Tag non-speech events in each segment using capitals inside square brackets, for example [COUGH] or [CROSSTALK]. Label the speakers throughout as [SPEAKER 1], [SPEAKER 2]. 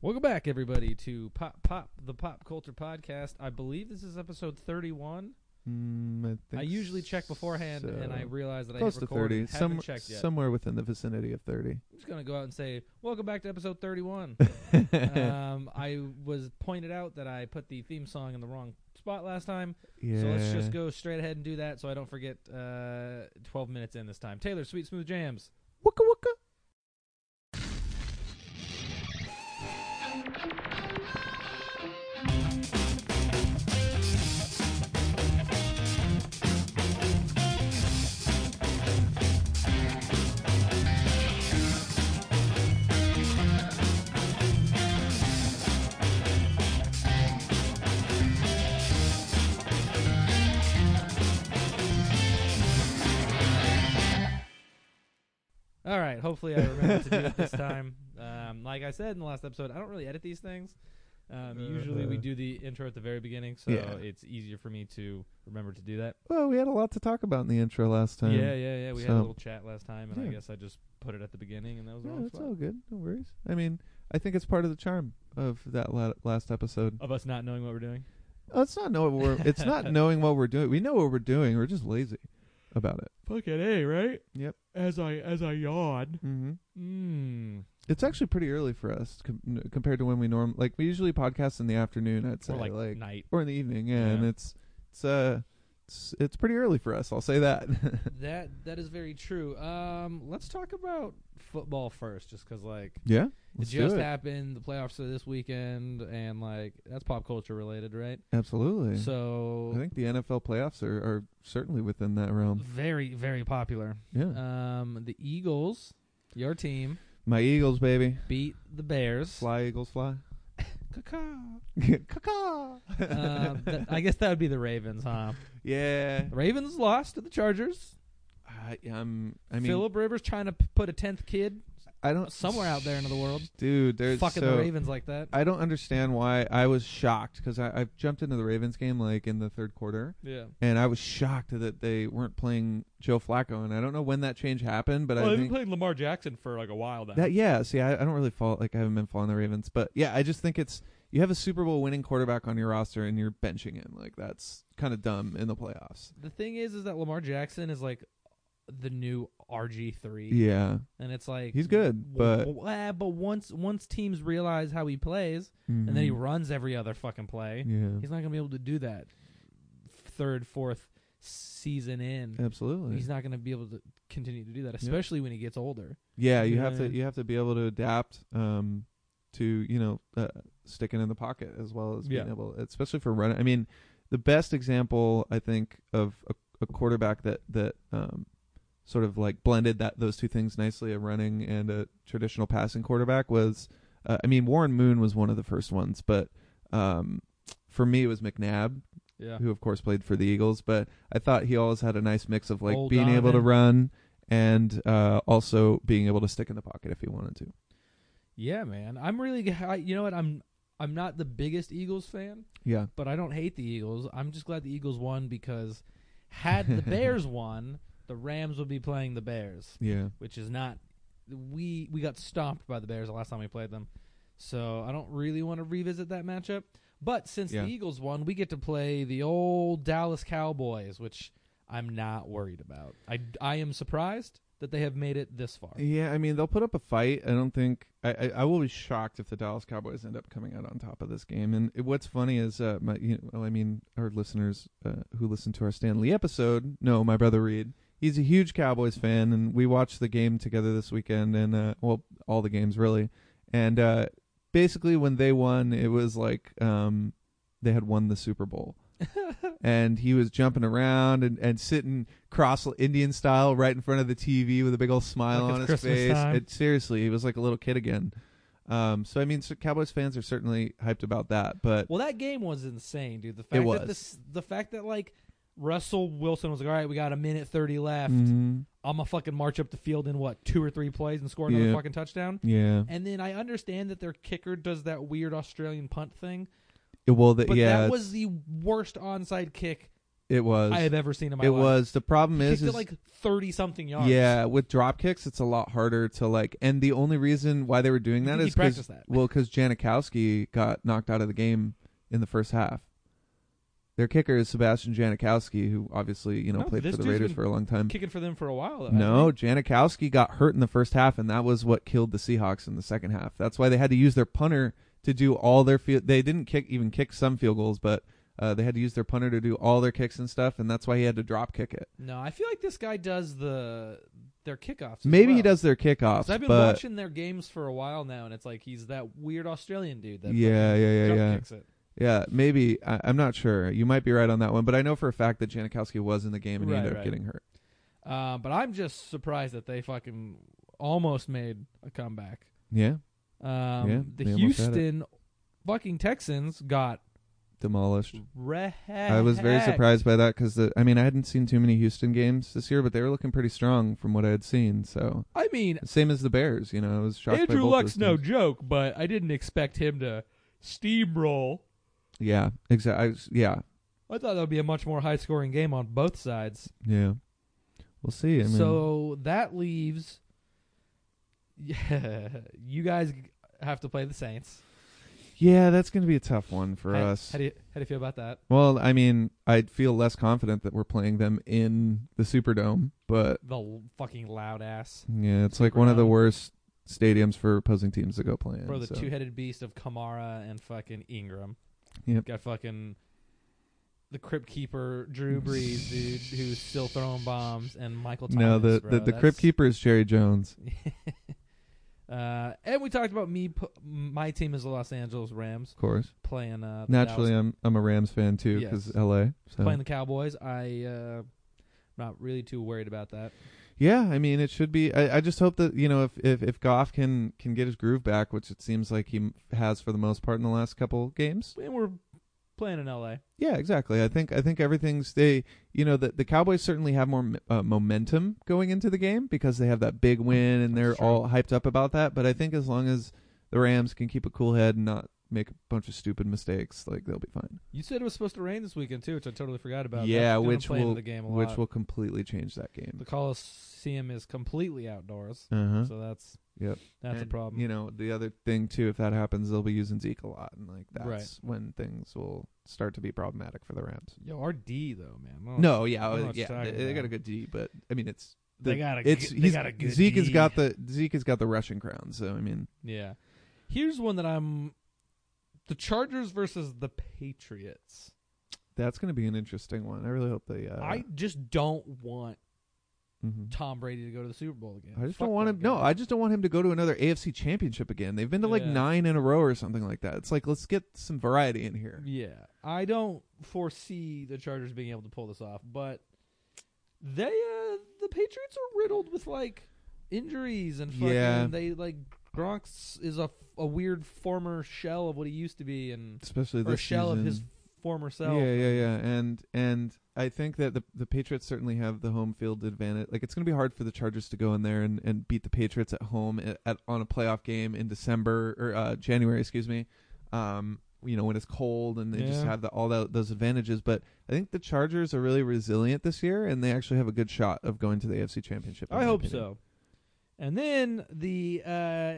[SPEAKER 1] Welcome back, everybody, to Pop Pop the Pop Culture Podcast. I believe this is episode thirty-one.
[SPEAKER 2] Mm, I, think
[SPEAKER 1] I usually check beforehand, and I
[SPEAKER 2] so.
[SPEAKER 1] realize that
[SPEAKER 2] close
[SPEAKER 1] I hit
[SPEAKER 2] to
[SPEAKER 1] record
[SPEAKER 2] thirty,
[SPEAKER 1] and haven't
[SPEAKER 2] some,
[SPEAKER 1] checked yet.
[SPEAKER 2] somewhere within the vicinity of thirty.
[SPEAKER 1] I'm just gonna go out and say, "Welcome back to episode
[SPEAKER 2] [LAUGHS]
[SPEAKER 1] 31." um, I was pointed out that I put the theme song in the wrong spot last time,
[SPEAKER 2] yeah.
[SPEAKER 1] so let's just go straight ahead and do that, so I don't forget. Uh, 12 minutes in this time. Taylor, sweet smooth jams.
[SPEAKER 2] Wooka wooka.
[SPEAKER 1] All right. Hopefully, I remember to do it this time. [LAUGHS] Um, like I said in the last episode, I don't really edit these things. Um, usually, we
[SPEAKER 2] Uh,
[SPEAKER 1] do the intro at the very beginning, so
[SPEAKER 2] yeah.
[SPEAKER 1] it's easier for me to remember to do that.
[SPEAKER 2] Well, we had a lot to talk about in the intro last time.
[SPEAKER 1] yeah, yeah, yeah. We had a
[SPEAKER 2] so-
[SPEAKER 1] little chat last time, and I
[SPEAKER 2] Yeah.
[SPEAKER 1] guess I just put it at the beginning, and that was the
[SPEAKER 2] Yeah,
[SPEAKER 1] wrong
[SPEAKER 2] that's
[SPEAKER 1] spot.
[SPEAKER 2] all good. No worries. I mean, I think it's part of the charm of that la- last episode.
[SPEAKER 1] Of us not knowing what we're doing.
[SPEAKER 2] Oh, it's not know what we're. It's
[SPEAKER 1] [LAUGHS]
[SPEAKER 2] not knowing what we're doing. We know what we're doing. We're just lazy about it.
[SPEAKER 1] Fucking a right.
[SPEAKER 2] Yep.
[SPEAKER 1] As I as I yawn.
[SPEAKER 2] Mm-hmm.
[SPEAKER 1] Mm.
[SPEAKER 2] It's actually pretty early for us com- n- compared to when we norm. Like we usually podcast in the afternoon. I'd say
[SPEAKER 1] Or like, night.
[SPEAKER 2] or in the evening. Yeah, and
[SPEAKER 1] Yeah.
[SPEAKER 2] it's it's uh it's, it's pretty early for us. I'll say that. [LAUGHS]
[SPEAKER 1] That that is very true. Um, let's talk about football first, just because like
[SPEAKER 2] yeah,
[SPEAKER 1] it
[SPEAKER 2] let's do
[SPEAKER 1] just
[SPEAKER 2] it.
[SPEAKER 1] happened. The playoffs are this weekend, and like that's pop culture related, right?
[SPEAKER 2] Absolutely. I
[SPEAKER 1] So
[SPEAKER 2] think the NFL playoffs are, are certainly within that realm.
[SPEAKER 1] very very popular.
[SPEAKER 2] Yeah,
[SPEAKER 1] Um, the Eagles, your team,
[SPEAKER 2] my Eagles, baby,
[SPEAKER 1] beat the Bears.
[SPEAKER 2] fly Eagles, fly. [LAUGHS]
[SPEAKER 1] Caw-caw.
[SPEAKER 2] Caw-caw.
[SPEAKER 1] um, th- I guess that would be the Ravens, huh?
[SPEAKER 2] yeah,
[SPEAKER 1] The Ravens lost to the Chargers.
[SPEAKER 2] I, I'm. I mean,
[SPEAKER 1] Philip Rivers trying to p- put a tenth kid
[SPEAKER 2] I don't
[SPEAKER 1] somewhere out there into the world,
[SPEAKER 2] dude. There's
[SPEAKER 1] fucking
[SPEAKER 2] so,
[SPEAKER 1] the Ravens like that.
[SPEAKER 2] I don't understand why I was shocked because I've jumped into the Ravens game like in the third quarter,
[SPEAKER 1] yeah.
[SPEAKER 2] and I was shocked that they weren't playing Joe Flacco. And I don't know when that change happened, but I think
[SPEAKER 1] playing Lamar Jackson for like a while now.
[SPEAKER 2] that yeah. See, I, I don't really follow like I haven't been following the Ravens, but yeah, I just think it's you have a Super Bowl winning quarterback on your roster and you're benching him. Like that's kind of dumb in the playoffs.
[SPEAKER 1] the thing is, is that Lamar Jackson is like the new RG three,
[SPEAKER 2] Yeah,
[SPEAKER 1] and it's like
[SPEAKER 2] He's good, but-
[SPEAKER 1] w- w- ah, but once once teams realize how he plays, and then he runs every other fucking play,
[SPEAKER 2] mm, Mm-hmm. yeah,
[SPEAKER 1] he's not gonna be able to do that. Third, fourth season in,
[SPEAKER 2] absolutely.
[SPEAKER 1] he's not gonna be able to continue to do that, especially when he gets older.
[SPEAKER 2] yeah, you
[SPEAKER 1] Yeah,
[SPEAKER 2] have to
[SPEAKER 1] yeah.
[SPEAKER 2] you have to be able to adapt um, to you know uh, sticking in the pocket as well as being
[SPEAKER 1] Yeah.
[SPEAKER 2] able, especially for running. I mean, the best example I think of a, a quarterback that that um, sort of like blended that those two things nicely, a running and a traditional passing quarterback was. Uh, I mean, Warren Moon was one of the first ones, but um, for me it was McNabb,
[SPEAKER 1] Yeah,
[SPEAKER 2] who of course played for the Eagles, but I thought he always had a nice mix of like
[SPEAKER 1] Old
[SPEAKER 2] being able
[SPEAKER 1] [LAUGHS]
[SPEAKER 2] to
[SPEAKER 1] Donovan.
[SPEAKER 2] run and uh, also being able to stick in the pocket if he wanted to.
[SPEAKER 1] yeah, man. I'm really, g- I, you know what? I'm I'm not the biggest Eagles fan,
[SPEAKER 2] Yeah.
[SPEAKER 1] but I don't hate the Eagles. I'm just glad the Eagles won because had
[SPEAKER 2] [LAUGHS]
[SPEAKER 1] the Bears won, the Rams would be playing the Bears,
[SPEAKER 2] Yeah.
[SPEAKER 1] which is not we we got stomped by the Bears the last time we played them. So I don't really want to revisit that matchup. But since
[SPEAKER 2] Yeah.
[SPEAKER 1] the Eagles won, we get to play the old Dallas Cowboys, which I'm not worried about. I I am surprised that they have made it this far.
[SPEAKER 2] Yeah, I mean they'll put up a fight. I don't think I, I, I will be shocked if the Dallas Cowboys end up coming out on top of this game. And it- what's funny is uh, my you know, well, I mean our listeners uh, who listen to our Stan Lee episode know my brother Reed. He's a huge Cowboys fan, and we watched the game together this weekend, and uh, well, all the games really. And uh, basically, when they won, it was like um, they had won the Super Bowl. and he was jumping around and, and sitting cross Indian style right in front of the TV with a big old smile
[SPEAKER 1] Like it's
[SPEAKER 2] on his
[SPEAKER 1] Christmas
[SPEAKER 2] face.
[SPEAKER 1] time.
[SPEAKER 2] It- seriously, he was like a little kid again. Um, so I mean, so Cowboys fans are certainly hyped about that,
[SPEAKER 1] [LAUGHS]
[SPEAKER 2] but
[SPEAKER 1] Well, that game was insane, dude. The fact that
[SPEAKER 2] was.
[SPEAKER 1] this, the fact that like Russell Wilson was like, all right, we got a minute thirty left.
[SPEAKER 2] Mhm.
[SPEAKER 1] I'm gonna fucking march up the field in what two or three plays and score another
[SPEAKER 2] Yeah.
[SPEAKER 1] fucking touchdown.
[SPEAKER 2] yeah,
[SPEAKER 1] And then I understand that their kicker does that weird Australian punt thing,
[SPEAKER 2] It- well, the,
[SPEAKER 1] but
[SPEAKER 2] yeah,
[SPEAKER 1] that
[SPEAKER 2] it's-
[SPEAKER 1] was the worst onside kick
[SPEAKER 2] It was.
[SPEAKER 1] I have ever seen in my
[SPEAKER 2] it
[SPEAKER 1] life.
[SPEAKER 2] was. The problem
[SPEAKER 1] He
[SPEAKER 2] is,
[SPEAKER 1] kicked it
[SPEAKER 2] is
[SPEAKER 1] like thirty something yards.
[SPEAKER 2] Yeah, with drop kicks, it's a lot harder to like. And the only reason why they were doing
[SPEAKER 1] You
[SPEAKER 2] that
[SPEAKER 1] think he
[SPEAKER 2] is 'cause-
[SPEAKER 1] practiced that?
[SPEAKER 2] well, because Janikowski got knocked out of the game in the first half. Their kicker is Sebastian Janikowski, who obviously you know
[SPEAKER 1] No,
[SPEAKER 2] played
[SPEAKER 1] this
[SPEAKER 2] for the
[SPEAKER 1] dude's
[SPEAKER 2] Raiders
[SPEAKER 1] been
[SPEAKER 2] for a long time.
[SPEAKER 1] kicking for them for a while. Though,
[SPEAKER 2] No,
[SPEAKER 1] hasn't
[SPEAKER 2] Janikowski got hurt in the first half, and that was what killed the Seahawks in the second half. That's why they had to use their punter to do all their field. They didn't kick even kick some field goals, but uh, they had to use their punter to do all their kicks and stuff, and that's why he had to drop kick it.
[SPEAKER 1] he? no. I feel like this guy does the their kickoffs. as
[SPEAKER 2] Maybe he
[SPEAKER 1] well.
[SPEAKER 2] does their kickoffs,
[SPEAKER 1] 'Cause I've been
[SPEAKER 2] but
[SPEAKER 1] watching their games for a while now, and it's like he's that weird Australian dude that
[SPEAKER 2] yeah, yeah, yeah,
[SPEAKER 1] fucking jump
[SPEAKER 2] yeah,
[SPEAKER 1] kicks it.
[SPEAKER 2] yeah. Maybe I, I'm not sure. You might be right on that one, but I know for a fact that Janikowski was in the game and
[SPEAKER 1] Right,
[SPEAKER 2] he ended
[SPEAKER 1] right.
[SPEAKER 2] up getting hurt.
[SPEAKER 1] Uh, but I'm just surprised that they fucking almost made a comeback.
[SPEAKER 2] Yeah,
[SPEAKER 1] Um,
[SPEAKER 2] Yeah,
[SPEAKER 1] the
[SPEAKER 2] they almost had it.
[SPEAKER 1] Houston fucking Texans got
[SPEAKER 2] demolished.
[SPEAKER 1] wrecked.
[SPEAKER 2] I was very surprised by that because I mean I hadn't seen too many Houston games this year, but they were looking pretty strong from what I had seen. So
[SPEAKER 1] I mean,
[SPEAKER 2] same as the Bears, you know, I was shocked. by
[SPEAKER 1] Andrew
[SPEAKER 2] both
[SPEAKER 1] Luck's
[SPEAKER 2] those
[SPEAKER 1] no
[SPEAKER 2] teams.
[SPEAKER 1] joke, but I didn't expect him to steamroll.
[SPEAKER 2] Yeah, exactly. Yeah,
[SPEAKER 1] I thought that would be a much more high scoring game on both sides.
[SPEAKER 2] yeah. We'll see. I mean,
[SPEAKER 1] so that leaves. [LAUGHS] Yeah, you guys have to play the Saints.
[SPEAKER 2] yeah, that's going to be a tough one for
[SPEAKER 1] how,
[SPEAKER 2] us.
[SPEAKER 1] How do you how do you feel about that?
[SPEAKER 2] well, I mean, I'd feel less confident that we're playing them in the Superdome, but
[SPEAKER 1] The l- fucking loud ass.
[SPEAKER 2] Yeah, it's like one of the
[SPEAKER 1] Superdome.
[SPEAKER 2] worst stadiums for opposing teams to go play in.
[SPEAKER 1] Bro, the
[SPEAKER 2] so.
[SPEAKER 1] two headed beast of Kamara and fucking Ingram.
[SPEAKER 2] Yep.
[SPEAKER 1] Got fucking the Crypt Keeper Drew Brees dude who's still throwing bombs and Michael Thomas.
[SPEAKER 2] no, the,
[SPEAKER 1] bro.
[SPEAKER 2] the the
[SPEAKER 1] That's-
[SPEAKER 2] crypt keeper is Jerry Jones.
[SPEAKER 1] [LAUGHS] uh, and we talked about me. Pu- my team is the Los Angeles Rams
[SPEAKER 2] Of course,
[SPEAKER 1] playing. Uh, the
[SPEAKER 2] naturally, uh,
[SPEAKER 1] Dallas-
[SPEAKER 2] I'm I'm a Rams fan too because
[SPEAKER 1] Yes.
[SPEAKER 2] L.A. So
[SPEAKER 1] playing the Cowboys. I uh, not really too worried about that.
[SPEAKER 2] yeah, I mean, it should be. I, I just hope that you know if if if Goff can can get his groove back, which it seems like he m- has for the most part in the last couple games.
[SPEAKER 1] And we're playing in L.A.
[SPEAKER 2] Yeah, exactly. I think I think everything's they you know the the Cowboys certainly have more m- uh, momentum going into the game because they have that big win and
[SPEAKER 1] Mm-hmm.
[SPEAKER 2] they're
[SPEAKER 1] That's true.
[SPEAKER 2] all hyped up about that. But I think as long as the Rams can keep a cool head and not make a bunch of stupid mistakes, like they'll be fine.
[SPEAKER 1] You said it was supposed to rain this weekend too, which I totally forgot about.
[SPEAKER 2] yeah,
[SPEAKER 1] That's gonna
[SPEAKER 2] which
[SPEAKER 1] play into
[SPEAKER 2] will
[SPEAKER 1] the game a
[SPEAKER 2] which
[SPEAKER 1] lot.
[SPEAKER 2] will completely change that game.
[SPEAKER 1] the Coliseum is completely outdoors,
[SPEAKER 2] Uh huh.
[SPEAKER 1] so that's
[SPEAKER 2] Yep.
[SPEAKER 1] that's a
[SPEAKER 2] And,
[SPEAKER 1] problem.
[SPEAKER 2] You know, the other thing too, if that happens, they'll be using Zeke a lot, and like that's
[SPEAKER 1] Right.
[SPEAKER 2] when things will start to be problematic for the Rams.
[SPEAKER 1] Yo, our D though, man. I don't-
[SPEAKER 2] No, yeah,
[SPEAKER 1] I don't know
[SPEAKER 2] oh,
[SPEAKER 1] what you're
[SPEAKER 2] yeah, they,
[SPEAKER 1] talking
[SPEAKER 2] they
[SPEAKER 1] about.
[SPEAKER 2] got a good D, but I mean, it's
[SPEAKER 1] They
[SPEAKER 2] the-
[SPEAKER 1] got a
[SPEAKER 2] it's
[SPEAKER 1] good- they
[SPEAKER 2] he's-
[SPEAKER 1] got a good
[SPEAKER 2] Zeke has
[SPEAKER 1] D.
[SPEAKER 2] got the Zeke has got the Russian crown, so I mean,
[SPEAKER 1] Yeah. Here's one that I'm the Chargers versus the Patriots.
[SPEAKER 2] that's going to be an interesting one. I really hope they. Uh,
[SPEAKER 1] I just don't want
[SPEAKER 2] mhm.
[SPEAKER 1] Tom Brady to go to the Super Bowl again.
[SPEAKER 2] I just
[SPEAKER 1] Fuck
[SPEAKER 2] don't want
[SPEAKER 1] that
[SPEAKER 2] him. No,
[SPEAKER 1] guy.
[SPEAKER 2] I just don't want him to go to another AFC Championship again. They've been to like
[SPEAKER 1] Yeah.
[SPEAKER 2] nine in a row or something like that. It's like let's get some variety in here.
[SPEAKER 1] Yeah. I don't foresee the Chargers being able to pull this off, but they uh the Patriots are riddled with like injuries and fucking
[SPEAKER 2] Yeah.
[SPEAKER 1] they like Gronk's is a, a weird former shell of what he used to be and
[SPEAKER 2] Especially
[SPEAKER 1] or
[SPEAKER 2] this
[SPEAKER 1] shell
[SPEAKER 2] season.
[SPEAKER 1] of his former self.
[SPEAKER 2] Yeah, yeah, yeah. And and I think that the the Patriots certainly have the home field advantage. Like it's going to be hard for the Chargers to go in there and, and beat the Patriots at home at, at on a playoff game in December or uh, January, excuse me. Um, you know when it's cold and they just
[SPEAKER 1] Yeah.
[SPEAKER 2] have the, all tho- those advantages. But I think the Chargers are really resilient this year, and they actually have a good shot of going to the AFC Championship. in
[SPEAKER 1] I
[SPEAKER 2] my
[SPEAKER 1] hope
[SPEAKER 2] opinion.
[SPEAKER 1] so. And then the uh,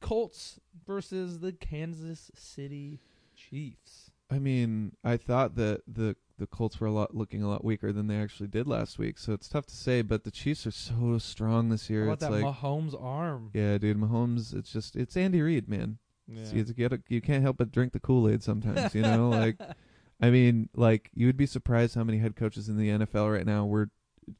[SPEAKER 1] Colts versus the Kansas City Chiefs.
[SPEAKER 2] I mean, I thought that the the Colts were a lot looking a lot weaker than they actually did last week, so it's tough to say. But the Chiefs are so strong this
[SPEAKER 1] How
[SPEAKER 2] year.
[SPEAKER 1] about
[SPEAKER 2] it's
[SPEAKER 1] that
[SPEAKER 2] like
[SPEAKER 1] Mahomes arm?
[SPEAKER 2] Yeah, dude, Mahomes. It's just it's Andy Reid, man. It's-
[SPEAKER 1] Yeah.
[SPEAKER 2] it's- you, gotta- you can't help but drink the Kool Aid sometimes,
[SPEAKER 1] [LAUGHS]
[SPEAKER 2] you know. like, I mean, like you would be surprised how many head coaches in the NFL right now were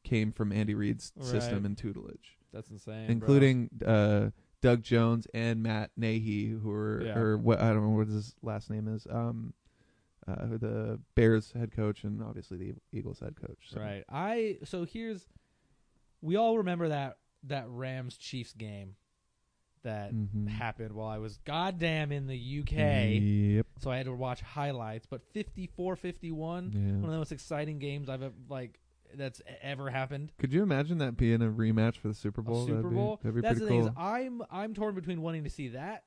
[SPEAKER 2] came from Andy Reid's
[SPEAKER 1] Right.
[SPEAKER 2] system and tutelage,
[SPEAKER 1] That's insane. bro.
[SPEAKER 2] including uh, Doug Jones and Matt Nahy, who are
[SPEAKER 1] Yeah.
[SPEAKER 2] or what I don't remember what his last name is. Um, uh, who the Bears head coach and obviously the Eagles head coach. So.
[SPEAKER 1] Right. I so here's we all remember that that Rams Chiefs game that
[SPEAKER 2] Mhm.
[SPEAKER 1] happened while I was goddamn in the UK.
[SPEAKER 2] Yep.
[SPEAKER 1] So I had to watch highlights, but 54-51, one
[SPEAKER 2] Yeah.
[SPEAKER 1] of the most exciting games I've ever like that's e-, ever happened.
[SPEAKER 2] Could you imagine that being a rematch for the Super
[SPEAKER 1] of
[SPEAKER 2] Bowl?
[SPEAKER 1] Super
[SPEAKER 2] that'd be,
[SPEAKER 1] Bowl.
[SPEAKER 2] That'd be
[SPEAKER 1] That's the
[SPEAKER 2] pretty
[SPEAKER 1] thing is
[SPEAKER 2] cool.
[SPEAKER 1] I'm I'm torn between wanting to see that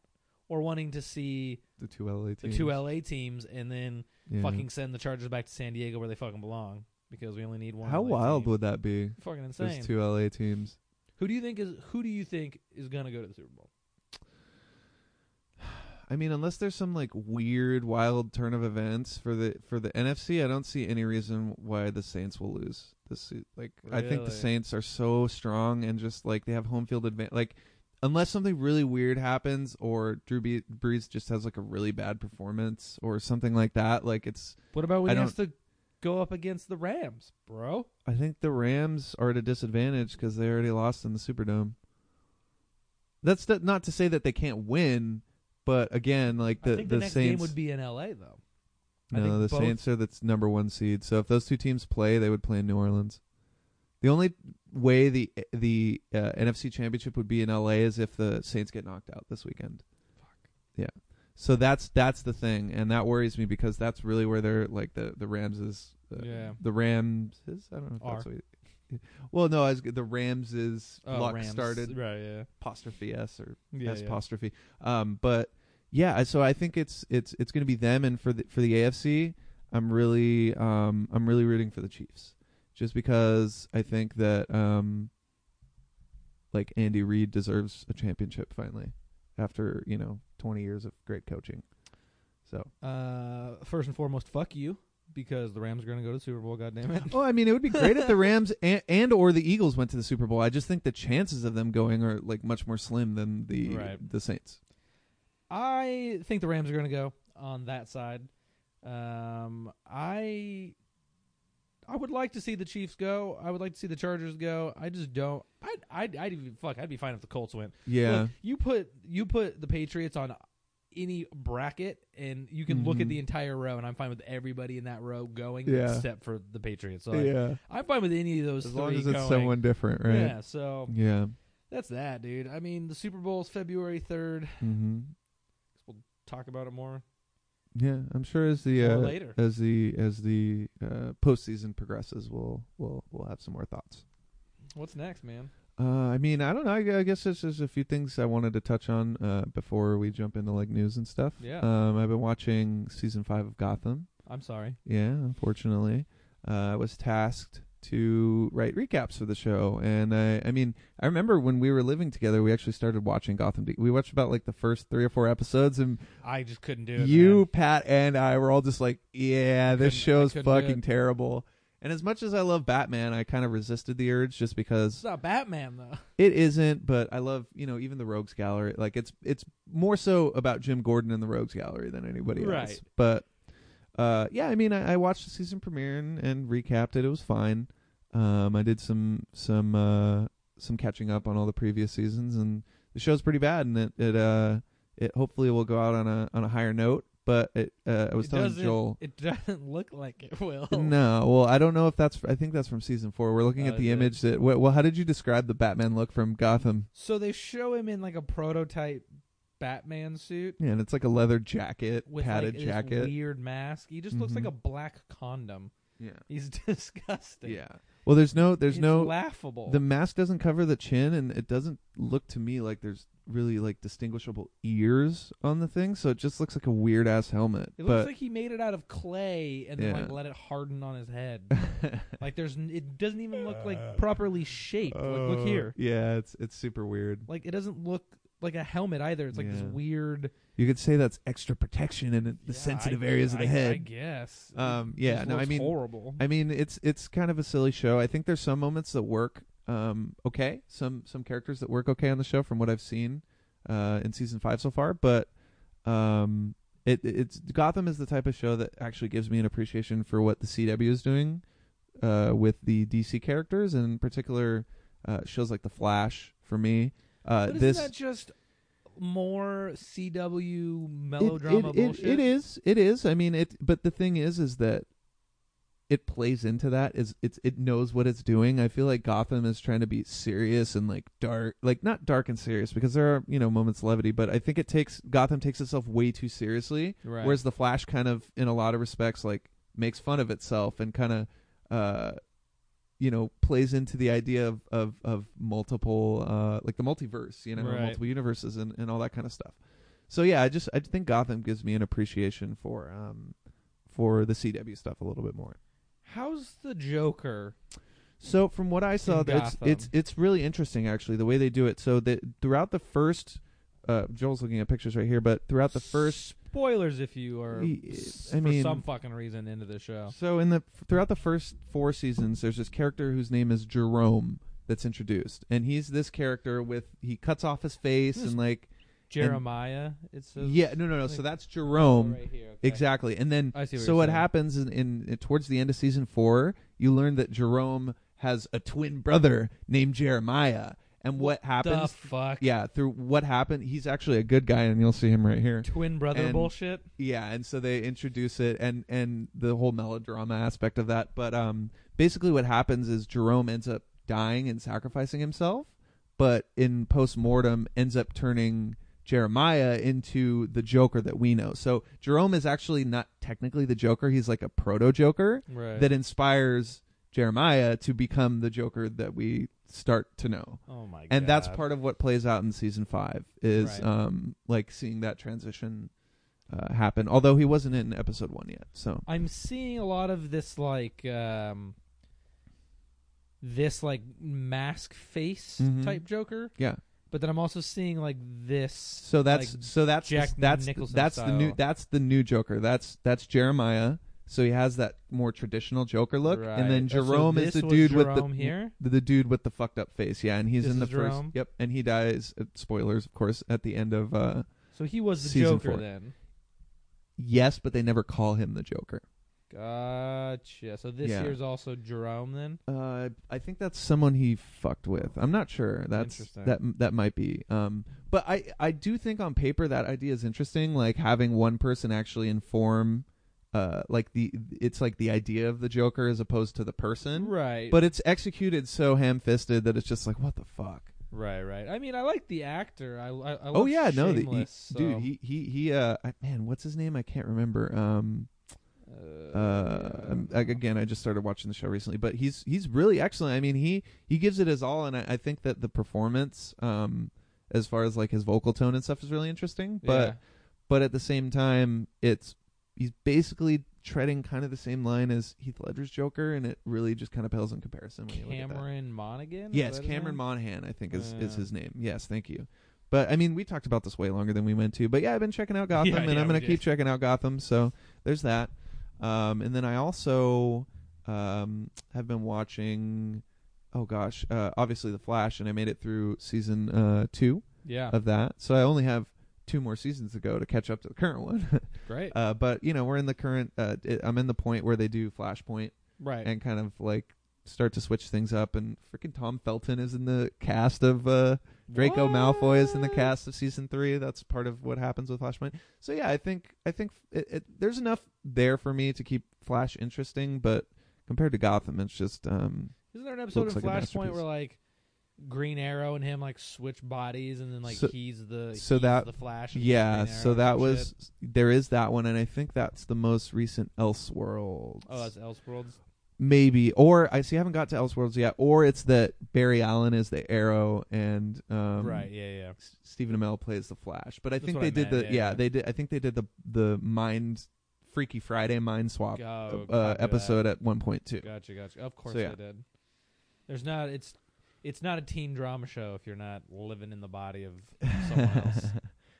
[SPEAKER 1] or wanting to see
[SPEAKER 2] the two LA
[SPEAKER 1] the
[SPEAKER 2] teams.
[SPEAKER 1] two LA teams and then
[SPEAKER 2] Yeah.
[SPEAKER 1] fucking send the Chargers back to San Diego where they fucking belong. because we only need one.
[SPEAKER 2] How
[SPEAKER 1] LA
[SPEAKER 2] wild
[SPEAKER 1] team.
[SPEAKER 2] would that be?
[SPEAKER 1] fucking insane?
[SPEAKER 2] There's two LA teams.
[SPEAKER 1] Who do you think is who do you think is gonna go to the Super Bowl?
[SPEAKER 2] I mean, unless there's some like weird, wild turn of events for the for the NFC, I don't see any reason why the Saints will lose this. se- Like, I think
[SPEAKER 1] Really?
[SPEAKER 2] the Saints are so strong and just like they have home field advantage. Like, unless something really weird happens or Drew Be- Brees just has like a really bad performance or something like that, like it's.
[SPEAKER 1] What about when
[SPEAKER 2] I
[SPEAKER 1] he has to go up against the Rams, bro?
[SPEAKER 2] I think the Rams are at a disadvantage because they already lost in the Superdome. That's th- not to say that they can't win, but again, like the
[SPEAKER 1] I think the, next
[SPEAKER 2] Saints
[SPEAKER 1] game would be in L.A. though. I
[SPEAKER 2] No, the
[SPEAKER 1] think both-
[SPEAKER 2] Saints are the t- number one seed. So if those two teams play, they would play in New Orleans. The only way the the uh, NFC Championship would be in LA is if the Saints get knocked out this weekend.
[SPEAKER 1] Fuck.
[SPEAKER 2] Yeah, so that's that's the thing, and that worries me because that's really where they're like the the Rams is. Uh,
[SPEAKER 1] Yeah.
[SPEAKER 2] The Rams is I don't know if that's
[SPEAKER 1] Are.
[SPEAKER 2] what. You, well, no, I was, the Rams is
[SPEAKER 1] Oh,
[SPEAKER 2] luck
[SPEAKER 1] Rams.
[SPEAKER 2] started
[SPEAKER 1] right? Yeah,
[SPEAKER 2] apostrophe s or
[SPEAKER 1] yeah,
[SPEAKER 2] S
[SPEAKER 1] yeah.
[SPEAKER 2] apostrophe. Um, but yeah, I- so I think it's it's it's going to be them, and for the for the AFC, I'm really um I'm really rooting for the Chiefs, just because I think that um like Andy Reid deserves a championship finally, after you know 20 years of great coaching. [LAUGHS] So
[SPEAKER 1] Uh, first and foremost, fuck you because the Rams are gonna go to the Super Bowl. God damn
[SPEAKER 2] [LAUGHS]
[SPEAKER 1] it!
[SPEAKER 2] Well, Oh, I mean, it would be great if the Rams [LAUGHS] and, and or the Eagles went to the Super Bowl. I just think the chances of them going are like much more slim than the
[SPEAKER 1] Right.
[SPEAKER 2] the Saints.
[SPEAKER 1] I think the Rams are going to go on that side. Um, I I would like to see the Chiefs go. I would like to see the Chargers go. I just don't. I'd I'd, I'd even fuck. I'd be fine if the Colts went.
[SPEAKER 2] Yeah.
[SPEAKER 1] Look, you put you put the Patriots on any bracket, and you can look
[SPEAKER 2] Mhm.
[SPEAKER 1] at the entire row, and I'm fine with everybody in that row going,
[SPEAKER 2] Yeah.
[SPEAKER 1] except for the Patriots. So like,
[SPEAKER 2] yeah.
[SPEAKER 1] I'm fine with any of those.
[SPEAKER 2] As
[SPEAKER 1] three
[SPEAKER 2] long as it's
[SPEAKER 1] going.
[SPEAKER 2] someone different, right?
[SPEAKER 1] Yeah. So
[SPEAKER 2] Yeah.
[SPEAKER 1] that's that, dude. I mean, the Super Bowl's February third.
[SPEAKER 2] Mm-hmm.
[SPEAKER 1] Talk about it more
[SPEAKER 2] Yeah, I'm sure as the
[SPEAKER 1] Or
[SPEAKER 2] uh,
[SPEAKER 1] later.
[SPEAKER 2] as the as the uh, postseason progresses, we'll we'll we'll have some more thoughts.
[SPEAKER 1] What's next, man?
[SPEAKER 2] Uh, I mean, I don't know. I, gu- I guess this is a few things I wanted to touch on uh, before we jump into like news and stuff.
[SPEAKER 1] Yeah.
[SPEAKER 2] Um, I've been watching season five of Gotham.
[SPEAKER 1] I'm sorry.
[SPEAKER 2] Yeah, unfortunately, uh, I was tasked to write recaps for the show, and I, I mean, I remember when we were living together, we actually started watching Gotham. We watched about like the first three or four episodes, and
[SPEAKER 1] I just couldn't do it.
[SPEAKER 2] you,
[SPEAKER 1] man.
[SPEAKER 2] Pat, and I were all just like, "Yeah, this
[SPEAKER 1] couldn't- I
[SPEAKER 2] show's
[SPEAKER 1] couldn't do
[SPEAKER 2] fucking
[SPEAKER 1] it.
[SPEAKER 2] terrible." And as much as I love Batman, I kind of resisted the urge just
[SPEAKER 1] It's
[SPEAKER 2] because
[SPEAKER 1] not Batman though.
[SPEAKER 2] it isn't. But I love, you know, even the Rogues Gallery. Like it's it's more so about Jim Gordon and the Rogues Gallery than anybody else.
[SPEAKER 1] Right.
[SPEAKER 2] But uh, yeah, I mean, I, I watched the season premiere and, and recapped it. It was fine. Um, I did some some uh, some catching up on all the previous seasons, and the show's pretty bad, and it it uh it hopefully will go out on a on a higher note. But it uh, I was
[SPEAKER 1] It
[SPEAKER 2] telling
[SPEAKER 1] doesn't- Oh.
[SPEAKER 2] Joel.
[SPEAKER 1] It doesn't look like it will.
[SPEAKER 2] No, well, I don't know if that's. I think that's from season four. We're looking
[SPEAKER 1] Oh,
[SPEAKER 2] at the
[SPEAKER 1] is it?
[SPEAKER 2] image that. Well, well, how did you describe the Batman look from Gotham?
[SPEAKER 1] So they show him in like a prototype Batman suit
[SPEAKER 2] Yeah, and it's like a leather jacket,
[SPEAKER 1] with like
[SPEAKER 2] padded
[SPEAKER 1] this
[SPEAKER 2] jacket.
[SPEAKER 1] weird mask. He just looks
[SPEAKER 2] Mhm.
[SPEAKER 1] like a black condom. [LAUGHS]
[SPEAKER 2] yeah,
[SPEAKER 1] He's disgusting.
[SPEAKER 2] yeah. Well, there's no, there's
[SPEAKER 1] It's
[SPEAKER 2] no.
[SPEAKER 1] laughable.
[SPEAKER 2] The mask doesn't cover the chin, and it doesn't look to me like there's really like distinguishable ears on the thing. So it just looks like a weird ass helmet.
[SPEAKER 1] it
[SPEAKER 2] but
[SPEAKER 1] looks like he made it out of clay and then
[SPEAKER 2] Yeah.
[SPEAKER 1] like let it harden on his head. [LAUGHS]
[SPEAKER 2] [LAUGHS]
[SPEAKER 1] like there's, n- it doesn't even look like properly shaped. like
[SPEAKER 2] Oh,
[SPEAKER 1] look here,
[SPEAKER 2] Yeah, it's it's super weird.
[SPEAKER 1] like it doesn't look like a helmet either. It's like this
[SPEAKER 2] Yeah.
[SPEAKER 1] weird.
[SPEAKER 2] You could say that's extra protection in the
[SPEAKER 1] Yeah,
[SPEAKER 2] sensitive
[SPEAKER 1] I-
[SPEAKER 2] areas of the
[SPEAKER 1] I- I
[SPEAKER 2] head.
[SPEAKER 1] guess.
[SPEAKER 2] um,
[SPEAKER 1] It
[SPEAKER 2] yeah,
[SPEAKER 1] just
[SPEAKER 2] no, I
[SPEAKER 1] looks
[SPEAKER 2] mean-
[SPEAKER 1] horrible.
[SPEAKER 2] I, uh, mean, it's it's kind of a silly show. I think there's some moments that work um, okay, some some characters that work okay on the show from what I've seen uh, in season five so far. But um, it it's Gotham is the type of show that actually gives me an appreciation for what the CW is doing uh, with the DC characters, and in particular uh, shows like The Flash for me. Uh,
[SPEAKER 1] but isn't
[SPEAKER 2] this
[SPEAKER 1] that just more CW
[SPEAKER 2] It-
[SPEAKER 1] melodrama
[SPEAKER 2] it, it,
[SPEAKER 1] bullshit?
[SPEAKER 2] it is. It is. I mean, it. But the thing is, is that it plays into that. Is it's it knows what it's doing. I feel like Gotham is trying to be serious and like dark, like not dark and serious because there are you know moments of levity, but I think it takes Gotham takes itself way too seriously.
[SPEAKER 1] Right.
[SPEAKER 2] Whereas the Flash kind of, in a lot of respects, like makes fun of itself and kind of, uh, you know, plays into the idea of of, of multiple, uh, like the multiverse, you know,
[SPEAKER 1] Right.
[SPEAKER 2] multiple universes and, and all that kind of stuff. So yeah, I just I think Gotham gives me an appreciation for um for the CW stuff a little bit more.
[SPEAKER 1] How's the Joker?
[SPEAKER 2] So from what I saw, it's
[SPEAKER 1] Gotham.
[SPEAKER 2] it's it's really interesting actually the way they do it. So that throughout the first, uh, Joel's looking at pictures right here, but throughout the first,
[SPEAKER 1] spoilers, if you are,
[SPEAKER 2] Y-
[SPEAKER 1] s-
[SPEAKER 2] I
[SPEAKER 1] for
[SPEAKER 2] mean-
[SPEAKER 1] some fucking reason, into the show.
[SPEAKER 2] so in the throughout the first four seasons, there's this character whose name is Jerome that's introduced, and he's this character with he cuts off his face
[SPEAKER 1] This-
[SPEAKER 2] and like
[SPEAKER 1] Jeremiah, it says.
[SPEAKER 2] yeah no no no um,
[SPEAKER 1] like-
[SPEAKER 2] so that's
[SPEAKER 1] Oh,
[SPEAKER 2] Jerome
[SPEAKER 1] right here, okay.
[SPEAKER 2] exactly and then
[SPEAKER 1] I see. What
[SPEAKER 2] so
[SPEAKER 1] you're
[SPEAKER 2] what
[SPEAKER 1] saying.
[SPEAKER 2] happens in, in, in towards the end of season four you learn that Jerome has a twin brother named Jeremiah and what
[SPEAKER 1] The
[SPEAKER 2] happens
[SPEAKER 1] fuck.
[SPEAKER 2] yeah through what happened he's actually a good guy and you'll see him right here
[SPEAKER 1] Twin brother
[SPEAKER 2] And-
[SPEAKER 1] bullshit.
[SPEAKER 2] yeah and so they introduce it and and the whole melodrama aspect of that but um basically what happens is jerome ends up dying and sacrificing himself but in post-mortem ends up turning jeremiah into the joker that we know so jerome is actually not technically the joker he's like a proto-joker
[SPEAKER 1] Right.
[SPEAKER 2] that inspires jeremiah to become the joker that we start to know
[SPEAKER 1] oh my god.
[SPEAKER 2] and that's part of what plays out in season five is
[SPEAKER 1] Right.
[SPEAKER 2] um like seeing that transition uh, happen although he wasn't in episode one yet so
[SPEAKER 1] I'm seeing a lot of this like um this like mask face
[SPEAKER 2] Mhm.
[SPEAKER 1] type Joker.
[SPEAKER 2] Yeah.
[SPEAKER 1] But then I'm also seeing like this
[SPEAKER 2] so that's
[SPEAKER 1] Like
[SPEAKER 2] so that's
[SPEAKER 1] Jack
[SPEAKER 2] that's
[SPEAKER 1] Nicholson
[SPEAKER 2] that's the new
[SPEAKER 1] style.
[SPEAKER 2] that's the new joker that's that's jeremiah so he has that more traditional joker look and then
[SPEAKER 1] Right. Uh, So
[SPEAKER 2] jerome is
[SPEAKER 1] this
[SPEAKER 2] the
[SPEAKER 1] was
[SPEAKER 2] dude with the
[SPEAKER 1] Jerome here?
[SPEAKER 2] the, the dude with the fucked up face yeah and he's
[SPEAKER 1] This
[SPEAKER 2] in the
[SPEAKER 1] is
[SPEAKER 2] first
[SPEAKER 1] Jerome?
[SPEAKER 2] yep and he dies uh, spoilers of course at the end of uh
[SPEAKER 1] So he was the
[SPEAKER 2] Season
[SPEAKER 1] Joker
[SPEAKER 2] four.
[SPEAKER 1] then.
[SPEAKER 2] yes but they never call him the joker
[SPEAKER 1] Gotcha. So this
[SPEAKER 2] Yeah.
[SPEAKER 1] year's also Jerome then?
[SPEAKER 2] Uh, I think that's someone he fucked with. I'm not sure. That's
[SPEAKER 1] Interesting.
[SPEAKER 2] that that might be. Um, but I I do think on paper that idea is interesting. Like having one person actually inform, uh, like the it's like the idea of the Joker as opposed to the person.
[SPEAKER 1] Right.
[SPEAKER 2] But it's executed so ham fisted that it's just like what the fuck.
[SPEAKER 1] right, right. I mean I like the actor. I I, I
[SPEAKER 2] oh
[SPEAKER 1] watched
[SPEAKER 2] yeah, no, the, he,
[SPEAKER 1] Shameless, so,
[SPEAKER 2] dude, he he he. Uh, I, man, what's his name? I can't remember. Um,
[SPEAKER 1] uh,
[SPEAKER 2] uh, I'm- ag- again, I just started watching the show recently, but he's he's really excellent. I mean, he he gives it his all, and I, I think that the performance, um, as far as like his vocal tone and stuff, is really interesting. But
[SPEAKER 1] yeah.
[SPEAKER 2] but at the same time, it's he's basically treading kind of the same line as Heath Ledger's Joker, and it really just kind of pales in comparison. When you look at that.
[SPEAKER 1] Cameron Monaghan? Is
[SPEAKER 2] Yes,
[SPEAKER 1] that his
[SPEAKER 2] Cameron
[SPEAKER 1] name?
[SPEAKER 2] Monahan, I think is is
[SPEAKER 1] Yeah.
[SPEAKER 2] his name. Yes, thank you. But I mean, we talked about this way longer than we meant to. But yeah, I've been checking out Gotham,
[SPEAKER 1] [LAUGHS] Yeah,
[SPEAKER 2] and
[SPEAKER 1] yeah,
[SPEAKER 2] I'm gonna
[SPEAKER 1] we
[SPEAKER 2] keep
[SPEAKER 1] did.
[SPEAKER 2] checking out Gotham. So there's that. Um, and then I also um, have been watching. Oh gosh, uh, obviously The Flash, and I made it through season uh, two
[SPEAKER 1] Yeah.
[SPEAKER 2] of that. So I only have two more seasons to go to catch up to the current one. [LAUGHS]
[SPEAKER 1] Great.
[SPEAKER 2] uh, but you know, we're in the current. Uh, it, I'm in the point where they do Flashpoint
[SPEAKER 1] right.
[SPEAKER 2] and kind of like start to switch things up. And freaking Tom Felton is in the cast of uh, Draco Malfoy is in the
[SPEAKER 1] What?
[SPEAKER 2] cast of season three. That's part of what happens with Flashpoint. So yeah, I think I think it, it, there's enough there for me to keep Flash interesting, but compared to Gotham, it's just um,
[SPEAKER 1] Isn't there an episode
[SPEAKER 2] Looks
[SPEAKER 1] of
[SPEAKER 2] like a
[SPEAKER 1] Flashpoint
[SPEAKER 2] masterpiece.
[SPEAKER 1] where like Green Arrow and him like switch bodies and then like
[SPEAKER 2] So-
[SPEAKER 1] he's the
[SPEAKER 2] so
[SPEAKER 1] he's
[SPEAKER 2] that-
[SPEAKER 1] the Flash. and he's
[SPEAKER 2] yeah.
[SPEAKER 1] Green Arrow
[SPEAKER 2] So that
[SPEAKER 1] and
[SPEAKER 2] was
[SPEAKER 1] shit.
[SPEAKER 2] there is that one, and I think that's the most recent Elseworlds.
[SPEAKER 1] oh that's Elseworlds.
[SPEAKER 2] Maybe or I see I haven't got to Elseworlds yet, or it's that Barry Allen is the Arrow and um,
[SPEAKER 1] right. Yeah. Yeah.
[SPEAKER 2] S- Stephen Amell plays the Flash, but I
[SPEAKER 1] That's
[SPEAKER 2] think
[SPEAKER 1] what
[SPEAKER 2] they
[SPEAKER 1] I
[SPEAKER 2] did
[SPEAKER 1] meant,
[SPEAKER 2] the yeah,
[SPEAKER 1] yeah.
[SPEAKER 2] they did I think they did the the mind Freaky Friday mind swap
[SPEAKER 1] Go,
[SPEAKER 2] uh,
[SPEAKER 1] copy that.
[SPEAKER 2] episode at one point two.
[SPEAKER 1] Gotcha. Gotcha. Of course
[SPEAKER 2] So, yeah.
[SPEAKER 1] they did. There's not. It's it's not a teen drama show if you're not living in the body of
[SPEAKER 2] [LAUGHS]
[SPEAKER 1] someone else.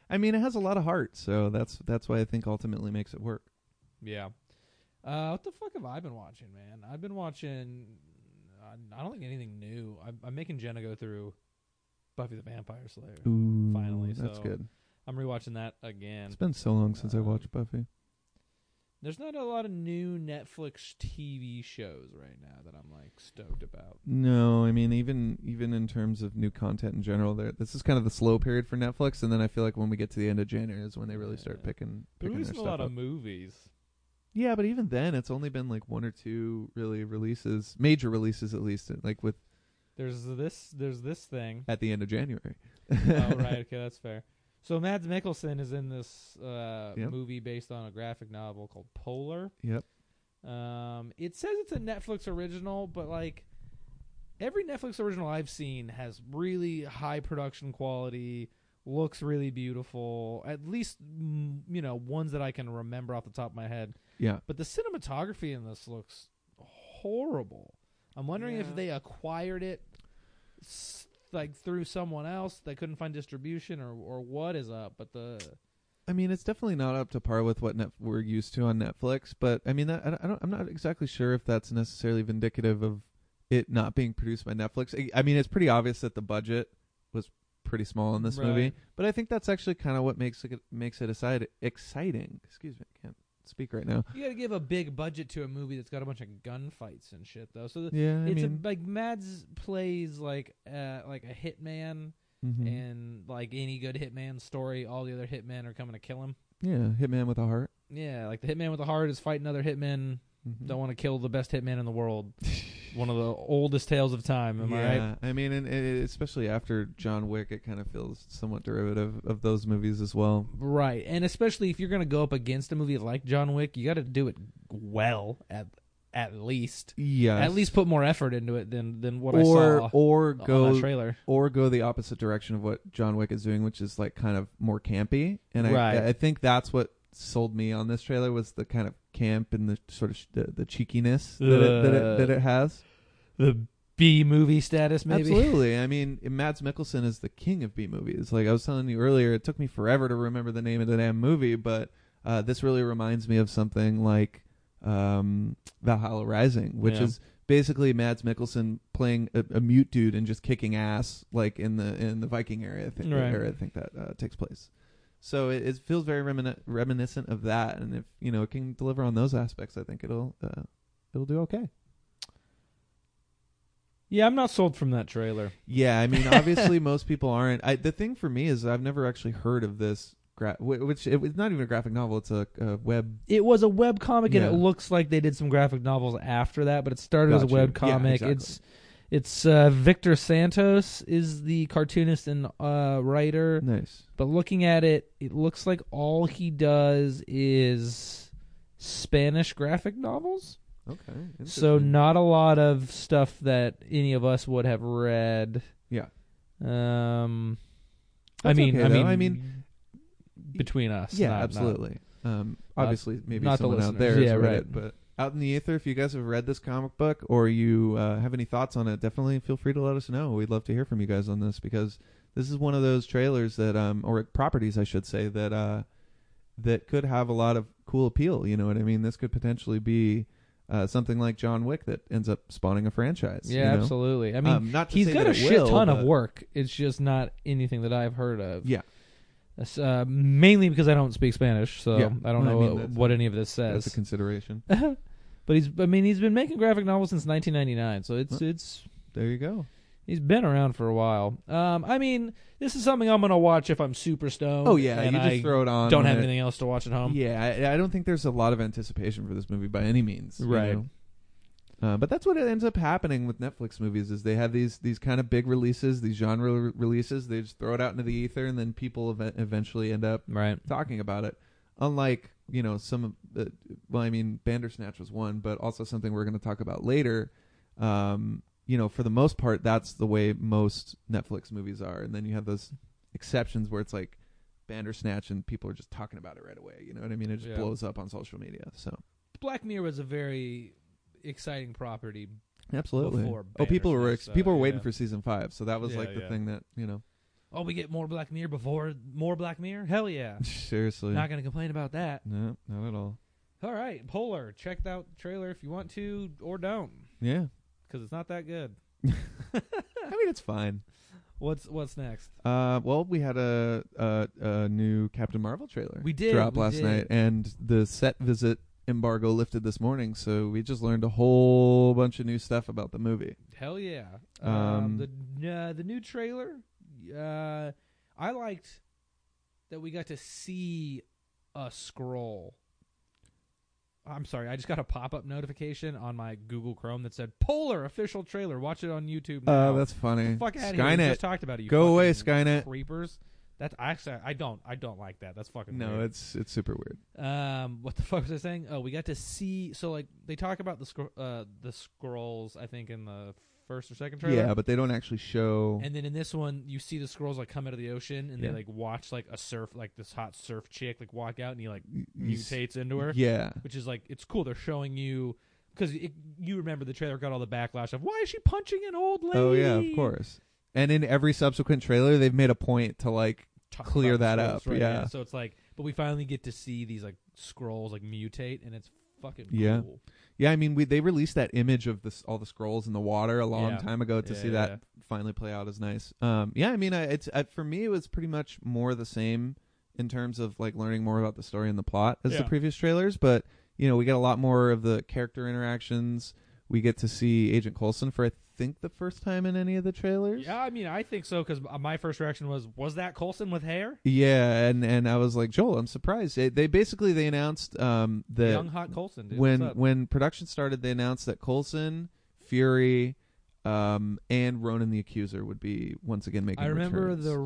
[SPEAKER 2] I mean, it has a lot of heart, so that's that's why I think ultimately makes it work.
[SPEAKER 1] Yeah. Uh, what the fuck have I been watching, man? I've been watching. uh, I, I don't think anything new. I'm, I'm making Jenna go through Buffy the Vampire Slayer.
[SPEAKER 2] Ooh,
[SPEAKER 1] Finally,
[SPEAKER 2] that's
[SPEAKER 1] so-
[SPEAKER 2] good.
[SPEAKER 1] I'm rewatching that again.
[SPEAKER 2] It's been so long since I
[SPEAKER 1] uh,
[SPEAKER 2] watched Buffy.
[SPEAKER 1] There's not a lot of new Netflix TV shows right now that I'm like stoked about.
[SPEAKER 2] No, I mean even even in terms of new content in general, there this is kind of the slow period for Netflix, and then I feel like when we get to the end of January is when they really start
[SPEAKER 1] Yeah.
[SPEAKER 2] picking
[SPEAKER 1] They're
[SPEAKER 2] picking their
[SPEAKER 1] releasing a
[SPEAKER 2] stuff
[SPEAKER 1] lot
[SPEAKER 2] up.
[SPEAKER 1] of movies.
[SPEAKER 2] Yeah, but even then, it's only been like one or two really releases, major releases at least, like with
[SPEAKER 1] There's this. There's this thing.
[SPEAKER 2] at the end of January.
[SPEAKER 1] oh right, okay, that's fair. So Mads Mikkelsen is in this uh,
[SPEAKER 2] Yep.
[SPEAKER 1] movie based on a graphic novel called Polar.
[SPEAKER 2] Yep.
[SPEAKER 1] Um, it says it's a Netflix original, but like every Netflix original I've seen has really high production quality, looks really beautiful. At least mm, you know ones that I can remember off the top of my head.
[SPEAKER 2] Yeah.
[SPEAKER 1] But the cinematography in this looks horrible. I'm wondering
[SPEAKER 3] Yeah.
[SPEAKER 1] if they acquired it s- like through someone else. They couldn't find distribution or or what is up. But the
[SPEAKER 2] I mean, it's definitely not up to par with what net- we're used to on Netflix, but I mean, that, I don't, I don't, I'm not exactly sure if that's necessarily vindicative of it not being produced by Netflix. I, I mean, it's pretty obvious that the budget was pretty small in this
[SPEAKER 1] Right.
[SPEAKER 2] movie, but I think that's actually kind of what makes it makes it aside, exciting. Excuse me, I can't speak right now.
[SPEAKER 1] you got to give a big budget to a movie that's got a bunch of gunfights and shit though. So the,
[SPEAKER 2] Yeah, I
[SPEAKER 1] it's
[SPEAKER 2] mean,
[SPEAKER 1] a, like Mads plays like uh, like a hitman,
[SPEAKER 2] mhm.
[SPEAKER 1] and like any good hitman story, all the other hitmen are coming to kill him.
[SPEAKER 2] yeah, Hitman with a Heart.
[SPEAKER 1] Yeah, like the hitman with the heart is fighting other hitmen.
[SPEAKER 2] Mhm.
[SPEAKER 1] Don't want to kill the best hitman in the
[SPEAKER 2] [LAUGHS]
[SPEAKER 1] world. One of the oldest tales of time. Am I right?
[SPEAKER 2] yeah, I mean, and, and especially after John Wick, it kind of feels somewhat derivative of those movies as well.
[SPEAKER 1] Right, and especially if you're going to go up against a movie like John Wick, you got to do it well at at least.
[SPEAKER 2] Yeah,
[SPEAKER 1] At least put more effort into it than than what
[SPEAKER 2] or
[SPEAKER 1] I saw
[SPEAKER 2] or
[SPEAKER 1] on that
[SPEAKER 2] go
[SPEAKER 1] trailer.
[SPEAKER 2] or go the opposite direction of what John Wick is doing, which is like kind of more campy. And
[SPEAKER 1] Right.
[SPEAKER 2] I, I think that's what sold me on this trailer was the kind of camp and the sort of sh- the, the cheekiness that, it, that, it,
[SPEAKER 1] Ugh.
[SPEAKER 2] that it has.
[SPEAKER 1] The B movie status, maybe.
[SPEAKER 2] Absolutely. I mean, Mads Mikkelsen is the king of B movies. Like I was telling you earlier, it took me forever to remember the name of the damn movie, but uh, this really reminds me of something like um, Valhalla Rising, which
[SPEAKER 1] Yeah.
[SPEAKER 2] is basically Mads Mikkelsen playing a, a mute dude and just kicking ass, like in the in the Viking area. I think,
[SPEAKER 1] Right.
[SPEAKER 2] area, I think that uh, takes place. So it, it feels very remini- reminiscent of that, and if you know it can deliver on those aspects, I think it'll uh, it'll do okay.
[SPEAKER 1] Yeah, I'm not sold from that trailer.
[SPEAKER 2] Yeah, I mean,
[SPEAKER 1] [LAUGHS]
[SPEAKER 2] obviously, most people aren't. I, the thing for me is I've never actually heard of this. Gra- wh- which it, it's not even a graphic novel; it's a, a web.
[SPEAKER 1] It was a web comic,
[SPEAKER 2] Yeah.
[SPEAKER 1] and it looks like they did some graphic novels after that, but it started as a
[SPEAKER 2] Gotcha.
[SPEAKER 1] web
[SPEAKER 2] Yeah,
[SPEAKER 1] comic.
[SPEAKER 2] exactly.
[SPEAKER 1] It's it's uh, Victor Santos is the cartoonist and uh, writer.
[SPEAKER 2] Nice.
[SPEAKER 1] But looking at it, it looks like all he does is Spanish graphic novels.
[SPEAKER 2] Okay.
[SPEAKER 1] So
[SPEAKER 2] interesting.
[SPEAKER 1] not a lot of stuff that any of us would have read.
[SPEAKER 2] Yeah.
[SPEAKER 1] Um I
[SPEAKER 2] That's
[SPEAKER 1] mean
[SPEAKER 2] okay,
[SPEAKER 1] I
[SPEAKER 2] though.
[SPEAKER 1] mean
[SPEAKER 2] I mean, E-
[SPEAKER 1] between us.
[SPEAKER 2] yeah,
[SPEAKER 1] not- not-
[SPEAKER 2] absolutely. um, obviously, maybe
[SPEAKER 1] not the
[SPEAKER 2] someone out
[SPEAKER 1] listeners.
[SPEAKER 2] there, has
[SPEAKER 1] Yeah,
[SPEAKER 2] read
[SPEAKER 1] right.
[SPEAKER 2] It, but out in the ether, if you guys have read this comic book or you uh, have any thoughts on it, definitely feel free to let us know. We'd love to hear from you guys on this because this is one of those trailers that, um, or properties, I should say, that uh, that could have a lot of cool appeal. You know what I mean? This could potentially be uh, something like John Wick that ends up spawning a franchise.
[SPEAKER 1] yeah,
[SPEAKER 2] you know?
[SPEAKER 1] absolutely. I mean
[SPEAKER 2] um, not to
[SPEAKER 1] he's
[SPEAKER 2] say
[SPEAKER 1] got
[SPEAKER 2] that
[SPEAKER 1] a
[SPEAKER 2] it
[SPEAKER 1] shit
[SPEAKER 2] will,
[SPEAKER 1] ton of
[SPEAKER 2] but-
[SPEAKER 1] work. It's just not anything that I've heard of.
[SPEAKER 2] Yeah.
[SPEAKER 1] That's, uh, mainly because I don't speak Spanish, so
[SPEAKER 2] Yeah.
[SPEAKER 1] I don't
[SPEAKER 2] I
[SPEAKER 1] know
[SPEAKER 2] mean,
[SPEAKER 1] what,
[SPEAKER 2] that's-
[SPEAKER 1] what any of this
[SPEAKER 2] That's a
[SPEAKER 1] says.
[SPEAKER 2] consideration.
[SPEAKER 1] [LAUGHS] but he's I mean he's been making graphic novels since 1999, so it's
[SPEAKER 2] Huh.
[SPEAKER 1] it's
[SPEAKER 2] There you go.
[SPEAKER 1] He's been around for a while. Um, I mean, this is something I'm gonna watch if I'm super stoned.
[SPEAKER 2] Oh yeah,
[SPEAKER 1] and
[SPEAKER 2] you just
[SPEAKER 1] I
[SPEAKER 2] throw it on.
[SPEAKER 1] don't
[SPEAKER 2] when
[SPEAKER 1] have
[SPEAKER 2] it-
[SPEAKER 1] anything else to watch at home.
[SPEAKER 2] yeah, I, I don't think there's a lot of anticipation for this movie by any means, you
[SPEAKER 1] Right.
[SPEAKER 2] know? Uh, but that's what it ends up happening with Netflix movies is they have these these kind of big releases, these genre re- releases. They just throw it out into the ether, and then people ev- eventually end up
[SPEAKER 1] Right.
[SPEAKER 2] talking about it. Unlike you know some, of the, well, I mean, Bandersnatch was one, but also something we're going to talk about later. Um, you know, for the most part, that's the way most Netflix movies are, and then you have those exceptions where it's like Bandersnatch, and people are just talking about it right away. You know what I mean? It just
[SPEAKER 1] Yeah.
[SPEAKER 2] blows up on social media. So
[SPEAKER 1] Black Mirror was a very exciting property.
[SPEAKER 2] absolutely.
[SPEAKER 1] Before
[SPEAKER 2] Oh, people were ex-
[SPEAKER 1] Bandersnatch, though,
[SPEAKER 2] people were
[SPEAKER 1] yeah.
[SPEAKER 2] waiting for season five, so that was
[SPEAKER 1] Yeah,
[SPEAKER 2] like the
[SPEAKER 1] yeah.
[SPEAKER 2] thing that
[SPEAKER 1] [LAUGHS]
[SPEAKER 2] you know.
[SPEAKER 1] Oh, we get more Black Mirror before more Black Mirror. Hell
[SPEAKER 2] [LAUGHS]
[SPEAKER 1] yeah!
[SPEAKER 2] Seriously,
[SPEAKER 1] Not gonna complain about that.
[SPEAKER 2] no, not at all.
[SPEAKER 1] All right, Polar. Check out the trailer if you want to or don't,
[SPEAKER 2] Yeah,
[SPEAKER 1] because it's not that
[SPEAKER 2] [LAUGHS]
[SPEAKER 1] good. [LAUGHS]
[SPEAKER 2] I mean it's fine.
[SPEAKER 1] What's What's next?
[SPEAKER 2] Uh, well, we had a, a a new Captain Marvel trailer.
[SPEAKER 1] We did,
[SPEAKER 2] drop
[SPEAKER 1] we
[SPEAKER 2] last
[SPEAKER 1] did.
[SPEAKER 2] night, and the set visit embargo lifted this morning. So we just learned a whole bunch of new stuff about the movie.
[SPEAKER 1] Hell yeah!
[SPEAKER 2] Um,
[SPEAKER 1] Um, the uh, the new trailer, uh, I liked that we got to see a scroll. I'm sorry, I just got a pop up notification on my Google Chrome that said "Polar official trailer." Watch it on YouTube.
[SPEAKER 2] Uh,
[SPEAKER 1] Now.
[SPEAKER 2] that's funny.
[SPEAKER 1] fuck out here. We
[SPEAKER 2] Skynet,
[SPEAKER 1] just talked about it. You
[SPEAKER 2] go away,
[SPEAKER 1] fucking
[SPEAKER 2] Skynet.
[SPEAKER 1] creepers. That's actually I don't I don't like that. That's fucking
[SPEAKER 2] No,
[SPEAKER 1] weird.
[SPEAKER 2] it's it's super weird.
[SPEAKER 1] Um, what the [LAUGHS] fuck was I saying? Oh, we got to see. So like they talk about the scro- uh the scrolls. I think in the first or second trailer.
[SPEAKER 2] Yeah, but they don't actually show.
[SPEAKER 1] And then in this one, you see the scrolls like come out of the ocean, and
[SPEAKER 2] Yeah.
[SPEAKER 1] they like watch like a surf, like this hot surf chick, like walk out, and he like
[SPEAKER 2] y- you s-
[SPEAKER 1] mutates into her,
[SPEAKER 2] Yeah,
[SPEAKER 1] which is like it's cool. They're showing you because you remember the trailer got all the backlash of why is she punching an old lady?
[SPEAKER 2] Oh yeah, of course. And in every subsequent trailer, they've made a point to like
[SPEAKER 1] Talk
[SPEAKER 2] Clear
[SPEAKER 1] about the
[SPEAKER 2] that
[SPEAKER 1] scrolls,
[SPEAKER 2] up, yeah.
[SPEAKER 1] So it's like, but we finally get to see these like scrolls like mutate, and it's fucking
[SPEAKER 2] Yeah.
[SPEAKER 1] cool.
[SPEAKER 2] Yeah, I mean, we they released that image of this all the scrolls in the water a long
[SPEAKER 1] Yeah.
[SPEAKER 2] time ago to
[SPEAKER 1] Yeah,
[SPEAKER 2] see
[SPEAKER 1] yeah,
[SPEAKER 2] that
[SPEAKER 1] yeah.
[SPEAKER 2] finally play out as nice. Um, yeah, I mean, I, it's I, for me, it was pretty much more the same in terms of like learning more about the story and the plot as the
[SPEAKER 1] Yeah.
[SPEAKER 2] previous trailers, but you know, we get a lot more of the character interactions. We get to see Agent Coulson for I think the first time in any of the trailers.
[SPEAKER 1] Yeah, I mean, I think so because my first reaction was, was that Colson with hair?
[SPEAKER 2] Yeah, and and I was like, Joel, I'm surprised. They, they basically they announced um that
[SPEAKER 1] Young hot Colson, dude.
[SPEAKER 2] when
[SPEAKER 1] What's up?
[SPEAKER 2] when production started, they announced that Colson, Fury, um, and Ronan the Accuser would be once again making.
[SPEAKER 1] I remember
[SPEAKER 2] returns.
[SPEAKER 1] the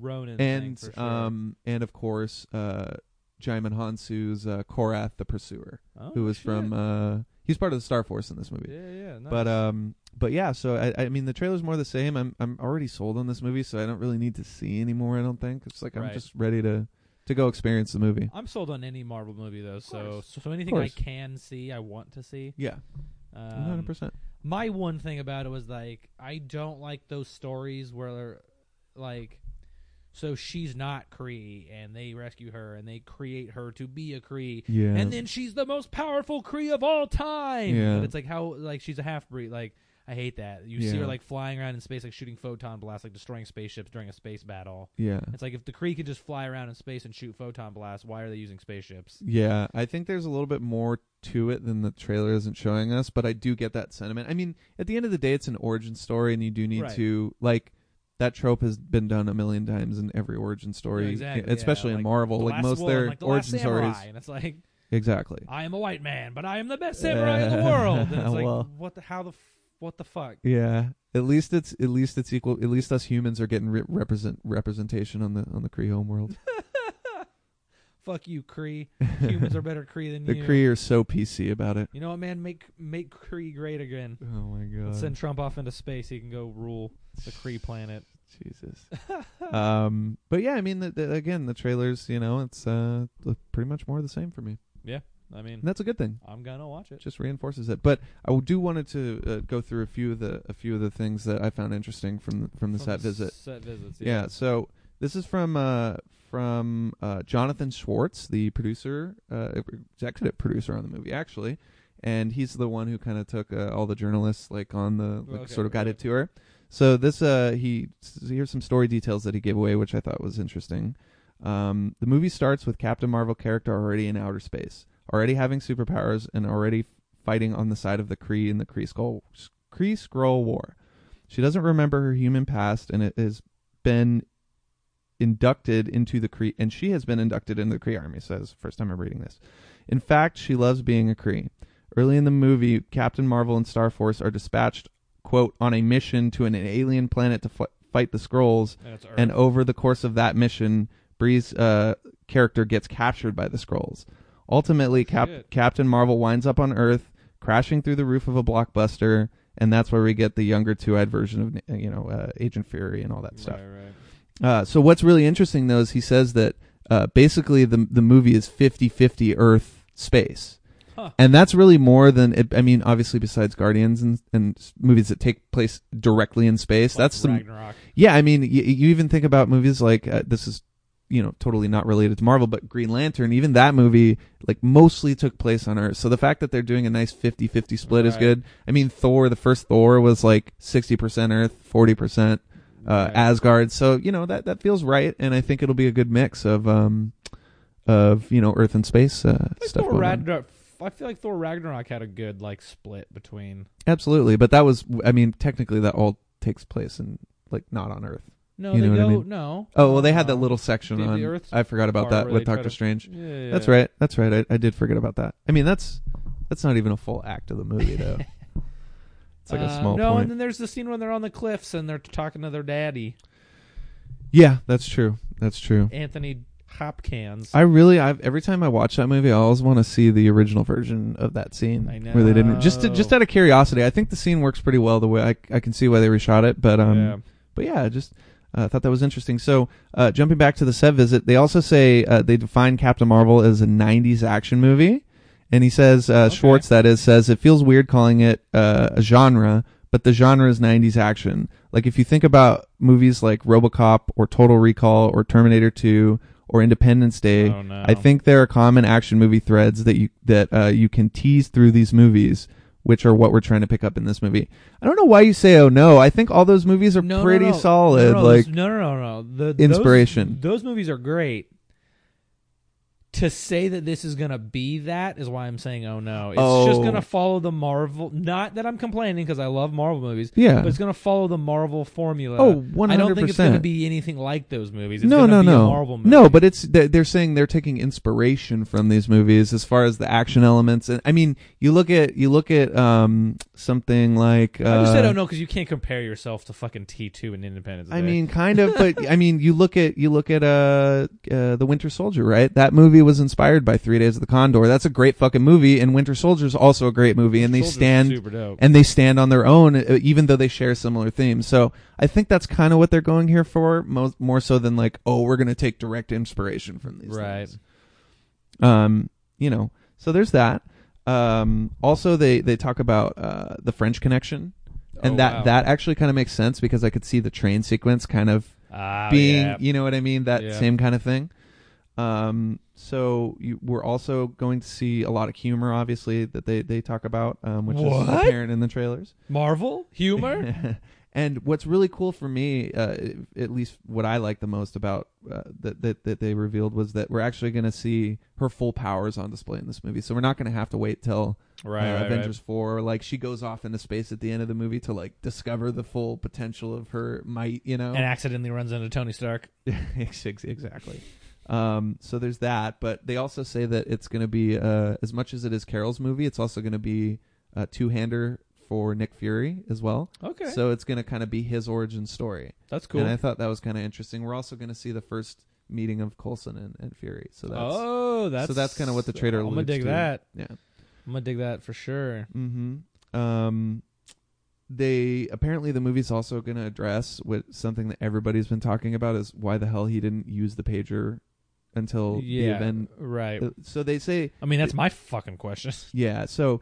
[SPEAKER 1] Ronin
[SPEAKER 2] and
[SPEAKER 1] thing for sure.
[SPEAKER 2] um and of course uh, Jaimon Hansu's uh, Korath the Pursuer,
[SPEAKER 1] Oh,
[SPEAKER 2] who was
[SPEAKER 1] shit.
[SPEAKER 2] from uh, he's part of the Star Force in this movie.
[SPEAKER 1] yeah, yeah, nice.
[SPEAKER 2] But um, but yeah. So I, I mean, the trailer's more the same. I'm I'm already sold on this movie, so I don't really need to see anymore. I don't think it's like I'm
[SPEAKER 1] Right.
[SPEAKER 2] just ready to to go experience the movie.
[SPEAKER 1] I'm sold on any Marvel movie though, so
[SPEAKER 2] course.
[SPEAKER 1] so, so anything I
[SPEAKER 2] course.
[SPEAKER 1] can see, I want to see.
[SPEAKER 2] Yeah,
[SPEAKER 1] Um,
[SPEAKER 2] one hundred percent.
[SPEAKER 1] my one thing about it was like I don't like those stories where like so she's not Cree and they rescue her and they create her to be a Cree
[SPEAKER 2] Yeah,
[SPEAKER 1] and then she's the most powerful Cree of all time.
[SPEAKER 2] Yeah.
[SPEAKER 1] But it's like how like she's a half breed. Like I hate that. You see
[SPEAKER 2] Yeah.
[SPEAKER 1] her like flying around in space, like shooting photon blasts, like destroying spaceships during a space battle.
[SPEAKER 2] yeah.
[SPEAKER 1] It's like if the Cree could just fly around in space and shoot photon blasts, why are they using spaceships?
[SPEAKER 2] Yeah, I think there's a little bit more to it than the trailer isn't showing us, but I do get that sentiment. I mean, at the end of the day, it's an origin story, and you do need
[SPEAKER 1] Right.
[SPEAKER 2] to like that trope has been done a million times in every origin story, e,
[SPEAKER 1] Yeah, exactly,
[SPEAKER 2] especially
[SPEAKER 1] yeah,
[SPEAKER 2] in
[SPEAKER 1] like
[SPEAKER 2] Marvel.
[SPEAKER 1] The
[SPEAKER 2] Like
[SPEAKER 1] Last
[SPEAKER 2] most
[SPEAKER 1] Will and,
[SPEAKER 2] their
[SPEAKER 1] like, the last
[SPEAKER 2] origin
[SPEAKER 1] samurai,
[SPEAKER 2] stories,
[SPEAKER 1] and it's like
[SPEAKER 2] exactly.
[SPEAKER 1] I am a white man, but I am the
[SPEAKER 2] [LAUGHS]
[SPEAKER 1] best samurai in the world. And it's like
[SPEAKER 2] Well.
[SPEAKER 1] what the how the f- what the fuck?
[SPEAKER 2] Yeah, at least it's at least it's equal. At least us humans are getting re- represent representation on the on the Kree homeworld.
[SPEAKER 1] Fuck you, [LAUGHS] Cree. [LAUGHS] Humans are better Cree than
[SPEAKER 2] [LAUGHS] The
[SPEAKER 1] you.
[SPEAKER 2] Kree are so PC about it.
[SPEAKER 1] You know what, man? Make make Cree great again.
[SPEAKER 2] Oh my god!
[SPEAKER 1] Let's send Trump off into space. He can go rule the Cree planet.
[SPEAKER 2] Jesus. um, but yeah, I mean, the, the, again, the trailers, you know, it's uh, look pretty much more of the same for me,
[SPEAKER 1] [LAUGHS] I mean,
[SPEAKER 2] and that's a good thing.
[SPEAKER 1] I'm gonna watch it.
[SPEAKER 2] Just reinforces it. But I do wanted to uh, go through a few of the a few of the things that I found interesting from the, from the
[SPEAKER 1] From
[SPEAKER 2] set
[SPEAKER 1] the
[SPEAKER 2] visit.
[SPEAKER 1] Set visits.
[SPEAKER 2] Yeah. So this is from uh, from uh, Jonathan Schwartz, the producer, uh, executive producer on the movie, actually, and he's the one who kind of took uh, all the journalists like on the like,
[SPEAKER 1] Okay,
[SPEAKER 2] sort of guided
[SPEAKER 1] right.
[SPEAKER 2] tour. So this uh, he s- here's some story details that he gave away, which I thought was interesting. Um, the movie starts with Captain Marvel character already in outer space, already having superpowers, and already fighting on the side of the Kree in the Kree Skull Kree Skrull War. She doesn't remember her human past, and it has been inducted into the Kree, and she has been inducted into the Kree army. Says first time I'm reading this. In fact, she loves being a Kree. Early in the movie, Captain Marvel and Star Force are dispatched, quote, on a mission to an alien planet to f- fight the Skrulls,
[SPEAKER 1] And it's Earth.
[SPEAKER 2] and over the course of that mission, Bree's uh, character gets captured by the Skrulls. Ultimately, Cap-
[SPEAKER 1] Shit.
[SPEAKER 2] Captain Marvel winds up on Earth, crashing through the roof of a blockbuster, and that's where we get the younger two-eyed version of uh, you know uh, Agent Fury and all that stuff.
[SPEAKER 1] Right, right.
[SPEAKER 2] Uh, so what's really interesting though is he says that uh, basically the the movie is 50-50 Earth space,
[SPEAKER 1] Huh.
[SPEAKER 2] and that's really more than it, I mean. Obviously, besides Guardians and and s- movies that take place directly in space,
[SPEAKER 1] Like
[SPEAKER 2] that's some
[SPEAKER 1] Ragnarok.
[SPEAKER 2] yeah. I mean, y- you even think about movies like uh, this is you know totally not related to Marvel, but Green Lantern. Even that movie like mostly took place on Earth. So the fact that they're doing a nice 50-50 split is
[SPEAKER 1] Right.
[SPEAKER 2] good. I mean, Thor, the first Thor was like sixty percent Earth, forty percent uh,
[SPEAKER 1] Right.
[SPEAKER 2] Asgard. So you know that that feels right, and I think it'll be a good mix of um of you know Earth and space uh,
[SPEAKER 1] I feel
[SPEAKER 2] stuff.
[SPEAKER 1] Thor
[SPEAKER 2] going on.
[SPEAKER 1] Ragnarok. I feel like Thor Ragnarok had a good like split between.
[SPEAKER 2] Absolutely, but that was I mean technically that all takes place in like not on Earth.
[SPEAKER 1] No,
[SPEAKER 2] You
[SPEAKER 1] they
[SPEAKER 2] know what I
[SPEAKER 1] go
[SPEAKER 2] mean?
[SPEAKER 1] no.
[SPEAKER 2] Oh well, they had that
[SPEAKER 1] No.
[SPEAKER 2] little section
[SPEAKER 1] Uh, The- the
[SPEAKER 2] on
[SPEAKER 1] Earth
[SPEAKER 2] I forgot about
[SPEAKER 1] part
[SPEAKER 2] that
[SPEAKER 1] where
[SPEAKER 2] with
[SPEAKER 1] they try
[SPEAKER 2] Doctor
[SPEAKER 1] to-
[SPEAKER 2] Strange.
[SPEAKER 1] Yeah, yeah,
[SPEAKER 2] That's
[SPEAKER 1] yeah.
[SPEAKER 2] right. That's right. I, I did forget about that. I mean that's that's not even a full act of the
[SPEAKER 1] [LAUGHS]
[SPEAKER 2] movie though. it's like a
[SPEAKER 1] Uh,
[SPEAKER 2] small
[SPEAKER 1] no,
[SPEAKER 2] point.
[SPEAKER 1] and then there's the scene when they're on the cliffs and they're talking to their daddy,
[SPEAKER 2] yeah, that's true. That's true.
[SPEAKER 1] Anthony Hopkins.
[SPEAKER 2] I really, I've every time I watch that movie, I always want to see the original version of that scene
[SPEAKER 1] I
[SPEAKER 2] where they didn't. Just, to,
[SPEAKER 1] know.
[SPEAKER 2] just out of curiosity, I think the scene works pretty well the way I, I can see why they reshot it. But um,
[SPEAKER 1] Yeah.
[SPEAKER 2] but yeah, just uh, thought that was interesting. So uh, jumping back to the set visit, they also say uh, they define Captain Marvel as a '90s action movie, and he says uh,
[SPEAKER 1] Okay.
[SPEAKER 2] Schwartz that is says it feels weird calling it uh, a genre, but the genre is '90s action. Like if you think about movies like RoboCop or Total Recall or Terminator 2 or Independence Day,
[SPEAKER 1] oh, no.
[SPEAKER 2] I think there are common action movie threads that you that uh, you can tease through these movies, which are what we're trying to pick up in this movie. I don't know why you say "oh no." I think all those movies are
[SPEAKER 1] No, no,
[SPEAKER 2] pretty
[SPEAKER 1] no.
[SPEAKER 2] solid.
[SPEAKER 1] No, no,
[SPEAKER 2] like
[SPEAKER 1] those- no, no, no, no. The, those-
[SPEAKER 2] Inspiration.
[SPEAKER 1] Those, movies are great. To say that this is gonna be that is why I'm saying oh no. It's just
[SPEAKER 2] Oh.
[SPEAKER 1] gonna follow the Marvel. Not that I'm complaining because I love Marvel movies,
[SPEAKER 2] yeah,
[SPEAKER 1] but it's gonna follow the Marvel formula.
[SPEAKER 2] oh one
[SPEAKER 1] uh, I don't
[SPEAKER 2] hundred
[SPEAKER 1] think it's gonna
[SPEAKER 2] percent.
[SPEAKER 1] be anything like those movies. It's
[SPEAKER 2] No,
[SPEAKER 1] gonna
[SPEAKER 2] no,
[SPEAKER 1] be
[SPEAKER 2] no,
[SPEAKER 1] A Marvel movie.
[SPEAKER 2] no. But it's they're they're saying they're taking inspiration from these movies as far as the action elements. And I mean, you look at you look at um something like uh,
[SPEAKER 1] I just said oh no because you can't compare yourself to fucking T two and Independence.
[SPEAKER 2] I
[SPEAKER 1] Day.
[SPEAKER 2] mean, kind of,
[SPEAKER 1] [LAUGHS]
[SPEAKER 2] but I mean, you look at you look at uh, uh the Winter Soldier, right? That movie was inspired by Three Days of the Condor. That's a great fucking movie, and Winter Soldier's also a great movie, and they
[SPEAKER 1] Soldier's
[SPEAKER 2] stand
[SPEAKER 1] super dope.
[SPEAKER 2] and they stand on their own, uh, even though they share similar themes. So I think that's kind of what they're going here for, mo- more so than like, oh, we're gonna take direct inspiration from these,
[SPEAKER 1] Right.
[SPEAKER 2] things. Um, you know, so there's that. Um, also they they talk about uh the French Connection. And
[SPEAKER 1] Oh,
[SPEAKER 2] that
[SPEAKER 1] wow.
[SPEAKER 2] that actually kind of makes sense because I could see the train sequence kind of
[SPEAKER 1] Ah,
[SPEAKER 2] being,
[SPEAKER 1] yeah.
[SPEAKER 2] you know what I mean, that
[SPEAKER 1] Yeah.
[SPEAKER 2] same kind of thing. Um, so you, we're also going to see a lot of humor, obviously, that they they talk about, um, which is
[SPEAKER 1] What?
[SPEAKER 2] apparent in the trailers.
[SPEAKER 1] Marvel
[SPEAKER 2] [LAUGHS]
[SPEAKER 1] humor.
[SPEAKER 2] and what's really cool for me, uh, at least what I like the most about uh, that, that that they revealed was that we're actually going to see her full powers on display in this movie. So we're not going to have to wait till
[SPEAKER 1] right,
[SPEAKER 2] uh,
[SPEAKER 1] right, right.
[SPEAKER 2] Avengers 4. Like she goes off into space at the end of the movie to like discover the full potential of her might, you know.
[SPEAKER 1] and accidentally runs into Tony Stark.
[SPEAKER 2] [LAUGHS] Ex- ex- exactly. Um, so there's that, but they also say that it's going to be uh, as much as it is Carol's movie, it's also going to be a two-hander for Nick Fury as well.
[SPEAKER 1] Okay,
[SPEAKER 2] So it's going to kind of be his origin story.
[SPEAKER 1] that's cool.
[SPEAKER 2] And I thought that was kind of interesting. We're also going to see the first meeting of Coulson and, and Fury. So that's
[SPEAKER 1] oh, that's
[SPEAKER 2] so that's kinda what the trailer
[SPEAKER 1] I'm gonna
[SPEAKER 2] alludes
[SPEAKER 1] dig
[SPEAKER 2] to.
[SPEAKER 1] that.
[SPEAKER 2] yeah.
[SPEAKER 1] I'm gonna dig that for sure.
[SPEAKER 2] Mm-hmm. Um, they apparently the movie's also going to address what something that everybody's been talking about is why the hell he didn't use the pager until the
[SPEAKER 1] yeah,
[SPEAKER 2] event.
[SPEAKER 1] right.
[SPEAKER 2] Uh, So they say,
[SPEAKER 1] I mean, that's my fucking question. [LAUGHS]
[SPEAKER 2] yeah. So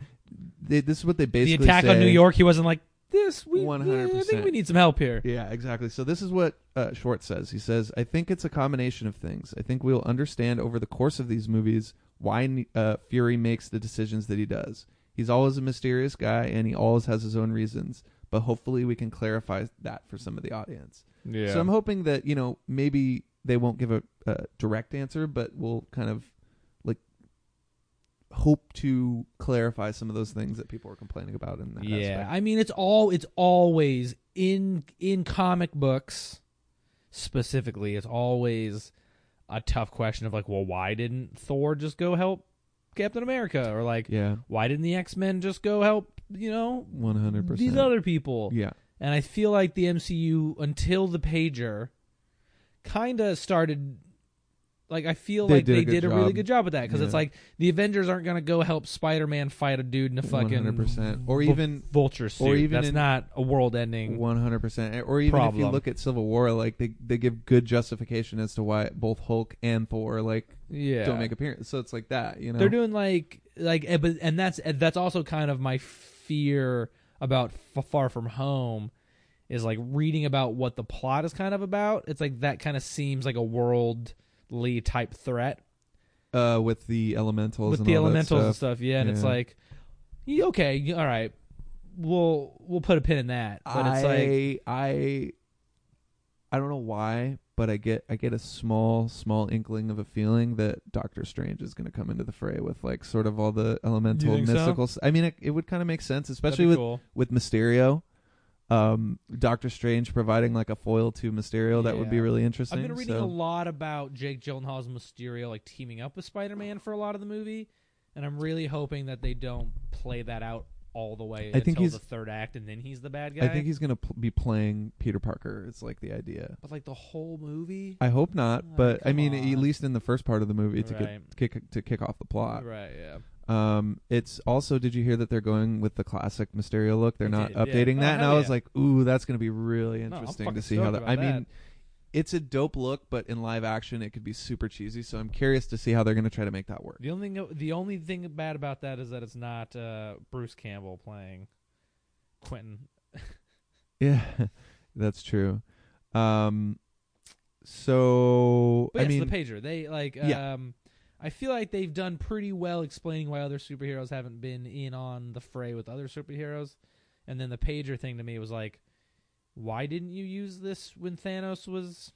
[SPEAKER 2] they, this is what they
[SPEAKER 1] the
[SPEAKER 2] basically
[SPEAKER 1] attack on
[SPEAKER 2] say-
[SPEAKER 1] New York, he wasn't like this. We, I
[SPEAKER 2] 100%.
[SPEAKER 1] think we need some help here.
[SPEAKER 2] Yeah, exactly. So this is what uh, Schwartz says. He says, "I think it's a combination of things. I think we'll understand over the course of these movies why uh, Fury makes the decisions that he does. He's always a mysterious guy, and he always has his own reasons. But hopefully, we can clarify that for some of the audience.
[SPEAKER 1] Yeah.
[SPEAKER 2] So I'm hoping that you know maybe they won't give a, a direct answer, but we'll kind of like hope to clarify some of those things that people are complaining about in that
[SPEAKER 1] yeah.
[SPEAKER 2] aspect.
[SPEAKER 1] I mean, it's all it's always in in comic books specifically. It's always a tough question of like, well, why didn't Thor just go help Captain America, or like,
[SPEAKER 2] yeah,
[SPEAKER 1] why didn't the X Men just go help? You know.
[SPEAKER 2] one hundred percent.
[SPEAKER 1] These other people.
[SPEAKER 2] yeah.
[SPEAKER 1] And I feel like the MCU until the pager kind of started like I feel
[SPEAKER 2] They
[SPEAKER 1] like
[SPEAKER 2] did a
[SPEAKER 1] they
[SPEAKER 2] good
[SPEAKER 1] did a really
[SPEAKER 2] job.
[SPEAKER 1] good job with that cuz it's
[SPEAKER 2] Yeah.
[SPEAKER 1] like the Avengers aren't going to go help Spider-Man fight a dude in a fucking
[SPEAKER 2] 100%.
[SPEAKER 1] vul-
[SPEAKER 2] Or even-
[SPEAKER 1] vulture suit.
[SPEAKER 2] even
[SPEAKER 1] That's
[SPEAKER 2] in-
[SPEAKER 1] not a world-ending.
[SPEAKER 2] One hundred percent. Or even if you
[SPEAKER 1] problem.
[SPEAKER 2] look at Civil War, like they, they give good justification as to why both Hulk and Thor like
[SPEAKER 1] yeah.
[SPEAKER 2] don't make appearance. So it's like that, you know.
[SPEAKER 1] They're doing like like eh, but and that's eh, that's also kind of my fear about f- Far From Home is like reading about what the plot is kind of about. It's like that kind of seems like a worldly type threat
[SPEAKER 2] uh, with the elementals.
[SPEAKER 1] with
[SPEAKER 2] and
[SPEAKER 1] the
[SPEAKER 2] all that
[SPEAKER 1] elementals and
[SPEAKER 2] stuff.
[SPEAKER 1] stuff. Yeah, and it's
[SPEAKER 2] Yeah.
[SPEAKER 1] like, y- okay, y- all right, we'll we'll put a pin in that. But
[SPEAKER 2] I
[SPEAKER 1] it's like,
[SPEAKER 2] I I don't know why, but I get I get a small small inkling of a feeling that Doctor Strange is going to come into the fray with like sort of all the elemental
[SPEAKER 1] think so?
[SPEAKER 2] mystical. s- I mean, it, it would kind of make sense,
[SPEAKER 1] that'd
[SPEAKER 2] especially
[SPEAKER 1] be
[SPEAKER 2] with
[SPEAKER 1] cool.
[SPEAKER 2] with Mysterio. Um, Doctor Strange providing like a foil to Mysterio that would be
[SPEAKER 1] Yeah.
[SPEAKER 2] really interesting.
[SPEAKER 1] I've been reading
[SPEAKER 2] so.
[SPEAKER 1] a lot about Jake Gyllenhaal's Mysterio like teaming up with Spider Man for a lot of the movie, and I'm really hoping that they don't play that out all the way
[SPEAKER 2] I think
[SPEAKER 1] until
[SPEAKER 2] he's-
[SPEAKER 1] the third act, and then he's the bad guy.
[SPEAKER 2] I think he's gonna pl- be playing Peter Parker. It's like the idea.
[SPEAKER 1] but like the whole movie,
[SPEAKER 2] I hope not,
[SPEAKER 1] Oh,
[SPEAKER 2] but I
[SPEAKER 1] come
[SPEAKER 2] mean, at
[SPEAKER 1] on.
[SPEAKER 2] least in the first part of the movie to
[SPEAKER 1] right?
[SPEAKER 2] get, kick to kick off the plot.
[SPEAKER 1] Right? Yeah.
[SPEAKER 2] Um, it's also did you hear that they're going with the classic Mysterio look? They're
[SPEAKER 1] I
[SPEAKER 2] not
[SPEAKER 1] did, yeah.
[SPEAKER 2] updating
[SPEAKER 1] Oh,
[SPEAKER 2] that, and
[SPEAKER 1] hell
[SPEAKER 2] I was
[SPEAKER 1] yeah.
[SPEAKER 2] like, ooh, that's gonna be really
[SPEAKER 1] I'm
[SPEAKER 2] interesting
[SPEAKER 1] fucking
[SPEAKER 2] to see how
[SPEAKER 1] stoked
[SPEAKER 2] that.
[SPEAKER 1] about
[SPEAKER 2] I
[SPEAKER 1] that.
[SPEAKER 2] mean, it's a dope look, but in live action, it could be super cheesy. So I'm curious to see how they're going to try to make that work.
[SPEAKER 1] The only thing the only thing bad about that is that it's not uh, Bruce Campbell playing Quentin.
[SPEAKER 2] Yeah, that's true. Um, so
[SPEAKER 1] But yes,
[SPEAKER 2] I mean,
[SPEAKER 1] the pager. They like um
[SPEAKER 2] Yeah.
[SPEAKER 1] I feel like they've done pretty well explaining why other superheroes haven't been in on the fray with other superheroes. And then the pager thing to me was like why didn't you use this when Thanos was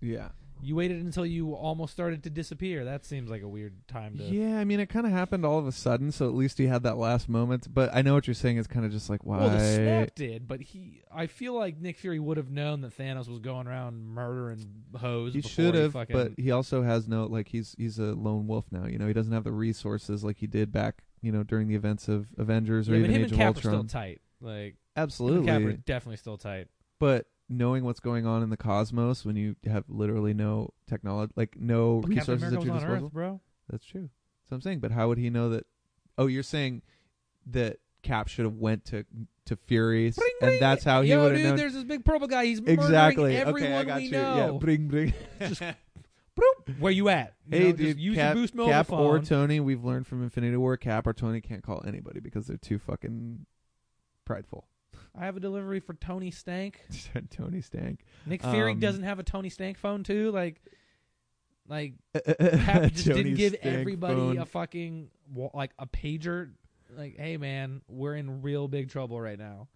[SPEAKER 2] yeah,
[SPEAKER 1] you waited until you almost started to disappear. That seems like a weird time to
[SPEAKER 2] yeah. I mean, it kind of happened all of a sudden. So at least he had that last moment. But I know what you're saying. It's kind of just like why.
[SPEAKER 1] Well, the snap did, but he. I feel like Nick Fury would have known that Thanos was going around murdering hoes.
[SPEAKER 2] he
[SPEAKER 1] before
[SPEAKER 2] should have,
[SPEAKER 1] fucking-
[SPEAKER 2] but he also has no like he's he's a lone wolf now. You know, he doesn't have the resources like he did back you know during the events of Avengers or
[SPEAKER 1] yeah, but
[SPEAKER 2] even
[SPEAKER 1] him and
[SPEAKER 2] Age of
[SPEAKER 1] Cap are
[SPEAKER 2] Ultron.
[SPEAKER 1] still tight. Like him and
[SPEAKER 2] Absolutely,
[SPEAKER 1] Cap are definitely still tight.
[SPEAKER 2] but knowing what's going on in the cosmos when you have literally no technology, like no
[SPEAKER 1] But Captain
[SPEAKER 2] resources
[SPEAKER 1] America
[SPEAKER 2] at
[SPEAKER 1] was
[SPEAKER 2] your
[SPEAKER 1] on
[SPEAKER 2] disposal.
[SPEAKER 1] Earth, bro.
[SPEAKER 2] That's true. That's what I'm saying. But how would he know that? Oh, you're saying that Cap should have went to to Fury's,
[SPEAKER 1] Bring,
[SPEAKER 2] and
[SPEAKER 1] bring.
[SPEAKER 2] that's how he
[SPEAKER 1] Yo,
[SPEAKER 2] would have
[SPEAKER 1] dude,
[SPEAKER 2] known.
[SPEAKER 1] there's this big purple guy. He's murdering
[SPEAKER 2] Exactly.
[SPEAKER 1] everyone
[SPEAKER 2] okay, I got
[SPEAKER 1] we
[SPEAKER 2] you. Yeah,
[SPEAKER 1] know.
[SPEAKER 2] bring, bring.
[SPEAKER 1] Just- Broop. Where you at? You
[SPEAKER 2] Hey,
[SPEAKER 1] know,
[SPEAKER 2] dude,
[SPEAKER 1] just use
[SPEAKER 2] Cap,
[SPEAKER 1] your boost mode
[SPEAKER 2] Cap
[SPEAKER 1] phone.
[SPEAKER 2] or Tony, we've learned from Infinity War, Cap or Tony can't call anybody because they're too fucking prideful. [LAUGHS]
[SPEAKER 1] I have a delivery for Tony Stank.
[SPEAKER 2] Tony stank.
[SPEAKER 1] Nick Fury
[SPEAKER 2] Um,
[SPEAKER 1] doesn't have a Tony Stank phone too. Like, like
[SPEAKER 2] [LAUGHS] Cap
[SPEAKER 1] Cap just didn't give everybody a fucking wa- like a pager. Like, hey man, we're in real big trouble right now.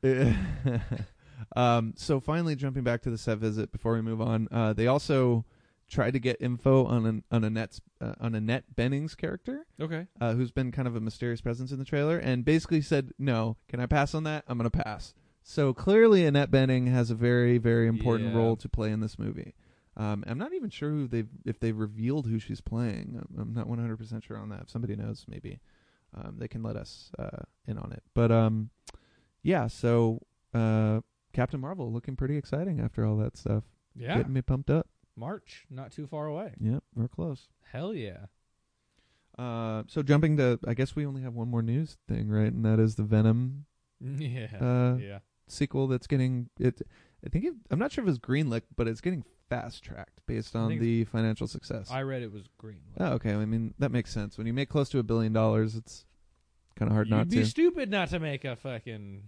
[SPEAKER 2] [LAUGHS] um, so finally, jumping back to the set visit before we move on, uh, they also tried to get info on an, on a net uh, on a net Bennings character
[SPEAKER 1] Okay.
[SPEAKER 2] uh, who's been kind of a mysterious presence in the trailer, and basically said, "No, can I pass on that? I'm gonna pass." So clearly, Annette Benning has a very, very important
[SPEAKER 1] Yeah.
[SPEAKER 2] role to play in this movie. Um, I'm not even sure who they if they revealed who she's playing. I'm, I'm not 100 percent sure on that. If somebody knows, maybe um, they can let us uh, in on it. But um, yeah, so uh, Captain Marvel looking pretty exciting after all that stuff,
[SPEAKER 1] Yeah.
[SPEAKER 2] getting me pumped up.
[SPEAKER 1] March, not too far away.
[SPEAKER 2] Yep, we're close.
[SPEAKER 1] Hell yeah. [LAUGHS]
[SPEAKER 2] Uh, so jumping to, I guess we only have one more news thing, right? And that is the Venom
[SPEAKER 1] Yeah.
[SPEAKER 2] uh,
[SPEAKER 1] yeah.
[SPEAKER 2] sequel that's getting it. I think it, I'm not sure if it's greenlit, but it's getting fast tracked based
[SPEAKER 1] I
[SPEAKER 2] on
[SPEAKER 1] think
[SPEAKER 2] the financial success.
[SPEAKER 1] I read it was green.
[SPEAKER 2] oh, okay. I mean that makes sense. When you make close to a billion dollars, it's kind of hard
[SPEAKER 1] You'd
[SPEAKER 2] not
[SPEAKER 1] be
[SPEAKER 2] to.
[SPEAKER 1] stupid not to make a fucking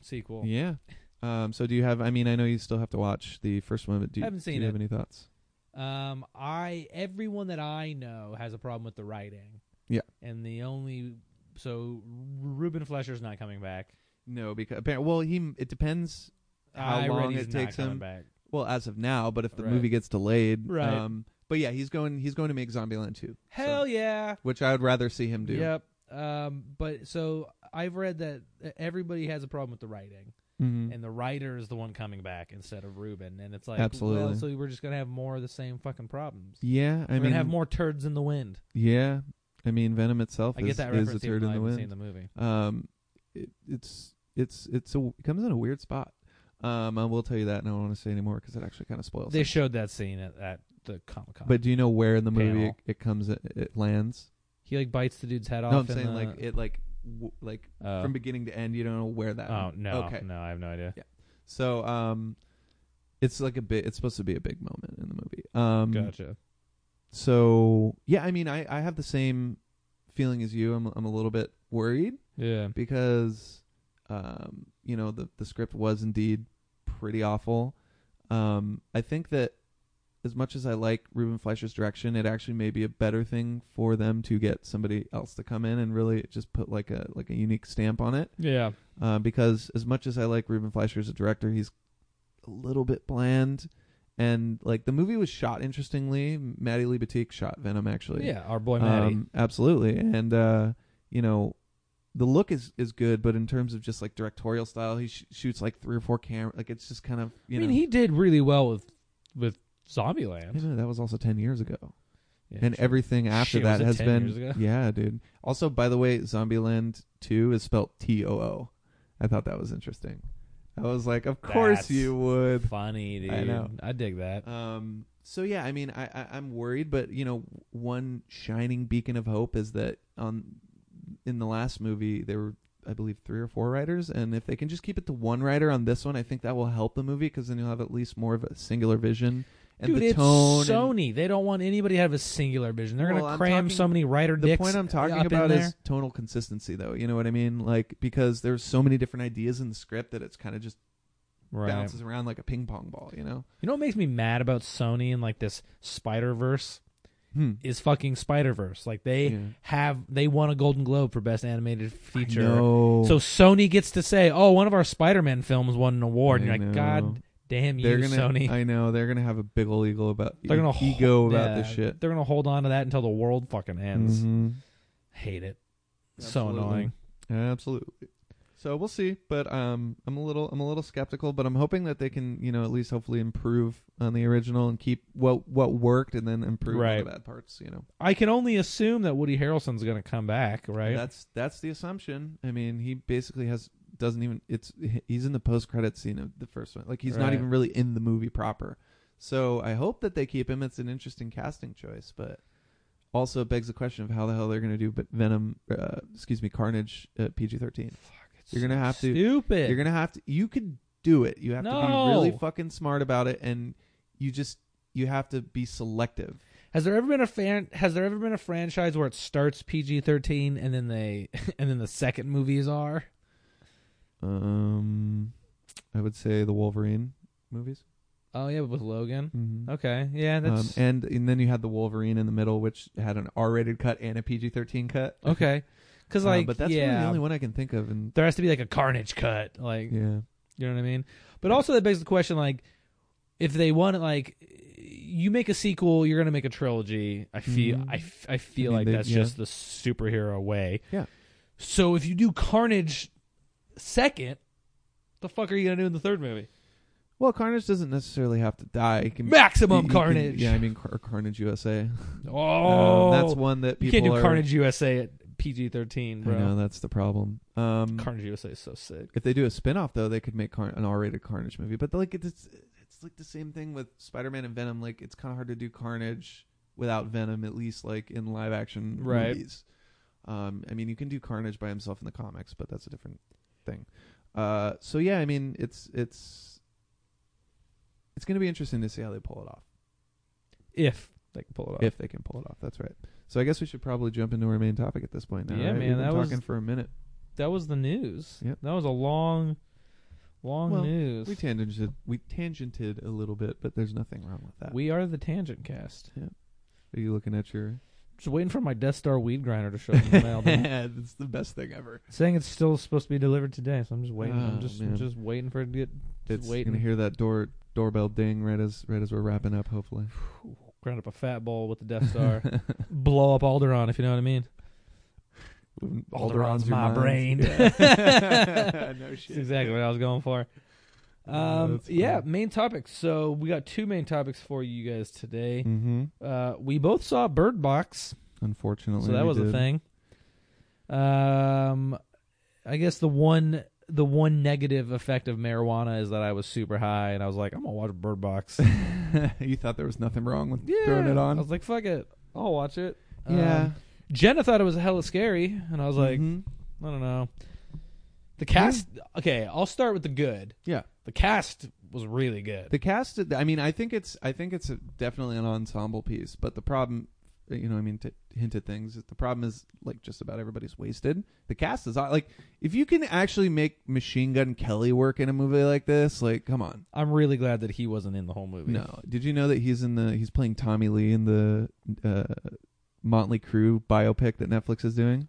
[SPEAKER 1] sequel.
[SPEAKER 2] yeah. Um. So do you have? I mean, I know you still have to watch the first one, but do you,
[SPEAKER 1] Haven't
[SPEAKER 2] do
[SPEAKER 1] seen
[SPEAKER 2] you have
[SPEAKER 1] it.
[SPEAKER 2] any thoughts?
[SPEAKER 1] Um, I everyone that I know has a problem with the writing.
[SPEAKER 2] Yeah.
[SPEAKER 1] And the only so Ruben Flesher's not coming back.
[SPEAKER 2] No, because apparently, well, he it depends. How
[SPEAKER 1] I read
[SPEAKER 2] long
[SPEAKER 1] he's
[SPEAKER 2] it
[SPEAKER 1] not
[SPEAKER 2] takes
[SPEAKER 1] coming
[SPEAKER 2] him.
[SPEAKER 1] back.
[SPEAKER 2] Well, as of now, but if the
[SPEAKER 1] Right.
[SPEAKER 2] movie gets delayed,
[SPEAKER 1] Right.
[SPEAKER 2] Um, but yeah, he's going. He's going to make Zombieland two.
[SPEAKER 1] Hell yeah.
[SPEAKER 2] which I would rather see him do.
[SPEAKER 1] Yep. Um, but so I've read that everybody has a problem with the writing,
[SPEAKER 2] Mhm.
[SPEAKER 1] and the writer is the one coming back instead of Ruben, and it's like
[SPEAKER 2] Absolutely.
[SPEAKER 1] Well, so we're just gonna have more of the same fucking problems.
[SPEAKER 2] Yeah, I
[SPEAKER 1] we're
[SPEAKER 2] mean,
[SPEAKER 1] gonna have more turds in the wind.
[SPEAKER 2] yeah, I mean, Venom itself
[SPEAKER 1] I
[SPEAKER 2] is,
[SPEAKER 1] get that
[SPEAKER 2] is
[SPEAKER 1] reference.
[SPEAKER 2] a
[SPEAKER 1] even
[SPEAKER 2] turd
[SPEAKER 1] though
[SPEAKER 2] in
[SPEAKER 1] I
[SPEAKER 2] the
[SPEAKER 1] haven't
[SPEAKER 2] wind.
[SPEAKER 1] seen the movie.
[SPEAKER 2] Um, it, it's it's it's a, it comes in a weird spot. Um, I will tell you that, and I don't want to say anymore because it actually kind of spoils.
[SPEAKER 1] They
[SPEAKER 2] it.
[SPEAKER 1] showed that scene at, at the Comic Con.
[SPEAKER 2] But do you know where in the movie it,
[SPEAKER 1] Panel.
[SPEAKER 2] it comes? It, it lands.
[SPEAKER 1] he like bites the dude's head off. uh,
[SPEAKER 2] No, I'm
[SPEAKER 1] in
[SPEAKER 2] saying
[SPEAKER 1] the-
[SPEAKER 2] like it like w- like
[SPEAKER 1] oh.
[SPEAKER 2] from beginning to end. You don't know where that.
[SPEAKER 1] Oh no,
[SPEAKER 2] Okay.
[SPEAKER 1] no, I have no idea.
[SPEAKER 2] So um, it's like a bit. It's supposed to be a big moment in the movie. Um,
[SPEAKER 1] Gotcha.
[SPEAKER 2] so yeah i mean i i have the same feeling as you i'm i'm a little bit worried
[SPEAKER 1] Yeah.
[SPEAKER 2] because um you know the the script was indeed pretty awful um i think that as much as i like ruben fleischer's direction it actually may be a better thing for them to get somebody else to come in and really just put like a like a unique stamp on it
[SPEAKER 1] Yeah.
[SPEAKER 2] uh, because as much as I like Ruben Fleischer as a director, he's a little bit bland. And like the movie was shot interestingly. Maddie Lee Batik shot Venom actually.
[SPEAKER 1] Yeah. Our boy Maddie.
[SPEAKER 2] um, absolutely. And uh, you know, the look is is good, but in terms of just like directorial style, he sh- shoots like three or four camera. Like it's just kind of you
[SPEAKER 1] I mean,
[SPEAKER 2] know.
[SPEAKER 1] he did really well with with
[SPEAKER 2] I
[SPEAKER 1] Zombieland.
[SPEAKER 2] know, that was also ten years ago,
[SPEAKER 1] Yeah,
[SPEAKER 2] and
[SPEAKER 1] sure.
[SPEAKER 2] everything after
[SPEAKER 1] Shit,
[SPEAKER 2] that
[SPEAKER 1] was it
[SPEAKER 2] has
[SPEAKER 1] 10
[SPEAKER 2] been
[SPEAKER 1] years ago?
[SPEAKER 2] yeah, dude. Also, by the way, Zombieland Two is spelled T O O. I thought that was interesting. I was like, of course
[SPEAKER 1] That's
[SPEAKER 2] you would.
[SPEAKER 1] funny, dude.
[SPEAKER 2] I know.
[SPEAKER 1] I dig that.
[SPEAKER 2] Um, so yeah, I mean, I, I I'm worried, but you know, one shining beacon of hope is that on in the last movie they were I believe three or four writers, and if they can just keep it to one writer on this one, I think that will help the movie because then you'll have at least more of a singular vision and
[SPEAKER 1] Dude,
[SPEAKER 2] the
[SPEAKER 1] it's
[SPEAKER 2] tone. and-
[SPEAKER 1] Sony. they don't want anybody to have a singular vision. They're
[SPEAKER 2] Well,
[SPEAKER 1] gonna
[SPEAKER 2] I'm
[SPEAKER 1] cram
[SPEAKER 2] talking-
[SPEAKER 1] so many writer
[SPEAKER 2] the
[SPEAKER 1] dicks.
[SPEAKER 2] point I'm
[SPEAKER 1] uh, up
[SPEAKER 2] talking
[SPEAKER 1] in
[SPEAKER 2] about
[SPEAKER 1] there.
[SPEAKER 2] is tonal consistency, though. You know what I mean? Like because there's so many different ideas in the script that it's kind of just
[SPEAKER 1] right.
[SPEAKER 2] bounces around like a ping pong ball. You know?
[SPEAKER 1] You know what makes me mad about Sony and like this Spider Verse
[SPEAKER 2] Hmm.
[SPEAKER 1] is fucking Spider Verse. Like they
[SPEAKER 2] Yeah.
[SPEAKER 1] have they won a Golden Globe for best animated feature.
[SPEAKER 2] No.
[SPEAKER 1] So Sony gets to say, "Oh, one of our Spider-Man films won an award." And
[SPEAKER 2] I
[SPEAKER 1] you're like,
[SPEAKER 2] know.
[SPEAKER 1] "God damn you,
[SPEAKER 2] they're gonna.
[SPEAKER 1] Sony!"
[SPEAKER 2] I know they're gonna have a big ol' eagle about.
[SPEAKER 1] [LAUGHS]
[SPEAKER 2] e-,
[SPEAKER 1] they're gonna ho-
[SPEAKER 2] ego about
[SPEAKER 1] yeah,
[SPEAKER 2] this shit.
[SPEAKER 1] They're gonna hold on to that until the world fucking ends.
[SPEAKER 2] Mhm.
[SPEAKER 1] Hate it. So
[SPEAKER 2] Absolutely.
[SPEAKER 1] annoying.
[SPEAKER 2] Absolutely. So we'll see, but um, I'm a little I'm a little skeptical, but I'm hoping that they can you know at least hopefully improve on the original and keep what what worked and then improve on
[SPEAKER 1] Right.
[SPEAKER 2] the bad parts. You know,
[SPEAKER 1] I can only assume that Woody Harrelson's gonna come back, right?
[SPEAKER 2] that's that's the assumption. I mean, he basically has doesn't even it's he's in the post credit scene of the first one. Like he's not
[SPEAKER 1] Right.
[SPEAKER 2] even really in the movie proper. So I hope that they keep him. It's an interesting casting choice, but also begs the question of how the hell they're going to do. But Venom, uh, excuse me, Carnage, uh, PG-13. You're gonna have to.
[SPEAKER 1] Stupid.
[SPEAKER 2] You're gonna have to. You could do it. You have to be
[SPEAKER 1] No.
[SPEAKER 2] really fucking smart about it, and you just you have to be selective.
[SPEAKER 1] Has there ever been a fan? Has there ever been a franchise where it starts PG thirteen and then they [LAUGHS] and then the second movies are?
[SPEAKER 2] Um, I would say the Wolverine movies.
[SPEAKER 1] Oh yeah, but with Logan.
[SPEAKER 2] Mm-hmm.
[SPEAKER 1] Okay, yeah,
[SPEAKER 2] Um,
[SPEAKER 1] that's
[SPEAKER 2] and and then you had the Wolverine in the middle, which had an R-rated cut and a PG-13 cut.
[SPEAKER 1] [LAUGHS] okay. Because
[SPEAKER 2] Uh,
[SPEAKER 1] like,
[SPEAKER 2] but that's
[SPEAKER 1] yeah,
[SPEAKER 2] really the only one I can think of. And
[SPEAKER 1] there has to be like a Carnage cut, like
[SPEAKER 2] yeah,
[SPEAKER 1] you know what I mean. But also that begs the question, like, if they want, like, you make a sequel, you're gonna make a trilogy. I feel,
[SPEAKER 2] Mhm.
[SPEAKER 1] I, f- I feel
[SPEAKER 2] mean,
[SPEAKER 1] like
[SPEAKER 2] they-
[SPEAKER 1] that's
[SPEAKER 2] yeah.
[SPEAKER 1] just the superhero way.
[SPEAKER 2] Yeah.
[SPEAKER 1] So if you do Carnage second, the fuck are you gonna do in the third movie?
[SPEAKER 2] well, Carnage doesn't necessarily have to die. It can-
[SPEAKER 1] Maximum
[SPEAKER 2] you- you can-
[SPEAKER 1] Carnage.
[SPEAKER 2] yeah, I mean Car- Carnage USA.
[SPEAKER 1] Oh,
[SPEAKER 2] Um, that's one that
[SPEAKER 1] you
[SPEAKER 2] people
[SPEAKER 1] can't do
[SPEAKER 2] are,
[SPEAKER 1] Carnage USA at PG thirteen,
[SPEAKER 2] I
[SPEAKER 1] bro.
[SPEAKER 2] know that's the problem. Um,
[SPEAKER 1] Carnage USA is so sick.
[SPEAKER 2] if they do a spin-off though they could make Car- an r-rated carnage movie but like it's it's like the same thing with spider-man and venom like it's kind of hard to do carnage without venom at least like in live action
[SPEAKER 1] Right.
[SPEAKER 2] movies um i mean you can do carnage by himself in the comics but that's a different thing uh so yeah i mean it's it's it's going to be interesting to see how they pull it off
[SPEAKER 1] If they can pull it off.
[SPEAKER 2] if they can pull it off that's right so i guess we should probably jump into our main topic at this point now
[SPEAKER 1] Yeah,
[SPEAKER 2] right?
[SPEAKER 1] man,
[SPEAKER 2] We've been
[SPEAKER 1] that was-
[SPEAKER 2] talking for a minute
[SPEAKER 1] that was the news.
[SPEAKER 2] Yep.
[SPEAKER 1] That was a long, long
[SPEAKER 2] Well,
[SPEAKER 1] news.
[SPEAKER 2] we tangented we tangented a little bit but there's nothing wrong with that
[SPEAKER 1] We are the tangent cast.
[SPEAKER 2] Are you looking at [LAUGHS] your?
[SPEAKER 1] Just waiting for my Death Star weed grinder to show up in the mail. dude.
[SPEAKER 2] it's the best thing ever.
[SPEAKER 1] [LAUGHS] Saying it's still supposed to be delivered today, so I'm just waiting.
[SPEAKER 2] Oh,
[SPEAKER 1] I'm just I'm
[SPEAKER 2] man.
[SPEAKER 1] just waiting for it to get. Just
[SPEAKER 2] It's
[SPEAKER 1] waiting.
[SPEAKER 2] gonna hear that door doorbell ding right as right as we're wrapping up. Hopefully,
[SPEAKER 1] Ground up a fat ball with the Death [LAUGHS] Star. Blow up Alderon, if you know what I mean.
[SPEAKER 2] Alderon's
[SPEAKER 1] Alderon's my brain. [LAUGHS]
[SPEAKER 2] Yeah. [LAUGHS] no
[SPEAKER 1] That's exactly what I was going for.
[SPEAKER 2] Oh,
[SPEAKER 1] Um,
[SPEAKER 2] that's
[SPEAKER 1] yeah,
[SPEAKER 2] funny.
[SPEAKER 1] main topics. So we got two main topics for you guys today.
[SPEAKER 2] Mm-hmm.
[SPEAKER 1] Uh, we both saw Bird Box,
[SPEAKER 2] Unfortunately,
[SPEAKER 1] so that
[SPEAKER 2] we
[SPEAKER 1] was a
[SPEAKER 2] did.
[SPEAKER 1] thing. Um, I guess the one the one negative effect of marijuana is that I was super high, and I was like, I'm gonna watch Bird
[SPEAKER 2] [LAUGHS]
[SPEAKER 1] Box.
[SPEAKER 2] [LAUGHS] you thought there was nothing wrong with
[SPEAKER 1] yeah,
[SPEAKER 2] throwing it
[SPEAKER 1] I
[SPEAKER 2] on.
[SPEAKER 1] was like, fuck it, I'll watch it.
[SPEAKER 2] yeah,
[SPEAKER 1] Um, Jenna thought it was hella scary, and I was like,
[SPEAKER 2] Mhm.
[SPEAKER 1] I don't know. The cast. Okay, I'll start with the good.
[SPEAKER 2] Yeah.
[SPEAKER 1] the cast was really good.
[SPEAKER 2] the cast. I mean, I think it's I think it's a, definitely an ensemble piece. But the problem, you know, I mean, to hint at things. The problem is like just about everybody's wasted. The cast is like if you can actually make Machine Gun Kelly work in a movie like this, like come on.
[SPEAKER 1] I'm really glad that he wasn't in the whole movie.
[SPEAKER 2] No, did you know that he's in the he's playing Tommy Lee in the uh, Motley Crue biopic that Netflix is doing?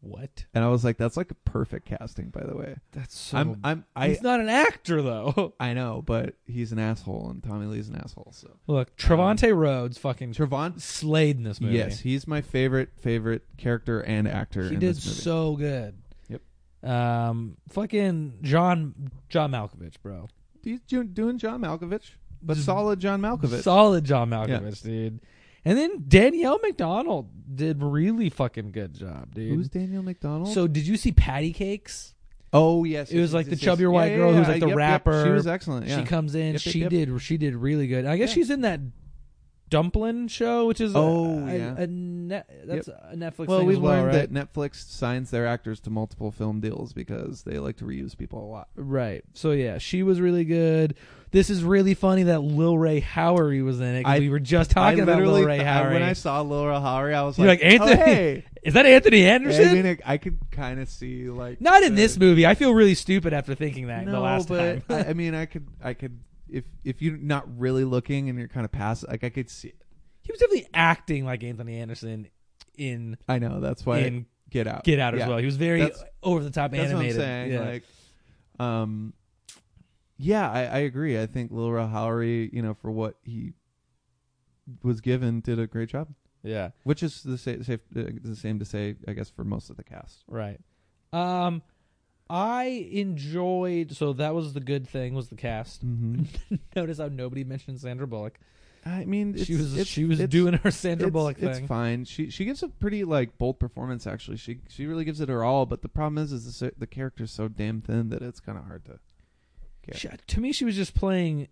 [SPEAKER 1] What?
[SPEAKER 2] And I was like, that's like a perfect casting, by the way.
[SPEAKER 1] That's so.
[SPEAKER 2] I'm I'm I
[SPEAKER 1] he's not an actor
[SPEAKER 2] [LAUGHS]
[SPEAKER 1] though.
[SPEAKER 2] I know, but he's an asshole, and Tommy Lee's an asshole. So
[SPEAKER 1] Look, Trevante Rhodes fucking
[SPEAKER 2] Trevon
[SPEAKER 1] slayed in this movie.
[SPEAKER 2] Yes, he's my favorite favorite character and actor.
[SPEAKER 1] he
[SPEAKER 2] in
[SPEAKER 1] did
[SPEAKER 2] this movie.
[SPEAKER 1] so good.
[SPEAKER 2] Yep.
[SPEAKER 1] Um, fucking John John Malkovich, bro.
[SPEAKER 2] He's do- doing John Malkovich, but
[SPEAKER 1] Just
[SPEAKER 2] solid John Malkovich.
[SPEAKER 1] Solid John Malkovich, dude. And then Danielle McDonald did really fucking good job, dude.
[SPEAKER 2] Who's Daniel McDonald?
[SPEAKER 1] so did you see Patty Cakes?
[SPEAKER 2] oh yes,
[SPEAKER 1] It
[SPEAKER 2] yes,
[SPEAKER 1] was like
[SPEAKER 2] yes,
[SPEAKER 1] the
[SPEAKER 2] yes,
[SPEAKER 1] chubbier
[SPEAKER 2] yes.
[SPEAKER 1] white
[SPEAKER 2] Yeah,
[SPEAKER 1] girl
[SPEAKER 2] yeah,
[SPEAKER 1] who's
[SPEAKER 2] yeah.
[SPEAKER 1] like the
[SPEAKER 2] Yep, yep.
[SPEAKER 1] rapper.
[SPEAKER 2] She was excellent. Uh, Yeah.
[SPEAKER 1] She comes in.
[SPEAKER 2] Yep, yep,
[SPEAKER 1] she
[SPEAKER 2] yep.
[SPEAKER 1] did. She did really good. I guess
[SPEAKER 2] Yeah.
[SPEAKER 1] she's in that Dumpling show, which is a- a-
[SPEAKER 2] Oh, yeah.
[SPEAKER 1] a- an on net. That's a Netflix.
[SPEAKER 2] well,
[SPEAKER 1] thing
[SPEAKER 2] we've
[SPEAKER 1] as well,
[SPEAKER 2] learned
[SPEAKER 1] right?
[SPEAKER 2] that Netflix signs their actors to multiple film deals because they like to reuse people a lot.
[SPEAKER 1] Right. So yeah, she was really good. This is really funny that Lil Ray Howery was in it. 'cause
[SPEAKER 2] I-
[SPEAKER 1] we were just talking
[SPEAKER 2] I
[SPEAKER 1] about Lil
[SPEAKER 2] literally-
[SPEAKER 1] Ray
[SPEAKER 2] I-
[SPEAKER 1] Howery.
[SPEAKER 2] When I saw Laura Howery, I was
[SPEAKER 1] You're
[SPEAKER 2] like,
[SPEAKER 1] like, Anthony
[SPEAKER 2] oh, hey.
[SPEAKER 1] [LAUGHS] is that Anthony
[SPEAKER 2] Yeah,
[SPEAKER 1] Anderson?
[SPEAKER 2] I mean, it- I could kind of see like
[SPEAKER 1] Not in
[SPEAKER 2] the-
[SPEAKER 1] this movie. I feel really stupid after thinking that
[SPEAKER 2] No,
[SPEAKER 1] the last
[SPEAKER 2] but
[SPEAKER 1] time.
[SPEAKER 2] I, I mean, I could, I could, if if you're not really looking and you're kind of passive, like I could see. It.
[SPEAKER 1] [LAUGHS] he was definitely acting like Anthony Anderson in
[SPEAKER 2] I know that's why
[SPEAKER 1] in
[SPEAKER 2] Get Out,
[SPEAKER 1] Get Out as
[SPEAKER 2] Yeah.
[SPEAKER 1] well. He was very
[SPEAKER 2] That's-
[SPEAKER 1] over the top
[SPEAKER 2] That's
[SPEAKER 1] animated.
[SPEAKER 2] what I'm saying.
[SPEAKER 1] Yeah.
[SPEAKER 2] Like, um, yeah, I, I agree. I think Lil Ra Howery, you know, for what he was given, did a great job.
[SPEAKER 1] yeah.
[SPEAKER 2] Which is the same, safe, uh, the same to say, I guess, for most of the cast.
[SPEAKER 1] Right. Um I enjoyed so that was the good thing was the cast. [LAUGHS]
[SPEAKER 2] Mm-hmm.
[SPEAKER 1] Notice how nobody mentioned Sandra Bullock.
[SPEAKER 2] I mean, it's,
[SPEAKER 1] she was
[SPEAKER 2] it's-
[SPEAKER 1] she was
[SPEAKER 2] it's-
[SPEAKER 1] doing her Sandra
[SPEAKER 2] it's,
[SPEAKER 1] Bullock thing.
[SPEAKER 2] it's fine. She she gives a pretty like bold performance. Actually, she she really gives it her all. But the problem is, is the s- the character's so damn thin that it's kind of hard to. Yeah.
[SPEAKER 1] She, to me, she was just playing.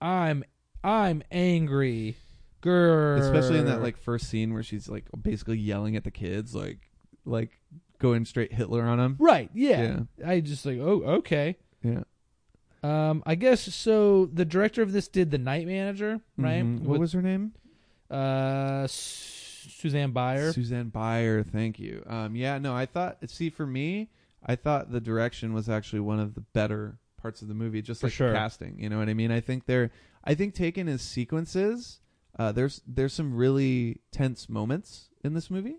[SPEAKER 1] I'm I'm angry, girl.
[SPEAKER 2] Especially in that like first scene where she's like basically yelling at the kids, like like going straight Hitler on them.
[SPEAKER 1] right, yeah. I just like oh okay.
[SPEAKER 2] Yeah.
[SPEAKER 1] Um, I guess so. The director of this did the Night Manager, right?
[SPEAKER 2] Mhm. What
[SPEAKER 1] With,
[SPEAKER 2] was her name?
[SPEAKER 1] uh Su- Suzanne Bier?
[SPEAKER 2] Suzanne Bayer. Thank you. Um, yeah, no, I thought. See, for me, I thought the direction was actually one of the better parts of the movie. Just
[SPEAKER 1] For
[SPEAKER 2] like
[SPEAKER 1] sure.
[SPEAKER 2] casting, you know what I mean? I think they're. I think taken as sequences, uh, there's there's some really tense moments in this movie.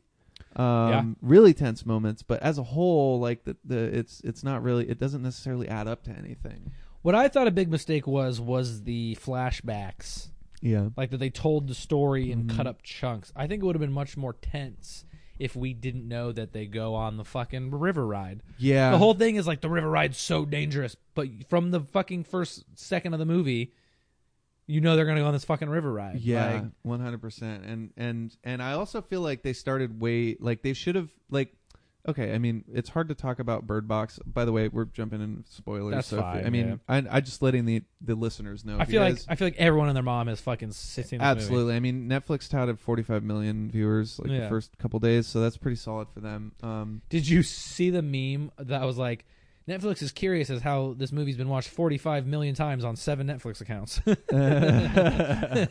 [SPEAKER 2] Um,
[SPEAKER 1] Yeah.
[SPEAKER 2] really tense moments, but as a whole, like the, the it's it's not really it doesn't necessarily add up to anything.
[SPEAKER 1] What I thought a big mistake was was the flashbacks,
[SPEAKER 2] Yeah.
[SPEAKER 1] like that they told the story and
[SPEAKER 2] Mhm.
[SPEAKER 1] cut up chunks. I think it would have been much more tense if we didn't know that they go on the fucking river ride.
[SPEAKER 2] Yeah.
[SPEAKER 1] The whole thing is like the river ride's so dangerous, but from the fucking first second of the movie, you know they're gonna go on this fucking river ride.
[SPEAKER 2] Yeah,
[SPEAKER 1] Like,
[SPEAKER 2] one hundred percent. And and and I also feel like they started way like they should have like. Okay, I mean it's hard to talk about Bird Box. By the way, we're jumping in spoilers.
[SPEAKER 1] That's
[SPEAKER 2] so if-
[SPEAKER 1] fine,
[SPEAKER 2] I mean,
[SPEAKER 1] yeah.
[SPEAKER 2] I I just letting the the listeners know.
[SPEAKER 1] I
[SPEAKER 2] if you
[SPEAKER 1] feel like
[SPEAKER 2] guys-
[SPEAKER 1] I feel like everyone and their mom is fucking sixteen.
[SPEAKER 2] absolutely. I mean, Netflix touted forty five million viewers like
[SPEAKER 1] Yeah.
[SPEAKER 2] the first couple days, so that's pretty solid for them.
[SPEAKER 1] [LAUGHS]
[SPEAKER 2] Um, [LAUGHS]
[SPEAKER 1] Did you see the meme that was like, Netflix is curious as how this movie's been watched forty five million times on seven Netflix
[SPEAKER 2] [LAUGHS]
[SPEAKER 1] accounts.
[SPEAKER 2] That's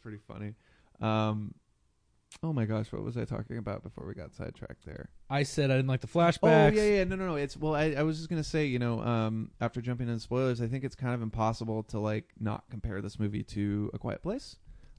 [SPEAKER 2] pretty funny. Um, oh my gosh, what was I talking about before we got sidetracked there?
[SPEAKER 1] I said I didn't like the flashbacks.
[SPEAKER 2] Oh yeah, yeah, no, no, no. It's well, I, I was just gonna say, you know, um, after jumping in spoilers, I think it's kind of impossible to like not compare this movie to A Quiet Place,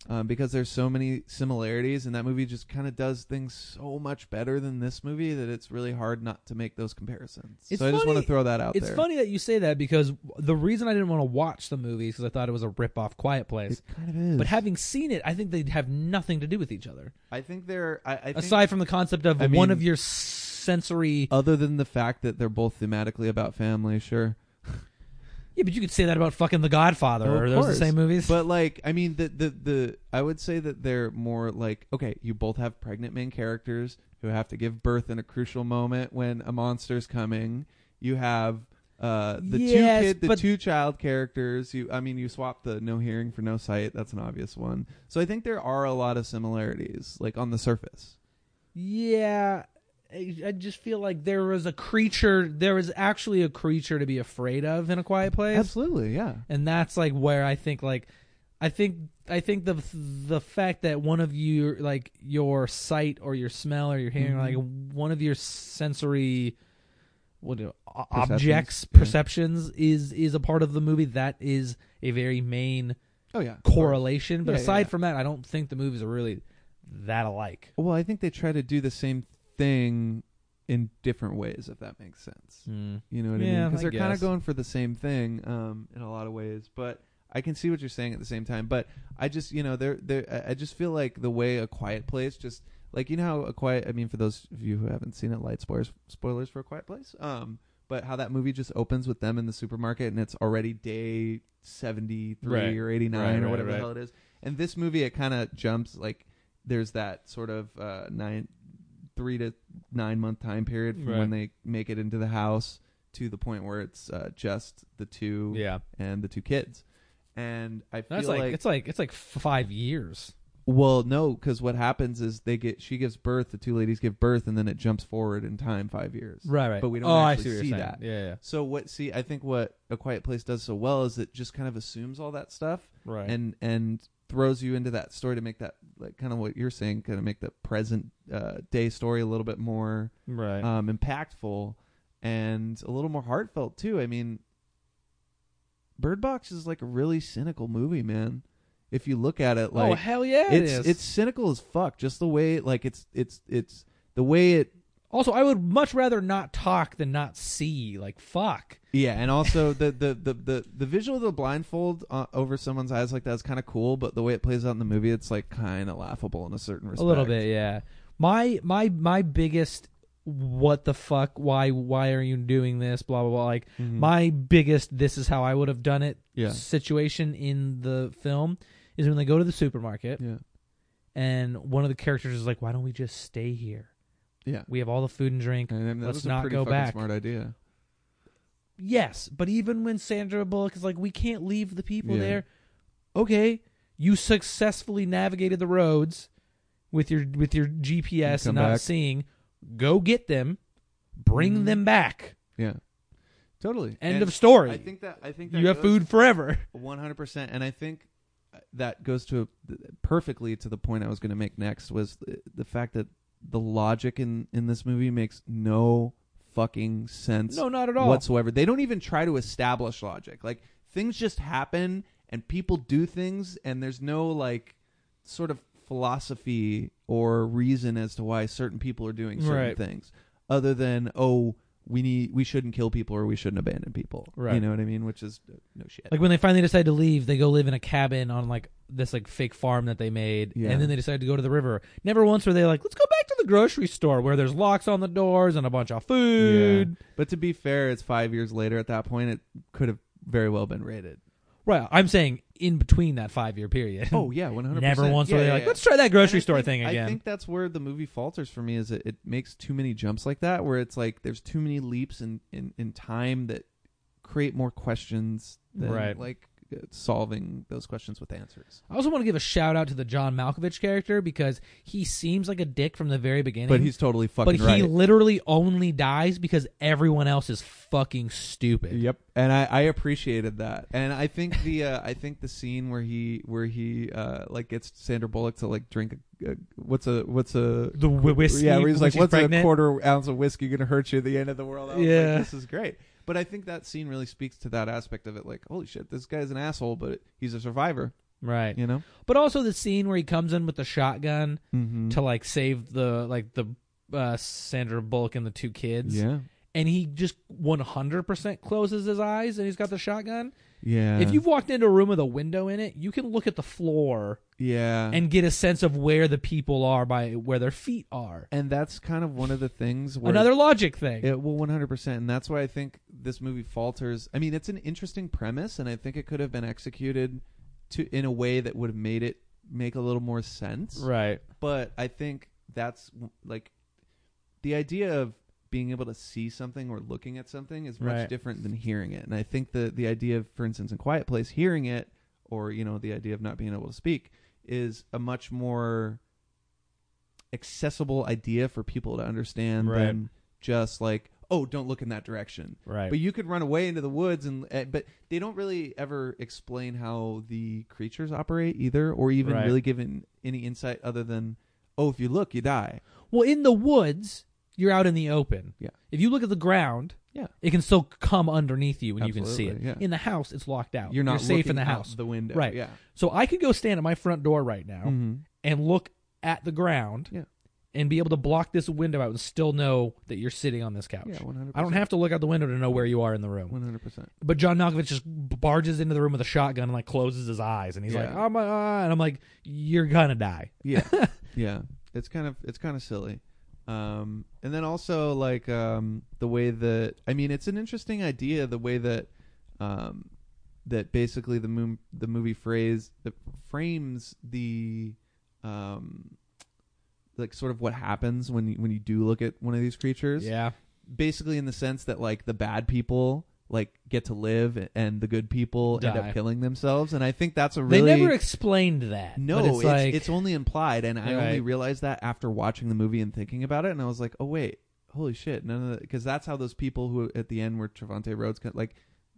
[SPEAKER 2] um, because there's so many similarities, and that movie just kind of does things so much better than this movie that it's really hard not to make those comparisons.
[SPEAKER 1] It's
[SPEAKER 2] so I just want
[SPEAKER 1] funny-
[SPEAKER 2] to throw that out
[SPEAKER 1] It's
[SPEAKER 2] there.
[SPEAKER 1] funny that you say that because the reason I didn't want to watch the movie is because I thought it was a rip off Quiet Place.
[SPEAKER 2] It kind of is.
[SPEAKER 1] But having seen it, I think they have nothing to do with each other.
[SPEAKER 2] I think they're I, I think
[SPEAKER 1] Aside from the concept of
[SPEAKER 2] I
[SPEAKER 1] one
[SPEAKER 2] mean-
[SPEAKER 1] of your s- sensory.
[SPEAKER 2] other than the fact that they're both thematically about family, sure.
[SPEAKER 1] yeah, but you could say that about fucking The Godfather.
[SPEAKER 2] Oh, of
[SPEAKER 1] Are those
[SPEAKER 2] course.
[SPEAKER 1] the same movies?
[SPEAKER 2] But like, I mean, the the the I would say that they're more like okay, you both have pregnant main characters who have to give birth in a crucial moment when a monster's coming. You have uh the
[SPEAKER 1] Yes,
[SPEAKER 2] two kid the
[SPEAKER 1] but-
[SPEAKER 2] two child characters you i mean you swap the no hearing for no sight that's an obvious one so i think there are a lot of similarities like on the surface
[SPEAKER 1] yeah. I I just feel like there was a creature. There was actually a creature to be afraid of in A Quiet Place.
[SPEAKER 2] absolutely yeah
[SPEAKER 1] and that's like where I think like I think I think the the fact that one of your like your sight or your smell or your hearing
[SPEAKER 2] Mhm.
[SPEAKER 1] like one of your sensory what do, o-
[SPEAKER 2] Perceptions,
[SPEAKER 1] objects
[SPEAKER 2] yeah.
[SPEAKER 1] perceptions is is a part of the movie that is a very main
[SPEAKER 2] oh yeah of course.
[SPEAKER 1] correlation. But
[SPEAKER 2] Yeah, yeah,
[SPEAKER 1] aside
[SPEAKER 2] yeah.
[SPEAKER 1] from that, I don't think the movies are really that alike.
[SPEAKER 2] well i think they try to do the same thing in different ways if that makes sense You know what I mean?
[SPEAKER 1] Yeah,
[SPEAKER 2] Because
[SPEAKER 1] I
[SPEAKER 2] they're kind
[SPEAKER 1] guess.
[SPEAKER 2] of going for the same thing um, in a lot of ways. But I can see what you're saying at the same time. But I just, you know, they're, they're, I- I just feel like the way A Quiet Place just, like, you know how A Quiet, I mean, for those of you who haven't seen it, light spoilers, spoilers for A Quiet Place. Um, but how that movie just opens with them in the supermarket and it's already day 73
[SPEAKER 1] Right.
[SPEAKER 2] or 89
[SPEAKER 1] Right,
[SPEAKER 2] or
[SPEAKER 1] right,
[SPEAKER 2] whatever
[SPEAKER 1] right.
[SPEAKER 2] the hell it is. And this movie, it kind of jumps, like, there's that sort of uh, nine, three to nine month time period from
[SPEAKER 1] Right.
[SPEAKER 2] when they make it into the house to the point where it's uh, just the two
[SPEAKER 1] Yeah,
[SPEAKER 2] and the two kids. And I feel
[SPEAKER 1] that's like, it's like it's like five years.
[SPEAKER 2] Well, no, because what happens is they get she gives birth, the two ladies give birth, and then it jumps forward in time five years.
[SPEAKER 1] Right, right.
[SPEAKER 2] But we don't
[SPEAKER 1] oh, I
[SPEAKER 2] actually
[SPEAKER 1] see, what
[SPEAKER 2] see
[SPEAKER 1] you're saying.
[SPEAKER 2] that.
[SPEAKER 1] Yeah, yeah.
[SPEAKER 2] So what? See, I think what A Quiet Place does so well is it just kind of assumes all that stuff
[SPEAKER 1] Right.
[SPEAKER 2] and and throws you into that story to make that like kind of what you're saying, kind of make the present uh, day story a little bit more
[SPEAKER 1] right.
[SPEAKER 2] um, impactful and a little more heartfelt too. I mean, Bird Box is like a really cynical movie, man. If you look at it, like
[SPEAKER 1] oh hell yeah, it
[SPEAKER 2] it's
[SPEAKER 1] is.
[SPEAKER 2] it's cynical as fuck. Just the way like it's it's it's the way it
[SPEAKER 1] also I would much rather not talk than not see. Like fuck.
[SPEAKER 2] yeah,
[SPEAKER 1] [LAUGHS]
[SPEAKER 2] and also the the the the, the visual of the blindfold uh, over someone's eyes like that's kind of cool, but the way it plays out in the movie, it's like kind of laughable in a certain respect.
[SPEAKER 1] A little bit, yeah. My my my biggest what the fuck? Why why are you doing this? Blah blah blah. Like
[SPEAKER 2] Mhm.
[SPEAKER 1] my biggest this is how I would have done it
[SPEAKER 2] Yeah.
[SPEAKER 1] situation in the film is when they go to the supermarket
[SPEAKER 2] yeah,
[SPEAKER 1] and one of the characters is like, Why don't we just stay here?
[SPEAKER 2] yeah.
[SPEAKER 1] We have all the food and drink.
[SPEAKER 2] And then that
[SPEAKER 1] Let's
[SPEAKER 2] was a
[SPEAKER 1] not
[SPEAKER 2] pretty
[SPEAKER 1] go
[SPEAKER 2] fucking
[SPEAKER 1] back.
[SPEAKER 2] smart idea.
[SPEAKER 1] Yes, but even when Sandra Bullock is like, we can't leave the people
[SPEAKER 2] Yeah.
[SPEAKER 1] there. Okay, you successfully navigated the roads with your with your GPS
[SPEAKER 2] You
[SPEAKER 1] and
[SPEAKER 2] come
[SPEAKER 1] not
[SPEAKER 2] back.
[SPEAKER 1] seeing. Go get them, bring
[SPEAKER 2] Mhm.
[SPEAKER 1] them back.
[SPEAKER 2] Yeah, totally.
[SPEAKER 1] End
[SPEAKER 2] And
[SPEAKER 1] of story.
[SPEAKER 2] I think that I think that
[SPEAKER 1] you have
[SPEAKER 2] goes-
[SPEAKER 1] food forever. [LAUGHS]
[SPEAKER 2] One hundred percent, and I think uh, that goes to perfectly to the point I was going to make next was the, the fact that the logic in in this movie makes no fucking sense
[SPEAKER 1] No, not at all.
[SPEAKER 2] whatsoever. They don't even try to establish logic. Like things just happen, and people do things, and there's no like sort of philosophy or reason as to why certain people are doing certain
[SPEAKER 1] Right.
[SPEAKER 2] things, other than oh. We need. We shouldn't kill people, or we shouldn't abandon people.
[SPEAKER 1] Right.
[SPEAKER 2] You know what I mean? Which is uh, no shit.
[SPEAKER 1] like when they finally decide to leave, they go live in a cabin on like this like fake farm that they made,
[SPEAKER 2] Yeah.
[SPEAKER 1] and then they decide to go to the river. Never once were they like, let's go back to the grocery store where there's locks on the doors and a bunch of food.
[SPEAKER 2] But to be fair, it's five years later. At that point, it could have very well been
[SPEAKER 1] [LAUGHS]
[SPEAKER 2] rated.
[SPEAKER 1] Right. I'm saying in between that five year period.
[SPEAKER 2] Oh yeah, one
[SPEAKER 1] [LAUGHS]
[SPEAKER 2] hundred.
[SPEAKER 1] Never once were they like, let's try that grocery store thing again.
[SPEAKER 2] I think that's where the movie falters for me. Is it, it makes too many jumps like that, where it's like there's too many leaps in in, in time that create more questions than
[SPEAKER 1] Right.
[SPEAKER 2] like uh, solving those questions with answers.
[SPEAKER 1] I also want to give a shout out to the John Malkovich character because he seems like a dick from the very beginning.
[SPEAKER 2] But he's totally fucking
[SPEAKER 1] but he
[SPEAKER 2] right.
[SPEAKER 1] literally only dies because everyone else is fucking stupid.
[SPEAKER 2] Yep, and I, I appreciated that, and I think the uh, I think the scene where he where he uh, like gets Sandra Bullock to like drink a, a what's a what's a
[SPEAKER 1] The whi- whiskey.
[SPEAKER 2] Yeah, where he's
[SPEAKER 1] when
[SPEAKER 2] like,
[SPEAKER 1] she's
[SPEAKER 2] "What's
[SPEAKER 1] pregnant?
[SPEAKER 2] a quarter ounce of whiskey going to hurt you at the end of the world?" I was
[SPEAKER 1] Yeah.
[SPEAKER 2] like, this is great. But I think that scene really speaks to that aspect of it. Like, holy shit, this guy's an asshole, but he's a survivor.
[SPEAKER 1] Right.
[SPEAKER 2] You know,
[SPEAKER 1] But also the scene where he comes in with the shotgun
[SPEAKER 2] mm-hmm.
[SPEAKER 1] to like save the like the uh, Sandra Bullock and the two kids.
[SPEAKER 2] yeah,
[SPEAKER 1] And he just 100% closes his eyes and he's got the shotgun.
[SPEAKER 2] yeah.
[SPEAKER 1] If you've walked into a room with a window in it, you can look at the floor
[SPEAKER 2] yeah,
[SPEAKER 1] and get a sense of where the people are by where their feet are.
[SPEAKER 2] and that's kind of one of the things. Where
[SPEAKER 1] Another logic thing.
[SPEAKER 2] It, well, one hundred percent, and that's why I think this movie falters. I mean, it's an interesting premise, and I think it could have been executed to in a way that would have made it make a little more sense.
[SPEAKER 1] Right.
[SPEAKER 2] But I think that's like the idea of being able to see something or looking at something is much
[SPEAKER 1] Right.
[SPEAKER 2] different than hearing it. And I think the the idea of, for instance, in Quiet Place, hearing it or you know the idea of not being able to speak is a much more accessible idea for people to understand
[SPEAKER 1] Right.
[SPEAKER 2] than just like oh don't look in that direction
[SPEAKER 1] Right.
[SPEAKER 2] but you could run away into the woods and eh, but they don't really ever explain how the creatures operate either or even
[SPEAKER 1] Right.
[SPEAKER 2] really given any insight other than oh if you look you die
[SPEAKER 1] well, in the woods, you're out in the open.
[SPEAKER 2] Yeah.
[SPEAKER 1] If you look at the ground,
[SPEAKER 2] Yeah.
[SPEAKER 1] it can still come underneath you and you can see
[SPEAKER 2] Absolutely,
[SPEAKER 1] it.
[SPEAKER 2] yeah.
[SPEAKER 1] In the house, it's locked out.
[SPEAKER 2] you're not
[SPEAKER 1] Oh, safe in
[SPEAKER 2] looking
[SPEAKER 1] the
[SPEAKER 2] out
[SPEAKER 1] house.
[SPEAKER 2] the window
[SPEAKER 1] Right.
[SPEAKER 2] yeah
[SPEAKER 1] So I could go stand at my front door right now
[SPEAKER 2] Mhm.
[SPEAKER 1] and look at the ground
[SPEAKER 2] Yeah.
[SPEAKER 1] and be able to block this window out and still know that you're sitting on this couch.
[SPEAKER 2] yeah 100
[SPEAKER 1] I don't have to look out the window to know where you are in the room.
[SPEAKER 2] 100 percent
[SPEAKER 1] But John Malkovich just barges into the room with a shotgun and like closes his eyes, and he's like,
[SPEAKER 2] Yeah.
[SPEAKER 1] "Oh my!" uh," and I'm like, "You're gonna die."
[SPEAKER 2] yeah
[SPEAKER 1] [LAUGHS]
[SPEAKER 2] yeah it's kind of it's kind of silly um and then also like um the way that i mean it's an interesting idea the way that um that basically the moon the movie phrase that frames the um like sort of what happens when you, when you do look at one of these creatures
[SPEAKER 1] Yeah,
[SPEAKER 2] basically in the sense that like the bad people like get to live and the good people end
[SPEAKER 1] Die.
[SPEAKER 2] up killing themselves. And I think that's a really
[SPEAKER 1] they never explained that.
[SPEAKER 2] no,
[SPEAKER 1] but it's,
[SPEAKER 2] it's,
[SPEAKER 1] like
[SPEAKER 2] it's only implied, and I only
[SPEAKER 1] Right.
[SPEAKER 2] realized that after watching the movie and thinking about it, and I was like, oh wait, holy shit, none of that, because that's how those people who at the end were Trevante Rhodes, kind of, like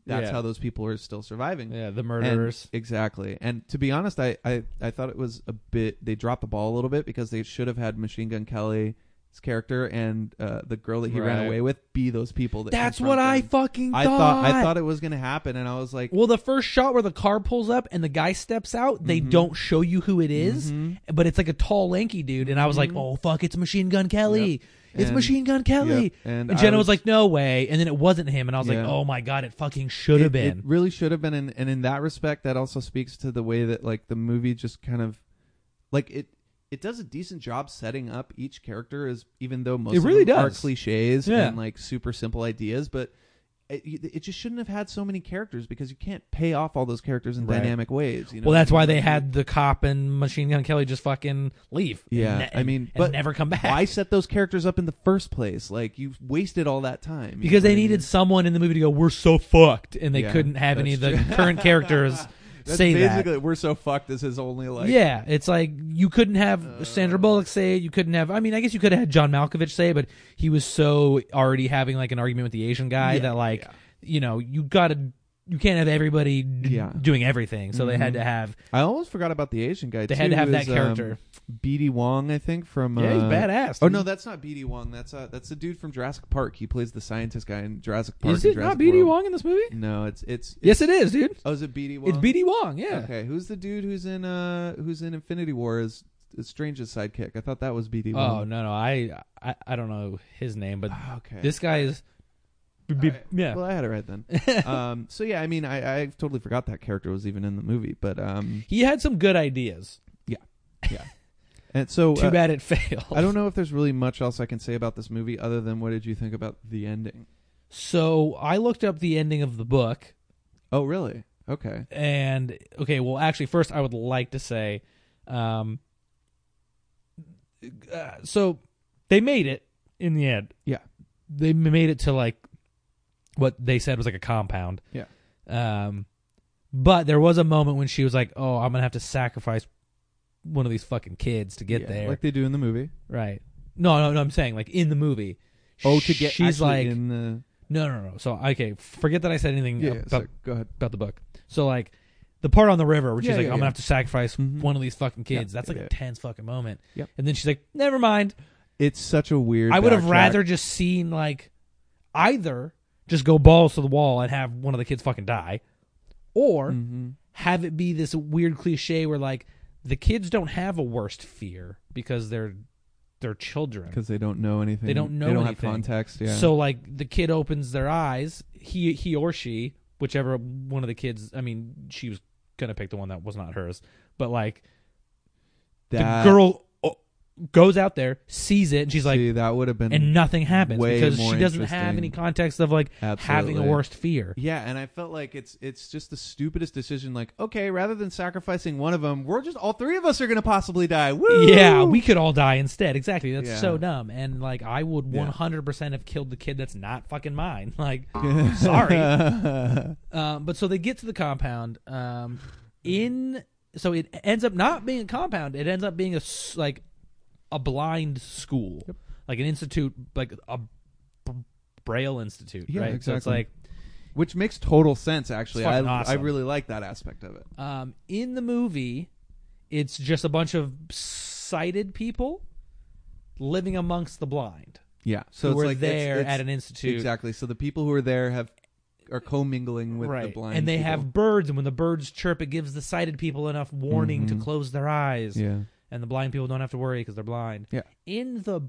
[SPEAKER 2] that's
[SPEAKER 1] Yeah.
[SPEAKER 2] how those people are still surviving.
[SPEAKER 1] yeah, the murderers.
[SPEAKER 2] And, exactly. And to be honest, I, I, I thought it was a bit. They dropped the ball a little bit because they should have had Machine Gun Kelly's character and uh, the girl that he ran
[SPEAKER 1] Right.
[SPEAKER 2] away with be those people. That
[SPEAKER 1] That's
[SPEAKER 2] confront
[SPEAKER 1] what I
[SPEAKER 2] them.
[SPEAKER 1] fucking
[SPEAKER 2] I
[SPEAKER 1] thought.
[SPEAKER 2] thought. I thought it was going to happen, and I was like,
[SPEAKER 1] Well, the first shot where the car pulls up and the guy steps out, they
[SPEAKER 2] Mm-hmm.
[SPEAKER 1] don't show you who it is,
[SPEAKER 2] Mhm.
[SPEAKER 1] but it's like a tall, lanky dude, and I was like, "Oh fuck, it's Machine Gun Kelly!
[SPEAKER 2] Mm-hmm. Yep.
[SPEAKER 1] It's
[SPEAKER 2] And-
[SPEAKER 1] Machine Gun Kelly!"
[SPEAKER 2] Yep. And I
[SPEAKER 1] Jenna was,
[SPEAKER 2] was-
[SPEAKER 1] like, "No way!" And then it wasn't him, and I was like,
[SPEAKER 2] Yeah.
[SPEAKER 1] "Oh my god, it fucking should have
[SPEAKER 2] It- It
[SPEAKER 1] been."
[SPEAKER 2] really should have been, and, and in that respect, that also speaks to the way that like the movie just kind of like it. It does a decent job setting up each character, as even though most
[SPEAKER 1] It
[SPEAKER 2] of
[SPEAKER 1] really
[SPEAKER 2] them are
[SPEAKER 1] does.
[SPEAKER 2] cliches
[SPEAKER 1] Yeah.
[SPEAKER 2] and like super simple ideas, but it, it just shouldn't have had so many characters because you can't pay off all those characters in
[SPEAKER 1] Right.
[SPEAKER 2] dynamic ways. You know,
[SPEAKER 1] well, that's why they had the cop and Machine Gun Kelly just fucking leave. and
[SPEAKER 2] Yeah,
[SPEAKER 1] ne-
[SPEAKER 2] I mean,
[SPEAKER 1] and
[SPEAKER 2] but
[SPEAKER 1] never come back
[SPEAKER 2] Why set those characters up in the first place? Like you wasted all that time you
[SPEAKER 1] because
[SPEAKER 2] know what
[SPEAKER 1] they
[SPEAKER 2] I mean?
[SPEAKER 1] needed someone in the movie to go, "We're so fucked," and they
[SPEAKER 2] Yeah,
[SPEAKER 1] couldn't have any of
[SPEAKER 2] that's
[SPEAKER 1] the
[SPEAKER 2] true. [LAUGHS]
[SPEAKER 1] current characters
[SPEAKER 2] That's
[SPEAKER 1] say that.
[SPEAKER 2] basically we're so fucked. This is only like uh,
[SPEAKER 1] yeah, it's like you couldn't have Sandra Bullock say it. You couldn't have. I mean, I guess you could have had John Malkovich say, it, but he was so already having like an argument with the Asian guy
[SPEAKER 2] Yeah,
[SPEAKER 1] that like
[SPEAKER 2] yeah.
[SPEAKER 1] you know you gotta you can't have everybody d-
[SPEAKER 2] Yeah. Mm-hmm.
[SPEAKER 1] doing everything. So they had to have
[SPEAKER 2] I almost forgot about the Asian guy.
[SPEAKER 1] they
[SPEAKER 2] too,
[SPEAKER 1] had to have
[SPEAKER 2] who
[SPEAKER 1] that
[SPEAKER 2] is, um,
[SPEAKER 1] character.
[SPEAKER 2] BD Wong, I think from
[SPEAKER 1] yeah, he's
[SPEAKER 2] uh,
[SPEAKER 1] badass.
[SPEAKER 2] Oh no, that's not BD Wong. That's uh, that's the dude from Jurassic Park. He plays the scientist guy in Jurassic Park.
[SPEAKER 1] is
[SPEAKER 2] and
[SPEAKER 1] it not
[SPEAKER 2] Jurassic
[SPEAKER 1] BD
[SPEAKER 2] World.
[SPEAKER 1] Wong in this movie?
[SPEAKER 2] No, it's it's
[SPEAKER 1] yes, it is, dude.
[SPEAKER 2] oh, is it BD Wong?
[SPEAKER 1] It's BD Wong. Yeah.
[SPEAKER 2] Okay, who's the dude who's in uh who's in Infinity War is Strange's sidekick? I thought that was BD
[SPEAKER 1] Oh
[SPEAKER 2] Wong. Ah,
[SPEAKER 1] no, no, I, I I don't know his name, but
[SPEAKER 2] okay.
[SPEAKER 1] this guy is.
[SPEAKER 2] All right.
[SPEAKER 1] Yeah.
[SPEAKER 2] Well, I had it right then.
[SPEAKER 1] [LAUGHS]
[SPEAKER 2] um, so yeah, I mean, I, I totally forgot that character was even in the movie, but um,
[SPEAKER 1] He had some good ideas.
[SPEAKER 2] and so
[SPEAKER 1] Too
[SPEAKER 2] uh,
[SPEAKER 1] bad it [LAUGHS] failed.
[SPEAKER 2] I don't know if there's really much else I can say about this movie other than what did you think about the ending?
[SPEAKER 1] So I looked up the ending of the book,
[SPEAKER 2] Oh, really? Okay.
[SPEAKER 1] and okay, well, actually, first I would like to say, um, uh, so they made it in the end.
[SPEAKER 2] Yeah.
[SPEAKER 1] they made it to like what they said was like a compound.
[SPEAKER 2] Yeah.
[SPEAKER 1] Um, but there was a moment when she was like, "Oh, I'm gonna have to sacrifice one of these fucking kids to get
[SPEAKER 2] Yeah,
[SPEAKER 1] there."
[SPEAKER 2] like they do in the movie.
[SPEAKER 1] right? No, no, no. I'm saying like in the movie.
[SPEAKER 2] Oh, to get
[SPEAKER 1] she's
[SPEAKER 2] actually
[SPEAKER 1] like
[SPEAKER 2] in the
[SPEAKER 1] no, no, no. So okay, forget that I said anything
[SPEAKER 2] yeah.
[SPEAKER 1] about
[SPEAKER 2] so go ahead.
[SPEAKER 1] about the book. So like the part on the river where she's
[SPEAKER 2] Yeah,
[SPEAKER 1] like,
[SPEAKER 2] yeah,
[SPEAKER 1] I'm
[SPEAKER 2] yeah.
[SPEAKER 1] gonna have to sacrifice
[SPEAKER 2] Mhm.
[SPEAKER 1] one of these fucking kids.
[SPEAKER 2] Yeah,
[SPEAKER 1] That's like
[SPEAKER 2] yeah,
[SPEAKER 1] a tense fucking moment.
[SPEAKER 2] Yep.
[SPEAKER 1] And then she's like, Never mind.
[SPEAKER 2] It's such a weird.
[SPEAKER 1] I would have
[SPEAKER 2] backtrack.
[SPEAKER 1] rather just seen like either just go balls to the wall and have one of the kids fucking die, or
[SPEAKER 2] Mhm.
[SPEAKER 1] have it be this weird cliche where like the kids don't have a worst fear because they're they're children.
[SPEAKER 2] because they don't know anything.
[SPEAKER 1] They don't know
[SPEAKER 2] They don't
[SPEAKER 1] anything.
[SPEAKER 2] have context. Yeah.
[SPEAKER 1] So like the kid opens their eyes, he he or she, whichever one of the kids. I mean, she was gonna pick the one that was not hers, but like
[SPEAKER 2] that,
[SPEAKER 1] the girl o- goes out there, sees it, and she's like,
[SPEAKER 2] see, that would have been.
[SPEAKER 1] and nothing happens
[SPEAKER 2] way
[SPEAKER 1] because
[SPEAKER 2] more
[SPEAKER 1] she doesn't have
[SPEAKER 2] interesting.
[SPEAKER 1] any context of like having
[SPEAKER 2] Absolutely.
[SPEAKER 1] a worst fear.
[SPEAKER 2] yeah, and I felt like it's it's just the stupidest decision. Like, okay, rather than sacrificing one of them, we're just all three of us are gonna possibly die. Woo!
[SPEAKER 1] Yeah, we could all die instead. Exactly. That's
[SPEAKER 2] Yeah.
[SPEAKER 1] so dumb. And like, I would
[SPEAKER 2] Yeah.
[SPEAKER 1] 100% have killed the kid that's not fucking mine. [LAUGHS] Like,
[SPEAKER 2] [LAUGHS]
[SPEAKER 1] sorry. Um, but so they get to the compound.
[SPEAKER 2] [SIGHS]
[SPEAKER 1] Um, in so it ends up not being a compound. It ends up being a s- like a blind school, like an institute, like a b- braille institute,
[SPEAKER 2] Yeah,
[SPEAKER 1] right? So it's
[SPEAKER 2] exactly.
[SPEAKER 1] like
[SPEAKER 2] [LAUGHS] Which makes total sense. Actually,
[SPEAKER 1] It's
[SPEAKER 2] I
[SPEAKER 1] fucking
[SPEAKER 2] I
[SPEAKER 1] awesome.
[SPEAKER 2] really like that aspect of it.
[SPEAKER 1] um, in the movie, it's just a bunch of sighted people living amongst the blind.
[SPEAKER 2] Yeah.
[SPEAKER 1] So who
[SPEAKER 2] So it's
[SPEAKER 1] are
[SPEAKER 2] like it's-
[SPEAKER 1] there
[SPEAKER 2] it's-
[SPEAKER 1] at an institute,
[SPEAKER 2] Exactly. So the people who are there have are commingling with
[SPEAKER 1] right?
[SPEAKER 2] the blind,
[SPEAKER 1] and they
[SPEAKER 2] people.
[SPEAKER 1] have birds, and when the birds chirp, it gives the sighted people enough warning
[SPEAKER 2] Mhm.
[SPEAKER 1] to close their eyes.
[SPEAKER 2] yeah.
[SPEAKER 1] and the blind people don't have to worry because they're blind.
[SPEAKER 2] Yeah.
[SPEAKER 1] In the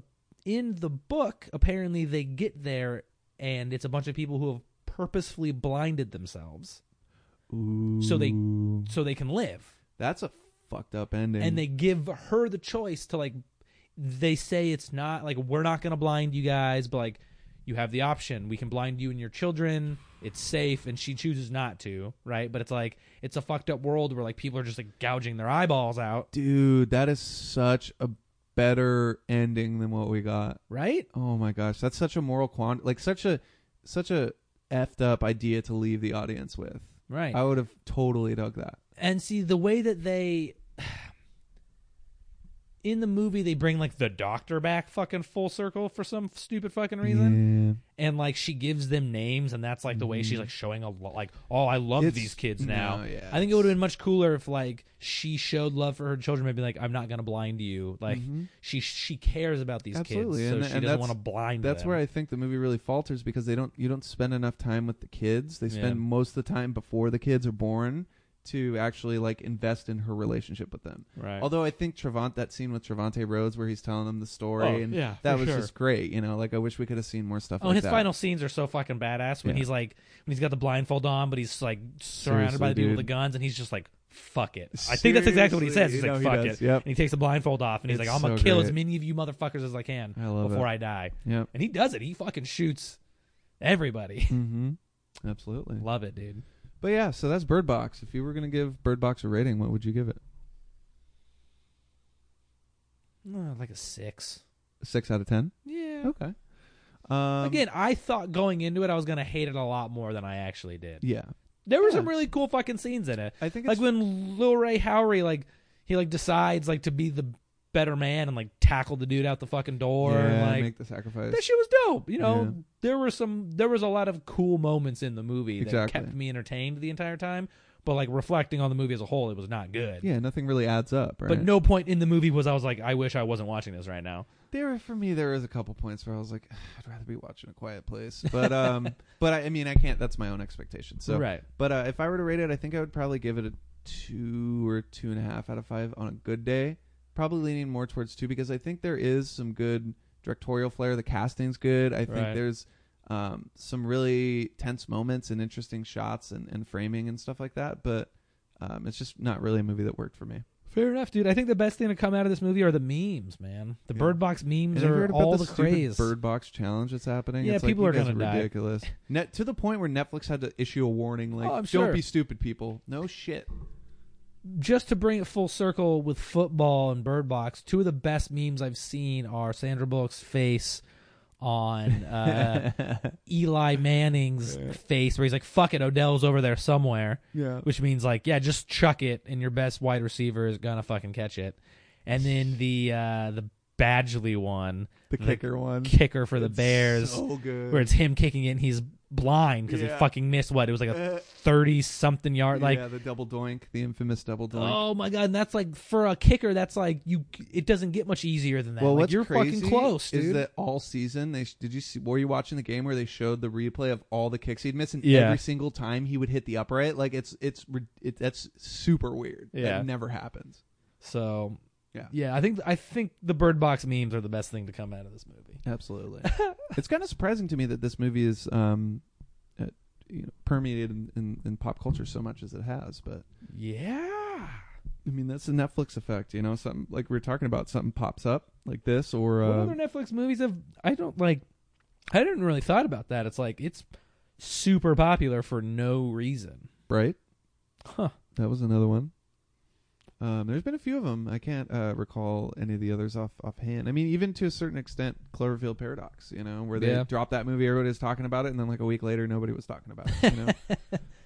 [SPEAKER 1] in the book, apparently they get there and it's a bunch of people who have purposefully blinded themselves So they-
[SPEAKER 2] Ooh.
[SPEAKER 1] so they can live.
[SPEAKER 2] that's a fucked up ending.
[SPEAKER 1] And they give her the choice to like they say it's not like we're not going to blind you guys, but like you have the option. We can blind you and your children. It's safe and she chooses not to, right? But it's like it's a fucked up world where like people are just like gouging their eyeballs out,
[SPEAKER 2] dude, that is such a better ending than what we got.
[SPEAKER 1] right?
[SPEAKER 2] Oh my gosh, that's such a moral quandary. Like such a such a effed up idea to leave the audience with.
[SPEAKER 1] Right.
[SPEAKER 2] I would have totally dug that.
[SPEAKER 1] and see the way that they [SIGHS] in the movie they bring like the doctor back fucking full circle for some stupid fucking reason and like she gives them names and that's like the way she's like showing a lo- like oh i love
[SPEAKER 2] Mm-hmm. It's-
[SPEAKER 1] these kids now
[SPEAKER 2] no, yeah,
[SPEAKER 1] i think it
[SPEAKER 2] it's-
[SPEAKER 1] would have been much cooler if like she showed love for her children maybe like i'm not gonna blind you like
[SPEAKER 2] Mhm.
[SPEAKER 1] she she cares about these
[SPEAKER 2] Absolutely,
[SPEAKER 1] kids so
[SPEAKER 2] and-
[SPEAKER 1] she
[SPEAKER 2] and
[SPEAKER 1] doesn't
[SPEAKER 2] that's-
[SPEAKER 1] want to blind
[SPEAKER 2] That's
[SPEAKER 1] them.
[SPEAKER 2] where I think the movie really falters because they don't you don't spend enough time with the kids. They spend
[SPEAKER 1] Yeah.
[SPEAKER 2] most of the time before the kids are born to actually like invest in her relationship with them.
[SPEAKER 1] right
[SPEAKER 2] Although I think Travant that scene with Trevante Rhodes where he's telling them the story
[SPEAKER 1] Oh,
[SPEAKER 2] and
[SPEAKER 1] yeah,
[SPEAKER 2] that
[SPEAKER 1] for
[SPEAKER 2] was
[SPEAKER 1] sure.
[SPEAKER 2] just great, you know, like I wish we could have seen more stuff
[SPEAKER 1] Oh,
[SPEAKER 2] like
[SPEAKER 1] and his
[SPEAKER 2] that.
[SPEAKER 1] final scenes are so fucking badass when
[SPEAKER 2] Yeah.
[SPEAKER 1] he's like when he's got the blindfold on, but he's like surrounded by the
[SPEAKER 2] Seriously,
[SPEAKER 1] people with the
[SPEAKER 2] dude.
[SPEAKER 1] guns, and he's just like, "Fuck it." I think that's exactly what he says.
[SPEAKER 2] Seriously,
[SPEAKER 1] He's
[SPEAKER 2] you
[SPEAKER 1] like,
[SPEAKER 2] know he
[SPEAKER 1] "Fuck
[SPEAKER 2] does.
[SPEAKER 1] it,"
[SPEAKER 2] Yep.
[SPEAKER 1] and he takes the blindfold off, and he's
[SPEAKER 2] It's
[SPEAKER 1] like, "I'm gonna
[SPEAKER 2] so
[SPEAKER 1] kill as
[SPEAKER 2] great.
[SPEAKER 1] many of you motherfuckers as I can
[SPEAKER 2] I love
[SPEAKER 1] before
[SPEAKER 2] it.
[SPEAKER 1] I die,"
[SPEAKER 2] Yep.
[SPEAKER 1] and he does it. He fucking shoots everybody. [LAUGHS]
[SPEAKER 2] Mm-hmm. Absolutely.
[SPEAKER 1] Love it, dude.
[SPEAKER 2] But yeah, so that's Bird Box. If you were gonna give Bird Box a rating, what would you give it?
[SPEAKER 1] Oh, like a six.
[SPEAKER 2] Six out of ten.
[SPEAKER 1] Yeah.
[SPEAKER 2] Okay. Um,
[SPEAKER 1] Again, I thought going into it I was gonna hate it a lot more than I actually did.
[SPEAKER 2] Yeah,
[SPEAKER 1] There were
[SPEAKER 2] Yeah.
[SPEAKER 1] some really cool fucking scenes in it.
[SPEAKER 2] I think
[SPEAKER 1] like
[SPEAKER 2] it's
[SPEAKER 1] when Lil Ray Howery like he like decides like to be the better man and like tackle the dude out the fucking door and
[SPEAKER 2] yeah,
[SPEAKER 1] like
[SPEAKER 2] make the sacrifice.
[SPEAKER 1] that shit was dope. You know,
[SPEAKER 2] Yeah.
[SPEAKER 1] there were some there was a lot of cool moments in the movie that
[SPEAKER 2] Exactly.
[SPEAKER 1] kept me entertained the entire time. But like reflecting on the movie as a whole, it was not good.
[SPEAKER 2] yeah, nothing really adds up, right?
[SPEAKER 1] But no point in the movie was I was like, I wish I wasn't watching this right now.
[SPEAKER 2] there were- for me there was a couple points where I was like, I'd rather be watching a quiet place. But
[SPEAKER 1] [LAUGHS]
[SPEAKER 2] um, but I, I mean, I can't. That's my own expectation. So
[SPEAKER 1] right,
[SPEAKER 2] But uh, if I were to rate it, I think I would probably give it a two or two and a half out of five on a good day. Probably leaning more towards two because I think there is some good directorial flair. The casting's good. I think
[SPEAKER 1] Right.
[SPEAKER 2] there's um, some really tense moments and interesting shots and, and framing and stuff like that. But um, it's just not really a movie that worked for me.
[SPEAKER 1] fair enough, dude. I think the best thing to come out of this movie are the memes, man. The
[SPEAKER 2] Yeah.
[SPEAKER 1] Bird Box memes
[SPEAKER 2] And have you
[SPEAKER 1] are
[SPEAKER 2] heard about
[SPEAKER 1] all
[SPEAKER 2] the
[SPEAKER 1] the
[SPEAKER 2] stupid
[SPEAKER 1] craze.
[SPEAKER 2] bird box challenge that's happening?
[SPEAKER 1] Yeah,
[SPEAKER 2] it's like,
[SPEAKER 1] people
[SPEAKER 2] you
[SPEAKER 1] are
[SPEAKER 2] guys
[SPEAKER 1] gonna die.
[SPEAKER 2] ridiculous. Net, to the point where Netflix had to issue a warning, like,
[SPEAKER 1] Oh, I'm
[SPEAKER 2] "Don't
[SPEAKER 1] sure.
[SPEAKER 2] be stupid, people." No shit. [LAUGHS]
[SPEAKER 1] just to bring it full circle with football and Bird Box, two of the best memes I've seen are Sandra Bullock's face
[SPEAKER 2] [LAUGHS]
[SPEAKER 1] on uh, Eli Manning's face, where he's like, "Fuck it, Odell's over there somewhere,"
[SPEAKER 2] Yeah.
[SPEAKER 1] which means like, yeah, just chuck it, and your best wide receiver is gonna fucking catch it. And then the uh, the Badgley one,
[SPEAKER 2] The kicker one.
[SPEAKER 1] kicker for the Bears,
[SPEAKER 2] So good.
[SPEAKER 1] where it's him kicking it, and he's blind because he
[SPEAKER 2] Yeah.
[SPEAKER 1] fucking missed what it was like a
[SPEAKER 2] Uh,
[SPEAKER 1] thirty something yard, like.
[SPEAKER 2] yeah, the double doink, the infamous double doink.
[SPEAKER 1] Oh my god, and that's like for a kicker, that's like you. It doesn't get much easier than that.
[SPEAKER 2] well,
[SPEAKER 1] Like,
[SPEAKER 2] what's
[SPEAKER 1] you're
[SPEAKER 2] crazy
[SPEAKER 1] fucking close, dude.
[SPEAKER 2] is that all season they sh- did you see? Were you watching the game where they showed the replay of all the kicks he'd miss, and
[SPEAKER 1] Yeah.
[SPEAKER 2] every single time he would hit the upright? Like it's it's re- it, that's super weird.
[SPEAKER 1] Yeah.
[SPEAKER 2] that never happens.
[SPEAKER 1] so
[SPEAKER 2] Yeah.
[SPEAKER 1] yeah. I think I think the Bird Box memes are the best thing to come out of this movie. [LAUGHS]
[SPEAKER 2] Absolutely, it's kind of surprising to me that this movie is um, uh, you know, permeated in, in, in pop culture so much as it has, but.
[SPEAKER 1] Yeah.
[SPEAKER 2] I mean that's the Netflix effect, you know. Something like we were talking about, something pops up like this, or
[SPEAKER 1] what
[SPEAKER 2] uh,
[SPEAKER 1] other Netflix movies have I don't like? I didn't really thought about that. It's like it's super popular for no reason.
[SPEAKER 2] right?
[SPEAKER 1] Huh.
[SPEAKER 2] That was another one. Um, there's been a few of them. I can't uh, recall any of the others off offhand. I mean, even to a certain extent, Cloverfield Paradox. You know, where they
[SPEAKER 1] Yeah.
[SPEAKER 2] dropped that movie, everybody was talking about it, and then like a week later, nobody was talking about it.
[SPEAKER 1] [LAUGHS]
[SPEAKER 2] You know.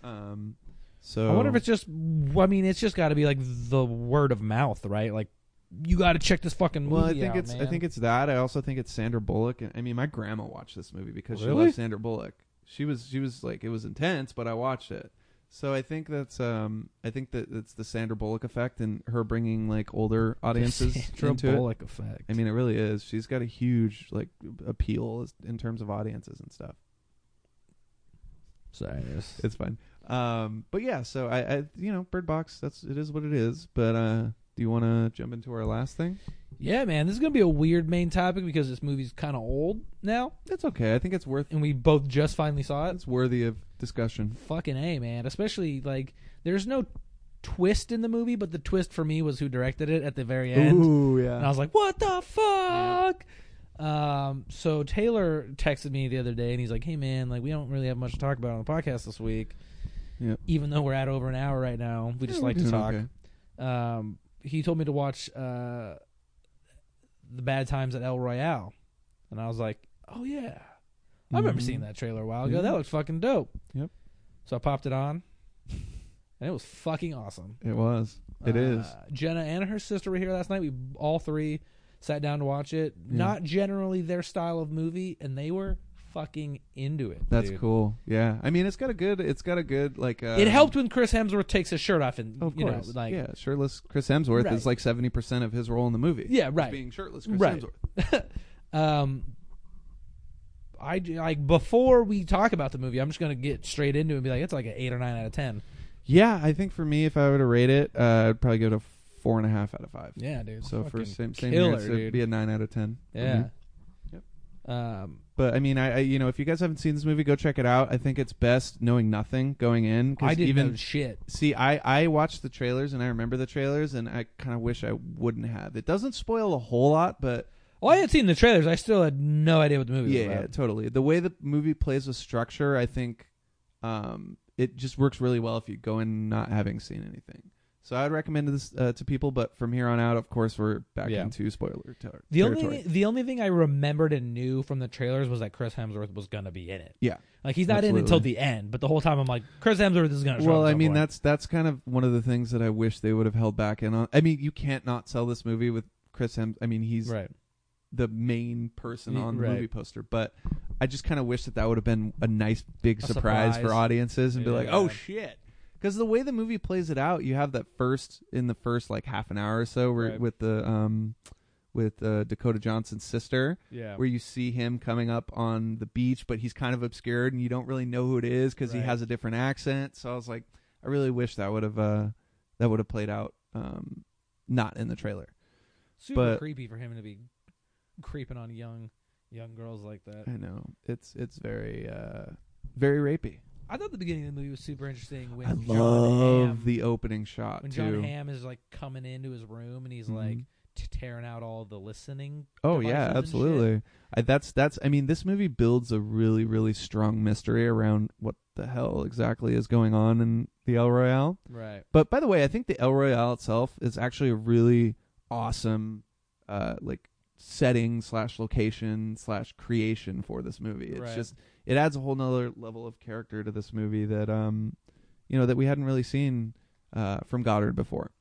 [SPEAKER 2] um, so
[SPEAKER 1] I wonder if it's just. I mean, it's just got to be like the word of mouth, right? Like you got to check this fucking movie
[SPEAKER 2] Well, I think
[SPEAKER 1] out,
[SPEAKER 2] it's I
[SPEAKER 1] man. [LAUGHS]
[SPEAKER 2] think it's that. I also think it's Sandra Bullock. And, I mean, my grandma watched this movie because she
[SPEAKER 1] Really?
[SPEAKER 2] loves Sandra Bullock. She was she was like it was intense, but I watched it. So I think that's um I think that it's the Sandra Bullock effect and her bringing
[SPEAKER 1] [LAUGHS]
[SPEAKER 2] like older audiences
[SPEAKER 1] Sandra
[SPEAKER 2] into it.
[SPEAKER 1] Bullock effect.
[SPEAKER 2] I mean, it really is. She's got a huge like appeal as- in terms of audiences and stuff.
[SPEAKER 1] Sorry, I was-
[SPEAKER 2] It's fine. Um, but yeah, so I, I you know Bird Box. That's it is what it is. But uh, do you want to jump into our last thing?
[SPEAKER 1] yeah, man, this is gonna be a weird main topic because this movie's kind of old now,
[SPEAKER 2] That's okay. I think it's worth
[SPEAKER 1] and we both just finally saw it.
[SPEAKER 2] it's worthy of discussion.
[SPEAKER 1] Fucking a, man. Especially like, there's no twist in the movie, but the twist for me was who directed it at the very end,
[SPEAKER 2] Ooh,
[SPEAKER 1] and I
[SPEAKER 2] yeah.
[SPEAKER 1] was like, what the fuck. Um, so Taylor texted me the other day, and he's like, "Hey man, like we don't really have much to talk about on the podcast this week,
[SPEAKER 2] Yep.
[SPEAKER 1] even though we're at over an hour right now. We just like to talk."
[SPEAKER 2] Okay.
[SPEAKER 1] um, he told me to watch uh, the Bad Times at El Royale, and I was like, "Oh yeah, I remember
[SPEAKER 2] Mhm.
[SPEAKER 1] seeing that trailer a while ago.
[SPEAKER 2] Yeah.
[SPEAKER 1] That looked fucking dope.
[SPEAKER 2] Yep.
[SPEAKER 1] So I popped it on, and it was fucking awesome.
[SPEAKER 2] It was. It
[SPEAKER 1] Uh,
[SPEAKER 2] is.
[SPEAKER 1] Jenna and her sister were here last night. We all three sat down to watch it.
[SPEAKER 2] Yeah.
[SPEAKER 1] Not generally their style of movie, and they were fucking into it.
[SPEAKER 2] That's
[SPEAKER 1] dude.
[SPEAKER 2] cool. Yeah. I mean, it's got a good. It's got a good like. Uh,
[SPEAKER 1] It helped when Chris Hemsworth takes his shirt off and
[SPEAKER 2] Of
[SPEAKER 1] you know,
[SPEAKER 2] course.
[SPEAKER 1] like
[SPEAKER 2] yeah. Shirtless Chris Hemsworth
[SPEAKER 1] Right.
[SPEAKER 2] is like seventy percent of his role in the movie.
[SPEAKER 1] Yeah,
[SPEAKER 2] Is
[SPEAKER 1] right.
[SPEAKER 2] Being shirtless Chris
[SPEAKER 1] Right.
[SPEAKER 2] Hemsworth.
[SPEAKER 1] um I j- like before we talk about the movie, I'm just gonna get straight into it and be like, it's like an eight or nine out of ten.
[SPEAKER 2] Yeah, I think for me, if I were to rate it, uh, I'd probably go to four and a half out of five.
[SPEAKER 1] Yeah, dude.
[SPEAKER 2] So for
[SPEAKER 1] Fucking
[SPEAKER 2] same same
[SPEAKER 1] killer,
[SPEAKER 2] year, so it'd
[SPEAKER 1] dude.
[SPEAKER 2] be a Mm-hmm. nine out of ten. for me.
[SPEAKER 1] Yeah.
[SPEAKER 2] Yep.
[SPEAKER 1] Um
[SPEAKER 2] But I mean, I, I you know, if you guys haven't seen this movie, go check it out. I think it's best knowing nothing going in. 'cause
[SPEAKER 1] I didn't
[SPEAKER 2] even
[SPEAKER 1] know shit.
[SPEAKER 2] see, I I watched the trailers and I remember the trailers, and I kind of wish I wouldn't have. It doesn't spoil a whole lot, but
[SPEAKER 1] Well, I had seen the trailers. I still had no idea what the movie
[SPEAKER 2] yeah,
[SPEAKER 1] was
[SPEAKER 2] yeah,
[SPEAKER 1] about.
[SPEAKER 2] totally. The way the movie plays with structure, I think, um, it just works really well if you go in not having seen anything. So I would recommend this uh, to people, but from here on out, of course, we're back
[SPEAKER 1] Yeah.
[SPEAKER 2] into spoiler ter-
[SPEAKER 1] The
[SPEAKER 2] territory.
[SPEAKER 1] only the only thing I remembered and knew from the trailers was that Chris Hemsworth was gonna be in it.
[SPEAKER 2] yeah.
[SPEAKER 1] Like he's not in until
[SPEAKER 2] Absolutely.
[SPEAKER 1] the end, but the whole time I'm like, Chris Hemsworth is gonna. show
[SPEAKER 2] Well,
[SPEAKER 1] up at
[SPEAKER 2] I
[SPEAKER 1] some
[SPEAKER 2] mean,
[SPEAKER 1] point.
[SPEAKER 2] that's that's kind of one of the things that I wish they would have held back in on. I mean, you can't not sell this movie with Chris Hems. I mean, he's
[SPEAKER 1] right.
[SPEAKER 2] the main person
[SPEAKER 1] Ye-
[SPEAKER 2] on the
[SPEAKER 1] right.
[SPEAKER 2] movie poster, but I just kind of wish that that would have been a nice big
[SPEAKER 1] A
[SPEAKER 2] surprise, for
[SPEAKER 1] surprise.
[SPEAKER 2] audiences and be like,
[SPEAKER 1] Yeah.
[SPEAKER 2] "Oh shit." Because the way the movie plays it out, you have that first in the first like half an hour or so where,
[SPEAKER 1] Right.
[SPEAKER 2] with the um with uh, Dakota Johnson's sister,
[SPEAKER 1] Yeah.
[SPEAKER 2] where you see him coming up on the beach, but he's kind of obscured and you don't really know who it is because he
[SPEAKER 1] Right.
[SPEAKER 2] has a different accent. So I was like, I really wish that would have uh, that would have played out um, not in the trailer.
[SPEAKER 1] Super
[SPEAKER 2] but-
[SPEAKER 1] creepy for him to be creeping on young young girls like that.
[SPEAKER 2] [LAUGHS] I know it's it's very uh, very rapey.
[SPEAKER 1] I thought the beginning of the movie was super interesting when
[SPEAKER 2] I
[SPEAKER 1] John
[SPEAKER 2] love
[SPEAKER 1] Hamm,
[SPEAKER 2] the opening shot
[SPEAKER 1] when
[SPEAKER 2] too.
[SPEAKER 1] John Ham is like coming into his room and he's like
[SPEAKER 2] Mhm.
[SPEAKER 1] t- tearing out all the listening.
[SPEAKER 2] oh
[SPEAKER 1] devices
[SPEAKER 2] yeah,
[SPEAKER 1] and shit.
[SPEAKER 2] absolutely. I, that's that's. I mean, this movie builds a really really strong mystery around what the hell exactly is going on in the El Royale.
[SPEAKER 1] Right.
[SPEAKER 2] But by the way, I think the El Royale itself is actually a really awesome, uh, like setting slash location slash creation for this movie. It's
[SPEAKER 1] Right.
[SPEAKER 2] just it adds a whole nother level of character to this movie that um, you know, that we hadn't really seen uh from Goddard before.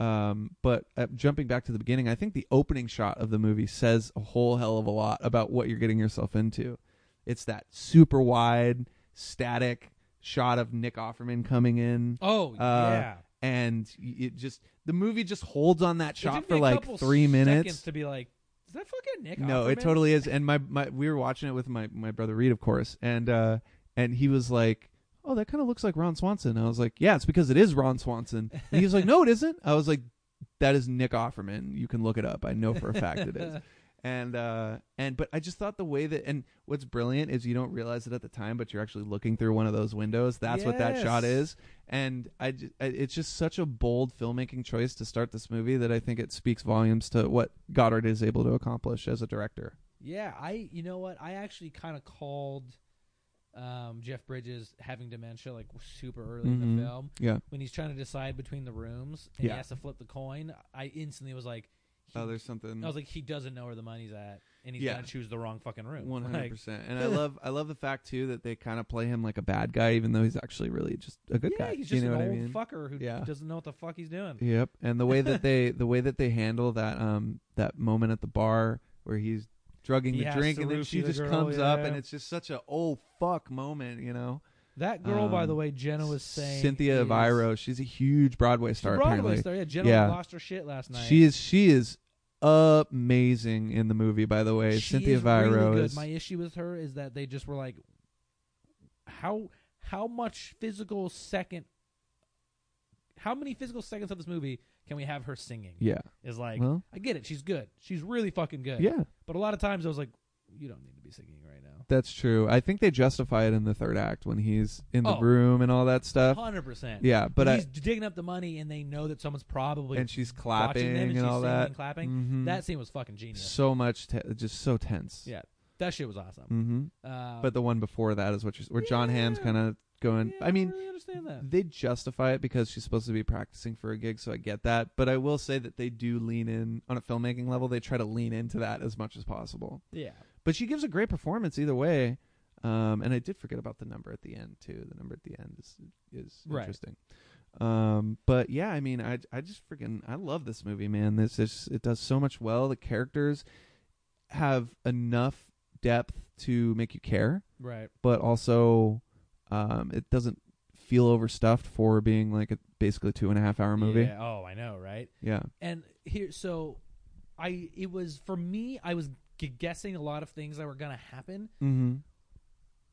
[SPEAKER 2] Um, but uh, jumping back to the beginning, I think the opening shot of the movie says a whole hell of a lot about what you're getting yourself into. It's that super wide, static shot of Nick Offerman coming in
[SPEAKER 1] Oh yeah.
[SPEAKER 2] and y- it just the movie just holds on that
[SPEAKER 1] It
[SPEAKER 2] shot
[SPEAKER 1] took me
[SPEAKER 2] for
[SPEAKER 1] a
[SPEAKER 2] like
[SPEAKER 1] couple
[SPEAKER 2] three
[SPEAKER 1] seconds
[SPEAKER 2] minutes.
[SPEAKER 1] to be like, is that fucking Nick?
[SPEAKER 2] No, it
[SPEAKER 1] Offerman?"
[SPEAKER 2] totally is. And my, my we were watching it with my my brother Reed, of course, and uh and he was like, "Oh, that kind of looks like Ron Swanson." I was like, "Yeah, it's because it is Ron Swanson." And he was like, "No, it isn't." I was like, "That is Nick Offerman. You can look it up. I know for a fact it [LAUGHS] is." And uh and but I just thought the way that and what's brilliant is you don't realize it at the time, but you're actually looking through one of those windows. That's what that shot
[SPEAKER 1] Yes.
[SPEAKER 2] is and I, ju- I- it's just such a bold filmmaking choice to start this movie that I think it speaks volumes to what Goddard is able to accomplish as a director.
[SPEAKER 1] Yeah, I you know what? I actually kind of called um, Jeff Bridges having dementia like super early in
[SPEAKER 2] Mhm.
[SPEAKER 1] the film
[SPEAKER 2] Yeah.
[SPEAKER 1] when he's trying to decide between the rooms and
[SPEAKER 2] Yeah.
[SPEAKER 1] he has to flip the coin. I instantly was like, he-
[SPEAKER 2] Oh, there's something.
[SPEAKER 1] I was like, he doesn't know where the money's at, and he's
[SPEAKER 2] Yeah.
[SPEAKER 1] gonna choose the wrong fucking room.
[SPEAKER 2] One hundred
[SPEAKER 1] Like,
[SPEAKER 2] percent,
[SPEAKER 1] [LAUGHS]
[SPEAKER 2] and I love I love the fact too that they kind of play him like a bad guy, even though he's actually really just a good
[SPEAKER 1] yeah,
[SPEAKER 2] guy.
[SPEAKER 1] he's
[SPEAKER 2] you
[SPEAKER 1] just
[SPEAKER 2] know
[SPEAKER 1] an
[SPEAKER 2] what
[SPEAKER 1] old
[SPEAKER 2] I mean?
[SPEAKER 1] fucker who
[SPEAKER 2] Yeah.
[SPEAKER 1] doesn't know what the fuck he's doing.
[SPEAKER 2] Yep. And the
[SPEAKER 1] [LAUGHS]
[SPEAKER 2] way that they the way that they handle that um that moment at the bar where he's drugging
[SPEAKER 1] He
[SPEAKER 2] the
[SPEAKER 1] has
[SPEAKER 2] drink
[SPEAKER 1] to
[SPEAKER 2] and then
[SPEAKER 1] roofie
[SPEAKER 2] she
[SPEAKER 1] the
[SPEAKER 2] just
[SPEAKER 1] girl,
[SPEAKER 2] comes up
[SPEAKER 1] yeah.
[SPEAKER 2] and it's just such a oh fuck moment, you know.
[SPEAKER 1] That girl, by
[SPEAKER 2] Um,
[SPEAKER 1] the way, Jenna was saying
[SPEAKER 2] Cynthia
[SPEAKER 1] is,
[SPEAKER 2] Viro, she's a huge Broadway
[SPEAKER 1] She's a
[SPEAKER 2] star
[SPEAKER 1] Broadway
[SPEAKER 2] apparently.
[SPEAKER 1] star. Yeah, Jenna
[SPEAKER 2] Yeah.
[SPEAKER 1] lost her shit last night.
[SPEAKER 2] She is she is amazing in the movie. By the way,
[SPEAKER 1] She
[SPEAKER 2] Cynthia
[SPEAKER 1] is really
[SPEAKER 2] Viro
[SPEAKER 1] good.
[SPEAKER 2] is
[SPEAKER 1] My issue with her is that they just were like, how how much physical second, how many physical seconds of this movie can we have her singing?
[SPEAKER 2] yeah.
[SPEAKER 1] Is like,
[SPEAKER 2] well,
[SPEAKER 1] I get it. She's good. She's really fucking good.
[SPEAKER 2] yeah,
[SPEAKER 1] But a lot of times I was like, you don't need to be singing right now.
[SPEAKER 2] that's true. I think they justify it in the third act when he's in the
[SPEAKER 1] Oh.
[SPEAKER 2] room and all that stuff.
[SPEAKER 1] Hundred percent.
[SPEAKER 2] Uh, Yeah, but
[SPEAKER 1] But
[SPEAKER 2] I
[SPEAKER 1] he's digging up the money, and they know that someone's probably
[SPEAKER 2] and she's
[SPEAKER 1] watching
[SPEAKER 2] clapping
[SPEAKER 1] them, and, she's
[SPEAKER 2] all
[SPEAKER 1] singing
[SPEAKER 2] that.
[SPEAKER 1] and clapping.
[SPEAKER 2] Mhm.
[SPEAKER 1] That scene was fucking genius.
[SPEAKER 2] so much, te- just so tense.
[SPEAKER 1] Yeah. That shit was awesome.
[SPEAKER 2] hmm
[SPEAKER 1] Uh,
[SPEAKER 2] But the one before that is what you're, where John Hamm's
[SPEAKER 1] Yeah.
[SPEAKER 2] kind of going.
[SPEAKER 1] yeah,
[SPEAKER 2] I mean,
[SPEAKER 1] don't really understand that.
[SPEAKER 2] they justify it because she's supposed to be practicing for a gig, so I get that. But I will say that they do lean in on a filmmaking level. They try to lean into that as much as possible.
[SPEAKER 1] Yeah.
[SPEAKER 2] But she gives a great performance either way. Um, and I did forget about the number at the end too. The number at the end is is
[SPEAKER 1] Right.
[SPEAKER 2] interesting. Um, but yeah, I mean, I I just freaking I love this movie, man. This is it does so much well. The characters have enough depth to make you care,
[SPEAKER 1] Right.
[SPEAKER 2] but also um, it doesn't feel overstuffed for being like a basically two and a half hour movie.
[SPEAKER 1] Yeah. Oh, I know, right?
[SPEAKER 2] yeah.
[SPEAKER 1] And here, so I it was for me. I was g- guessing a lot of things that were gonna happen,
[SPEAKER 2] Mm-hmm.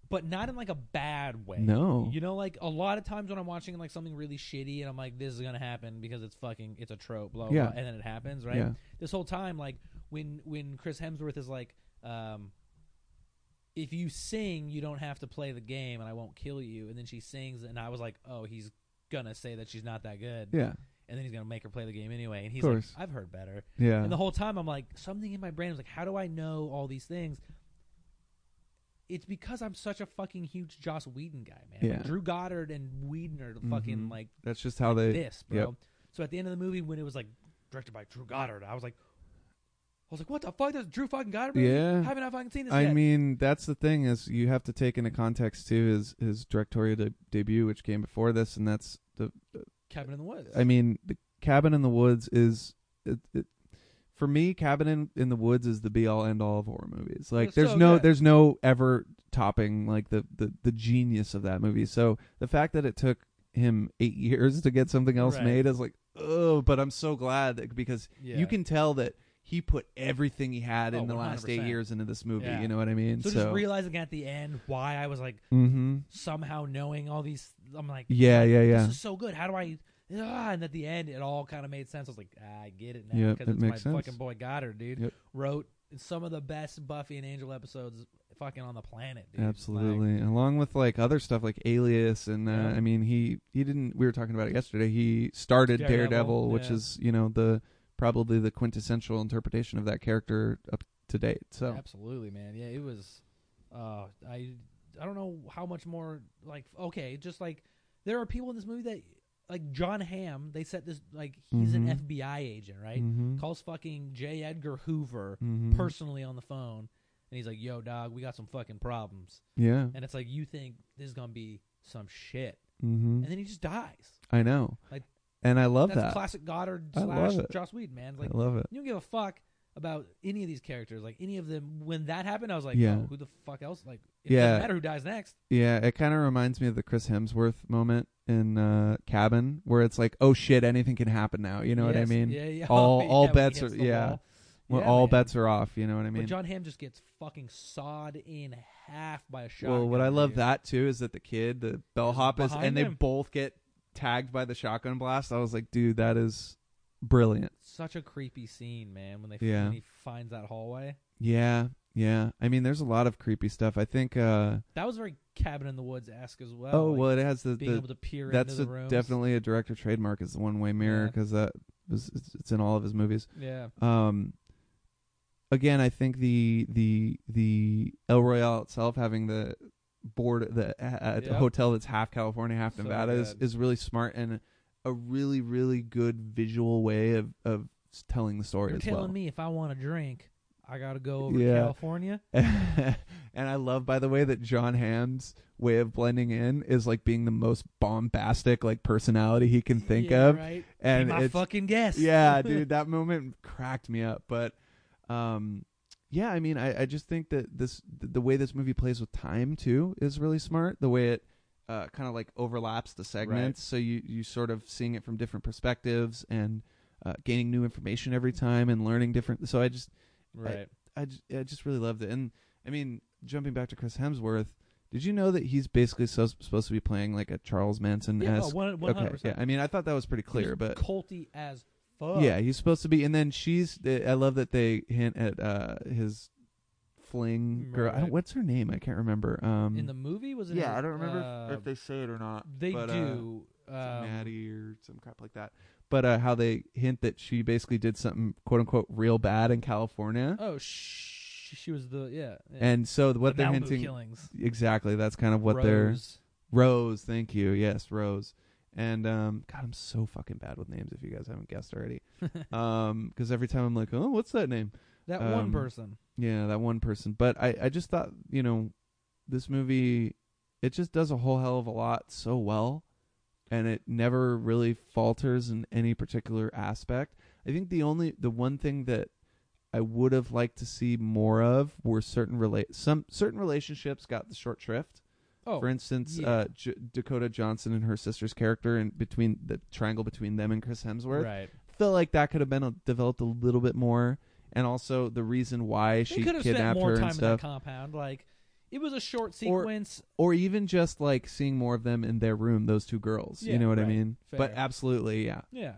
[SPEAKER 1] but not in like a bad way.
[SPEAKER 2] No.
[SPEAKER 1] You know, like a lot of times when I'm watching like something really shitty, and I'm like, "This is gonna happen because it's fucking, it's a trope." Blah blah,
[SPEAKER 2] Yeah.
[SPEAKER 1] blah and then it happens, right?
[SPEAKER 2] Yeah.
[SPEAKER 1] This whole time, like when when Chris Hemsworth is like, um, "If you sing, you don't have to play the game, and I won't kill you." And then she sings, and I was like, "Oh, he's gonna say that she's not that good."
[SPEAKER 2] Yeah.
[SPEAKER 1] and then he's gonna make her play the game anyway. And he's like,
[SPEAKER 2] Course.
[SPEAKER 1] I've heard better.
[SPEAKER 2] Yeah.
[SPEAKER 1] And the whole time I'm like, something in my brain is like, how do I know all these things? It's because I'm such a fucking huge Joss Whedon guy, man.
[SPEAKER 2] Yeah.
[SPEAKER 1] Drew Goddard and Whedon are the fucking
[SPEAKER 2] Mhm.
[SPEAKER 1] like
[SPEAKER 2] That's just how they.
[SPEAKER 1] this, bro. So at the end of the movie, when it was like directed by Drew Goddard, I was like, I was like, what the fuck? Does Drew fucking Goddard? movie?
[SPEAKER 2] Yeah.
[SPEAKER 1] haven't I fucking seen this
[SPEAKER 2] I
[SPEAKER 1] yet?
[SPEAKER 2] mean, that's the thing is you have to take into context too his his directorial de- debut, which came before this, and that's the.
[SPEAKER 1] Cabin in the Woods.
[SPEAKER 2] I mean, the Cabin in the Woods is it. it for me, Cabin in, in the Woods is the be all end all of horror movies. Like,
[SPEAKER 1] It's
[SPEAKER 2] there's
[SPEAKER 1] so
[SPEAKER 2] no,
[SPEAKER 1] good.
[SPEAKER 2] there's no ever topping like the, the the genius of that movie. So the fact that it took him eight [LAUGHS] years to get something else
[SPEAKER 1] Right.
[SPEAKER 2] made is like, oh, but I'm so glad that because
[SPEAKER 1] yeah.
[SPEAKER 2] you can tell that he put everything he had
[SPEAKER 1] Oh,
[SPEAKER 2] in the last eight
[SPEAKER 1] 100%.
[SPEAKER 2] years into this movie.
[SPEAKER 1] Yeah.
[SPEAKER 2] You know what I mean?
[SPEAKER 1] so, just realizing at the end why I was like
[SPEAKER 2] hmm
[SPEAKER 1] somehow knowing all these. I'm like,
[SPEAKER 2] Yeah, yeah, yeah.
[SPEAKER 1] this is so good. How do I? Ah, and at the end, it all kind of made sense. I was like, ah, I get it now
[SPEAKER 2] Yep,
[SPEAKER 1] because
[SPEAKER 2] it
[SPEAKER 1] it's my
[SPEAKER 2] makes sense.
[SPEAKER 1] fucking boy Goddard, dude.
[SPEAKER 2] Yep.
[SPEAKER 1] Wrote some of the best Buffy and Angel episodes fucking on the planet, dude. Like,
[SPEAKER 2] Absolutely. Along with like other stuff like Alias and uh,
[SPEAKER 1] Yeah.
[SPEAKER 2] I mean he he didn't we were talking about it yesterday. He started
[SPEAKER 1] Daredevil,
[SPEAKER 2] Daredevil, which
[SPEAKER 1] yeah.
[SPEAKER 2] is, you know, the probably the quintessential interpretation of that character up to date. So
[SPEAKER 1] Absolutely, man. Yeah, it was. Uh, I I don't know how much more. Like, okay, just like there are people in this movie that like John Hamm. They set this like he's an
[SPEAKER 2] Mhm.
[SPEAKER 1] FBI agent, right?
[SPEAKER 2] Mhm.
[SPEAKER 1] Calls fucking J. Edgar Hoover
[SPEAKER 2] Mhm.
[SPEAKER 1] personally on the phone, and he's like, "Yo, dog, we got some fucking problems."
[SPEAKER 2] Yeah.
[SPEAKER 1] and it's like you think this is gonna be some shit,
[SPEAKER 2] hmm
[SPEAKER 1] and then he just dies.
[SPEAKER 2] I know.
[SPEAKER 1] Like,
[SPEAKER 2] and I love
[SPEAKER 1] That's
[SPEAKER 2] that.
[SPEAKER 1] classic Goddard
[SPEAKER 2] I
[SPEAKER 1] slash
[SPEAKER 2] love it.
[SPEAKER 1] Joss Whedon, man. It's Like
[SPEAKER 2] I love it.
[SPEAKER 1] you don't give a fuck about any of these characters, like any of them. When that happened, I was like,
[SPEAKER 2] Yeah.
[SPEAKER 1] oh, who the fuck else? Like, it
[SPEAKER 2] Yeah.
[SPEAKER 1] doesn't matter who dies next.
[SPEAKER 2] Yeah, it kind of reminds me of the Chris Hemsworth moment in uh, Cabin, where it's like, oh shit, anything can happen now. You know what I
[SPEAKER 1] Yes.
[SPEAKER 2] mean?
[SPEAKER 1] Yeah, yeah. [LAUGHS]
[SPEAKER 2] All-
[SPEAKER 1] Yeah,
[SPEAKER 2] all
[SPEAKER 1] when he
[SPEAKER 2] bets
[SPEAKER 1] hits
[SPEAKER 2] are-
[SPEAKER 1] the
[SPEAKER 2] yeah.
[SPEAKER 1] wall.
[SPEAKER 2] Well,
[SPEAKER 1] Yeah,
[SPEAKER 2] all
[SPEAKER 1] man.
[SPEAKER 2] bets are off. You know what I
[SPEAKER 1] But
[SPEAKER 2] mean?
[SPEAKER 1] John Hamm just gets fucking sawed in half by a shotgun.
[SPEAKER 2] well, what I love
[SPEAKER 1] dude.
[SPEAKER 2] that too is that the kid, the bellhop, is,
[SPEAKER 1] behind
[SPEAKER 2] and they
[SPEAKER 1] him.
[SPEAKER 2] both get tagged by the shotgun blast. I was like, dude, that is brilliant.
[SPEAKER 1] Such a creepy scene, man. When they
[SPEAKER 2] Yeah.
[SPEAKER 1] when he finds that hallway,
[SPEAKER 2] Yeah, yeah. I mean, there's a lot of creepy stuff. I think. uh
[SPEAKER 1] that was very cabin in the woods esque as well.
[SPEAKER 2] Oh
[SPEAKER 1] like,
[SPEAKER 2] well, it has the,
[SPEAKER 1] being
[SPEAKER 2] the
[SPEAKER 1] able to peer
[SPEAKER 2] that's
[SPEAKER 1] into
[SPEAKER 2] a,
[SPEAKER 1] the room.
[SPEAKER 2] definitely a director trademark is the one way mirror
[SPEAKER 1] Yeah.
[SPEAKER 2] because that was it's, it's in all of his movies.
[SPEAKER 1] yeah.
[SPEAKER 2] Um, again, I think the the the El Royale itself having the board the uh,
[SPEAKER 1] Yep.
[SPEAKER 2] hotel that's half California, half
[SPEAKER 1] So
[SPEAKER 2] Nevada is,
[SPEAKER 1] good.
[SPEAKER 2] is really smart and a really really good visual way of of s- telling the story
[SPEAKER 1] You're
[SPEAKER 2] as
[SPEAKER 1] telling
[SPEAKER 2] well.
[SPEAKER 1] me if I want a drink, I gotta go over
[SPEAKER 2] Yeah.
[SPEAKER 1] to California.
[SPEAKER 2] [LAUGHS] and I love, by the way, that John Hamm's way of blending in is like being the most bombastic like personality he can think
[SPEAKER 1] Yeah,
[SPEAKER 2] of,
[SPEAKER 1] right?
[SPEAKER 2] and
[SPEAKER 1] Be my
[SPEAKER 2] it's
[SPEAKER 1] fucking guess. [LAUGHS]
[SPEAKER 2] yeah, dude, that moment cracked me up. But um, yeah, I mean, I, I just think that this th- the way this movie plays with time too is really smart. The way it uh, kind of like overlaps the segments, so you you sort of seeing it from different perspectives and uh, gaining new information every time and learning different. So I just
[SPEAKER 1] right.
[SPEAKER 2] I just, I just really loved it. And I mean, jumping back to Chris Hemsworth, did you know that he's basically so, supposed to be playing like a Charles Manson
[SPEAKER 1] yeah,
[SPEAKER 2] esque?
[SPEAKER 1] oh, one one hundred
[SPEAKER 2] okay, yeah.
[SPEAKER 1] percent.
[SPEAKER 2] I mean, I thought that was pretty clear, but
[SPEAKER 1] culty as fuck.
[SPEAKER 2] yeah, he's supposed to be, and then she's. eh, I love that they hint at uh, his fling girl. I-
[SPEAKER 1] Right.
[SPEAKER 2] what's her name? I can't remember. Um,
[SPEAKER 1] In the movie was it?
[SPEAKER 2] yeah,
[SPEAKER 1] in-
[SPEAKER 2] I don't remember if-
[SPEAKER 1] uh,
[SPEAKER 2] if they say it or not.
[SPEAKER 1] they
[SPEAKER 2] but, uh,
[SPEAKER 1] do.
[SPEAKER 2] it's like
[SPEAKER 1] um,
[SPEAKER 2] Maddie or some crap like that. But uh, how they hint that she basically did something quote unquote real bad in California,
[SPEAKER 1] oh, sh- she was the yeah. yeah.
[SPEAKER 2] and so what
[SPEAKER 1] the
[SPEAKER 2] they're
[SPEAKER 1] Malibu
[SPEAKER 2] hinting
[SPEAKER 1] killings.
[SPEAKER 2] exactly that's kind of what they're
[SPEAKER 1] Rose.
[SPEAKER 2] Rose. Thank you. Yes, Rose. And um, God, I'm so fucking bad with names. If you guys haven't
[SPEAKER 1] [LAUGHS]
[SPEAKER 2] guessed already, um, because every time I'm like, oh, what's that name?
[SPEAKER 1] that one
[SPEAKER 2] um,
[SPEAKER 1] person.
[SPEAKER 2] Yeah, that one person. But I, I just thought, you know, this movie it just does a whole hell of a lot so well and it never really falters in any particular aspect. I think the only the one thing that I would have liked to see more of were certain relate some certain relationships got the short shrift.
[SPEAKER 1] Oh,
[SPEAKER 2] For instance,
[SPEAKER 1] yeah.
[SPEAKER 2] uh, J- Dakota Johnson and her sister's character and between the triangle between them and Chris Hemsworth
[SPEAKER 1] right.
[SPEAKER 2] felt like that could have been a, developed a little bit more, and also the reason why she
[SPEAKER 1] they could have spent
[SPEAKER 2] kidnapped
[SPEAKER 1] more
[SPEAKER 2] her
[SPEAKER 1] time
[SPEAKER 2] and
[SPEAKER 1] in that
[SPEAKER 2] stuff,
[SPEAKER 1] compound. Like it was a short
[SPEAKER 2] Or-
[SPEAKER 1] sequence.
[SPEAKER 2] or even just like seeing more of them in their room, those two girls.
[SPEAKER 1] Yeah,
[SPEAKER 2] you know what
[SPEAKER 1] right.
[SPEAKER 2] I mean? But
[SPEAKER 1] Fair.
[SPEAKER 2] absolutely, yeah.
[SPEAKER 1] yeah,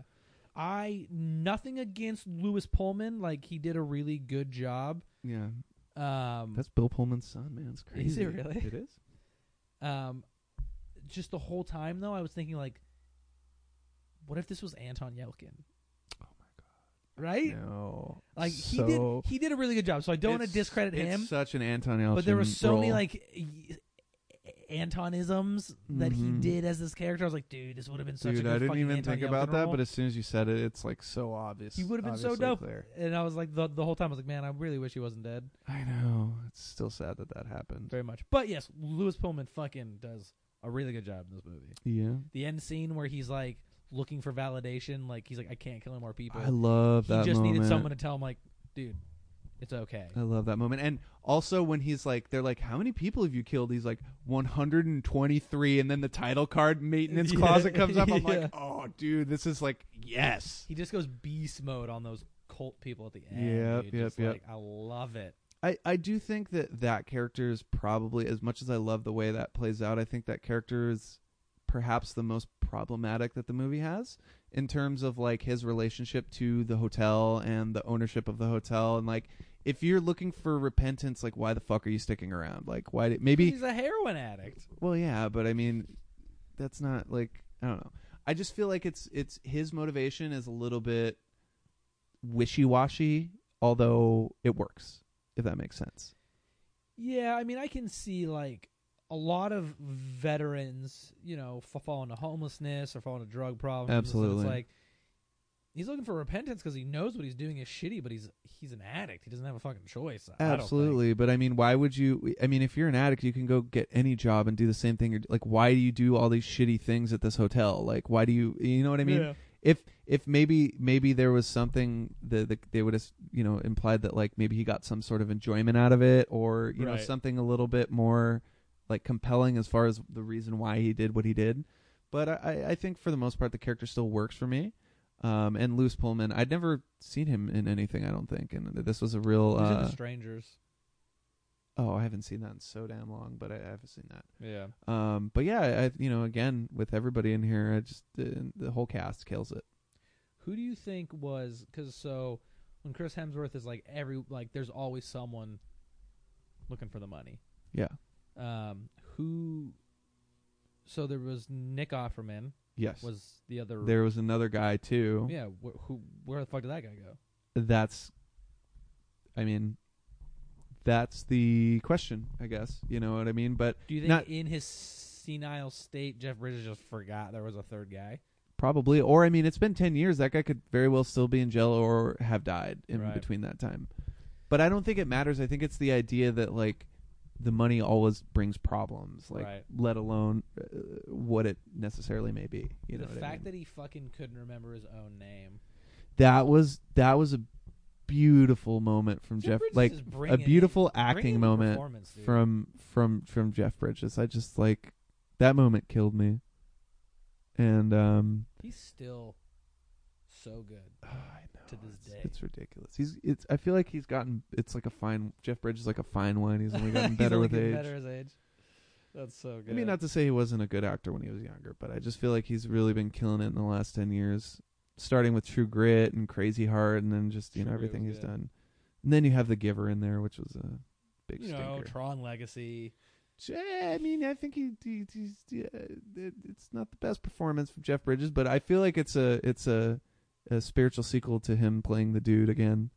[SPEAKER 1] I nothing against Lewis Pullman. Like he did a really good job.
[SPEAKER 2] Yeah,
[SPEAKER 1] Um,
[SPEAKER 2] that's Bill Pullman's son, man. It's crazy.
[SPEAKER 1] Is it really? [LAUGHS]
[SPEAKER 2] It is.
[SPEAKER 1] um, just the whole time though, I was thinking like, what if this was Anton Yelkin?
[SPEAKER 2] Oh my
[SPEAKER 1] Right?
[SPEAKER 2] No,
[SPEAKER 1] Like
[SPEAKER 2] so,
[SPEAKER 1] he did. He did a really good job. So I don't want to
[SPEAKER 2] it's-
[SPEAKER 1] discredit
[SPEAKER 2] it's
[SPEAKER 1] him.
[SPEAKER 2] Such an Anton Elfman.
[SPEAKER 1] but there were so many
[SPEAKER 2] role.
[SPEAKER 1] like y- Antonisms that
[SPEAKER 2] Mhm.
[SPEAKER 1] he did as this character. I was like, dude, this would have been such a
[SPEAKER 2] Dude,
[SPEAKER 1] good
[SPEAKER 2] I didn't
[SPEAKER 1] fucking
[SPEAKER 2] even
[SPEAKER 1] Anton
[SPEAKER 2] think about
[SPEAKER 1] Yelchin
[SPEAKER 2] that,
[SPEAKER 1] role.
[SPEAKER 2] but as soon as you said it, it's like so obvious.
[SPEAKER 1] He would have been so
[SPEAKER 2] obviously
[SPEAKER 1] dope.
[SPEAKER 2] clear.
[SPEAKER 1] and I was like, the the whole time I was like, man, I really wish he wasn't dead
[SPEAKER 2] I know. It's still sad that that happened.
[SPEAKER 1] very much. But yes, Lewis Pullman fucking does a really good job in this movie.
[SPEAKER 2] Yeah,
[SPEAKER 1] The end scene where he's like looking for validation, like he's like, I can't kill any more people.
[SPEAKER 2] I love
[SPEAKER 1] he
[SPEAKER 2] that.
[SPEAKER 1] just
[SPEAKER 2] moment.
[SPEAKER 1] needed someone to tell him, like, dude, it's okay.
[SPEAKER 2] I love that moment. And also when he's like, they're like, how many people have you killed? He's like, 123. And then the title card [LAUGHS] maintenance
[SPEAKER 1] Yeah.
[SPEAKER 2] closet comes up. I'm
[SPEAKER 1] Yeah.
[SPEAKER 2] like, oh, dude, this is like, yes.
[SPEAKER 1] He just goes beast mode on those cult people at the end.
[SPEAKER 2] Yep,
[SPEAKER 1] dude.
[SPEAKER 2] yep,
[SPEAKER 1] Just,
[SPEAKER 2] yep.
[SPEAKER 1] Like, I love it.
[SPEAKER 2] I, I do think that that character is probably, as much as I love the way that plays out, I think that character is perhaps the most problematic that the movie has in terms of like his relationship to the hotel and the ownership of the hotel. And like, if you're looking for repentance, like, why the fuck are you sticking around? Like, why did maybe
[SPEAKER 1] he's a heroin addict.
[SPEAKER 2] Well, yeah, but I mean, that's not like I don't know. I just feel like it's it's his motivation is a little bit wishy washy, although it works if that makes sense.
[SPEAKER 1] Yeah, I mean, I can see like a lot of veterans, you know, f- falling to homelessness or falling to drug problems. and stuff.
[SPEAKER 2] Absolutely.
[SPEAKER 1] it's like he's looking for repentance because he knows what he's doing is shitty, but he's he's an addict. He doesn't have a fucking choice. I don't think.
[SPEAKER 2] Absolutely, but I mean, why would you? I mean, if you're an addict, you can go get any job and do the same thing. You're- Like, why do you do all these shitty things at this hotel? Like, why do you? You know what I mean?
[SPEAKER 1] Yeah.
[SPEAKER 2] if if maybe maybe there was something that the, they would have you know implied that like maybe he got some sort of enjoyment out of it or you know
[SPEAKER 1] Right.
[SPEAKER 2] something a little bit more like compelling as far as the reason why he did what he did but i i I think for the most part the character still works for me um and Lewis Pullman I'd never seen him in anything I don't think and this was a real
[SPEAKER 1] He's into
[SPEAKER 2] uh,
[SPEAKER 1] strangers.
[SPEAKER 2] oh I haven't seen that in so damn long but I, I have seen that
[SPEAKER 1] Yeah.
[SPEAKER 2] um but yeah I you know again with everybody in here I just the, the whole cast kills it
[SPEAKER 1] Who do you think was because so when Chris Hemsworth is like every like there's always someone looking for the money.
[SPEAKER 2] yeah
[SPEAKER 1] Um, who? So there was Nick Offerman
[SPEAKER 2] yes
[SPEAKER 1] was the other
[SPEAKER 2] There was another guy too.
[SPEAKER 1] Yeah, wh- who? Where the fuck did that guy go?
[SPEAKER 2] That's, I mean, that's the question, I guess. You know what I mean? But
[SPEAKER 1] Do you think
[SPEAKER 2] Not-
[SPEAKER 1] in his senile state, Jeff Bridges just forgot there was a third guy?
[SPEAKER 2] probably, or I mean, it's been ten years. That guy could very well still be in jail or have died in
[SPEAKER 1] Right.
[SPEAKER 2] between that time. But I don't think it matters. I think it's the idea that like the money always brings problems, like
[SPEAKER 1] Right.
[SPEAKER 2] let alone uh, what it necessarily may be. You know
[SPEAKER 1] the
[SPEAKER 2] what
[SPEAKER 1] fact
[SPEAKER 2] I mean?
[SPEAKER 1] that he fucking couldn't remember his own name.
[SPEAKER 2] that was that was a beautiful moment from
[SPEAKER 1] Jeff
[SPEAKER 2] Jeff,
[SPEAKER 1] Bridges
[SPEAKER 2] like
[SPEAKER 1] is
[SPEAKER 2] a
[SPEAKER 1] bringing it.
[SPEAKER 2] beautiful
[SPEAKER 1] Bringing
[SPEAKER 2] acting
[SPEAKER 1] the
[SPEAKER 2] moment.
[SPEAKER 1] performance, dude.
[SPEAKER 2] from from from Jeff Bridges. I just like that moment killed me. And um [SIGHS]
[SPEAKER 1] He's still so good.
[SPEAKER 2] I know,
[SPEAKER 1] To this
[SPEAKER 2] it's,
[SPEAKER 1] day.
[SPEAKER 2] it's ridiculous. He's it's I feel like he's gotten it's like a fine Jeff Bridges is like a fine wine.
[SPEAKER 1] [LAUGHS]
[SPEAKER 2] He's only gotten
[SPEAKER 1] He's
[SPEAKER 2] better
[SPEAKER 1] only
[SPEAKER 2] with
[SPEAKER 1] getting
[SPEAKER 2] age.
[SPEAKER 1] Better as age. That's so good.
[SPEAKER 2] I mean not to say he wasn't a good actor when he was younger, but I just feel like he's really been killing it in the last 10 years, starting with True Grit and Crazy Heart and then just, you know,
[SPEAKER 1] True Grit
[SPEAKER 2] everything
[SPEAKER 1] was
[SPEAKER 2] he's
[SPEAKER 1] good.
[SPEAKER 2] done. And then you have The Giver in there, which was a big
[SPEAKER 1] you
[SPEAKER 2] stinker.
[SPEAKER 1] know, Tron Legacy.
[SPEAKER 2] Yeah, I mean, I think he, he he's, yeah, it- it's not the best performance from Jeff Bridges, but I feel like it's a it's a, a spiritual sequel to him playing the dude again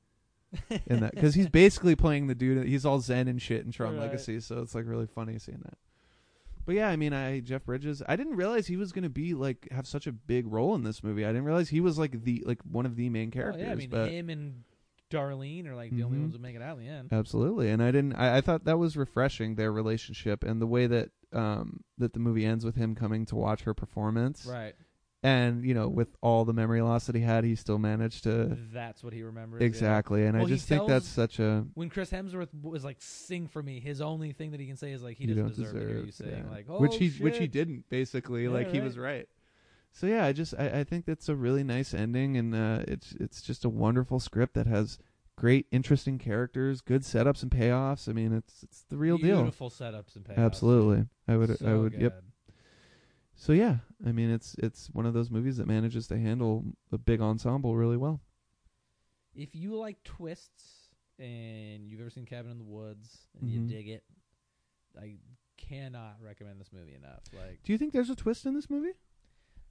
[SPEAKER 2] in that
[SPEAKER 1] [LAUGHS]
[SPEAKER 2] because he's basically playing the dude. He's all zen and shit in Tron
[SPEAKER 1] Right.
[SPEAKER 2] Legacy, so it's like really funny seeing that. But yeah, I mean, I Jeff Bridges. I didn't realize he was gonna be like have such a big role in this movie. I didn't realize he was like the like one of the main
[SPEAKER 1] Oh,
[SPEAKER 2] characters.
[SPEAKER 1] yeah, I mean
[SPEAKER 2] but
[SPEAKER 1] him and Darlene are like the only
[SPEAKER 2] Mhm.
[SPEAKER 1] ones that make it out in the end.
[SPEAKER 2] Absolutely, and I didn't. I, I thought that was refreshing their relationship and the way that um that the movie ends with him coming to watch her performance,
[SPEAKER 1] Right.
[SPEAKER 2] and you know with all the memory loss that he had, he still managed to
[SPEAKER 1] That's what he remembers. yeah.
[SPEAKER 2] exactly. And
[SPEAKER 1] Well,
[SPEAKER 2] I
[SPEAKER 1] he
[SPEAKER 2] just think
[SPEAKER 1] tells-
[SPEAKER 2] that's such a
[SPEAKER 1] When Chris Hemsworth was like, "Sing for me," his only thing that he can say is like, "He
[SPEAKER 2] you
[SPEAKER 1] doesn't
[SPEAKER 2] don't
[SPEAKER 1] deserve, to hear you sing."
[SPEAKER 2] yeah.
[SPEAKER 1] Like, oh,
[SPEAKER 2] which he which he
[SPEAKER 1] shit.
[SPEAKER 2] didn't basically.
[SPEAKER 1] Yeah,
[SPEAKER 2] like he was right. So yeah, I just I, I think that's a really nice ending, and uh, it's it's just a wonderful script that has great, interesting characters, good setups and payoffs. I mean, it's it's the real deal.
[SPEAKER 1] Beautiful setups and payoffs.
[SPEAKER 2] Absolutely, I would I
[SPEAKER 1] So
[SPEAKER 2] would yep.
[SPEAKER 1] good.
[SPEAKER 2] So yeah, I mean it's it's one of those movies that manages to handle the big ensemble really well.
[SPEAKER 1] If you like twists and you've ever seen Cabin in the Woods and
[SPEAKER 2] Mhm.
[SPEAKER 1] you dig it, I cannot recommend this movie enough. Like,
[SPEAKER 2] Do you think there's a twist in this movie?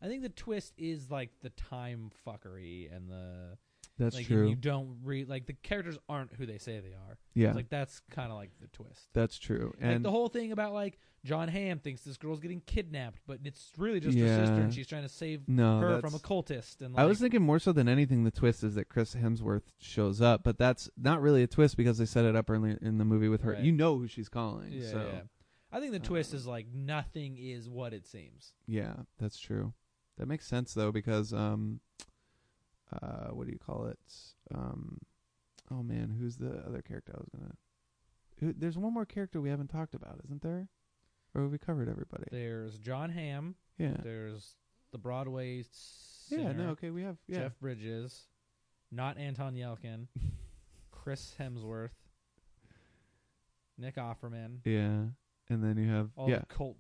[SPEAKER 1] I think the twist is like the time fuckery and the
[SPEAKER 2] That's
[SPEAKER 1] like
[SPEAKER 2] true.
[SPEAKER 1] you don't read like the characters aren't who they say they are.
[SPEAKER 2] yeah,
[SPEAKER 1] It's like that's kind of like the twist.
[SPEAKER 2] that's true.
[SPEAKER 1] like
[SPEAKER 2] And
[SPEAKER 1] the whole thing about like John Hamm thinks this girl's getting kidnapped, but it's really just her sister,
[SPEAKER 2] Yeah.
[SPEAKER 1] and she's trying to save
[SPEAKER 2] no,
[SPEAKER 1] her
[SPEAKER 2] that's,
[SPEAKER 1] from a cultist. And like,
[SPEAKER 2] I was thinking more so than anything, the twist is that Chris Hemsworth shows up, but that's not really a twist because they set it up earlier in the movie with her.
[SPEAKER 1] Right.
[SPEAKER 2] You know who she's calling,
[SPEAKER 1] yeah,
[SPEAKER 2] so
[SPEAKER 1] yeah. I think the twist
[SPEAKER 2] um,
[SPEAKER 1] is like nothing is what it seems.
[SPEAKER 2] Yeah, that's true. That makes sense though because um uh what do you call it? Um oh man, who's the other character I was going to Who there's one more character we haven't talked about, isn't there? Or have we covered everybody?
[SPEAKER 1] There's John Hamm.
[SPEAKER 2] yeah.
[SPEAKER 1] There's the Broadway singer,
[SPEAKER 2] Yeah, no, okay, we have yeah.
[SPEAKER 1] Jeff Bridges, not Anton
[SPEAKER 2] [LAUGHS]
[SPEAKER 1] Yelkin, Chris Hemsworth, Nick Offerman.
[SPEAKER 2] Yeah. And then you have
[SPEAKER 1] All
[SPEAKER 2] yeah.
[SPEAKER 1] the cult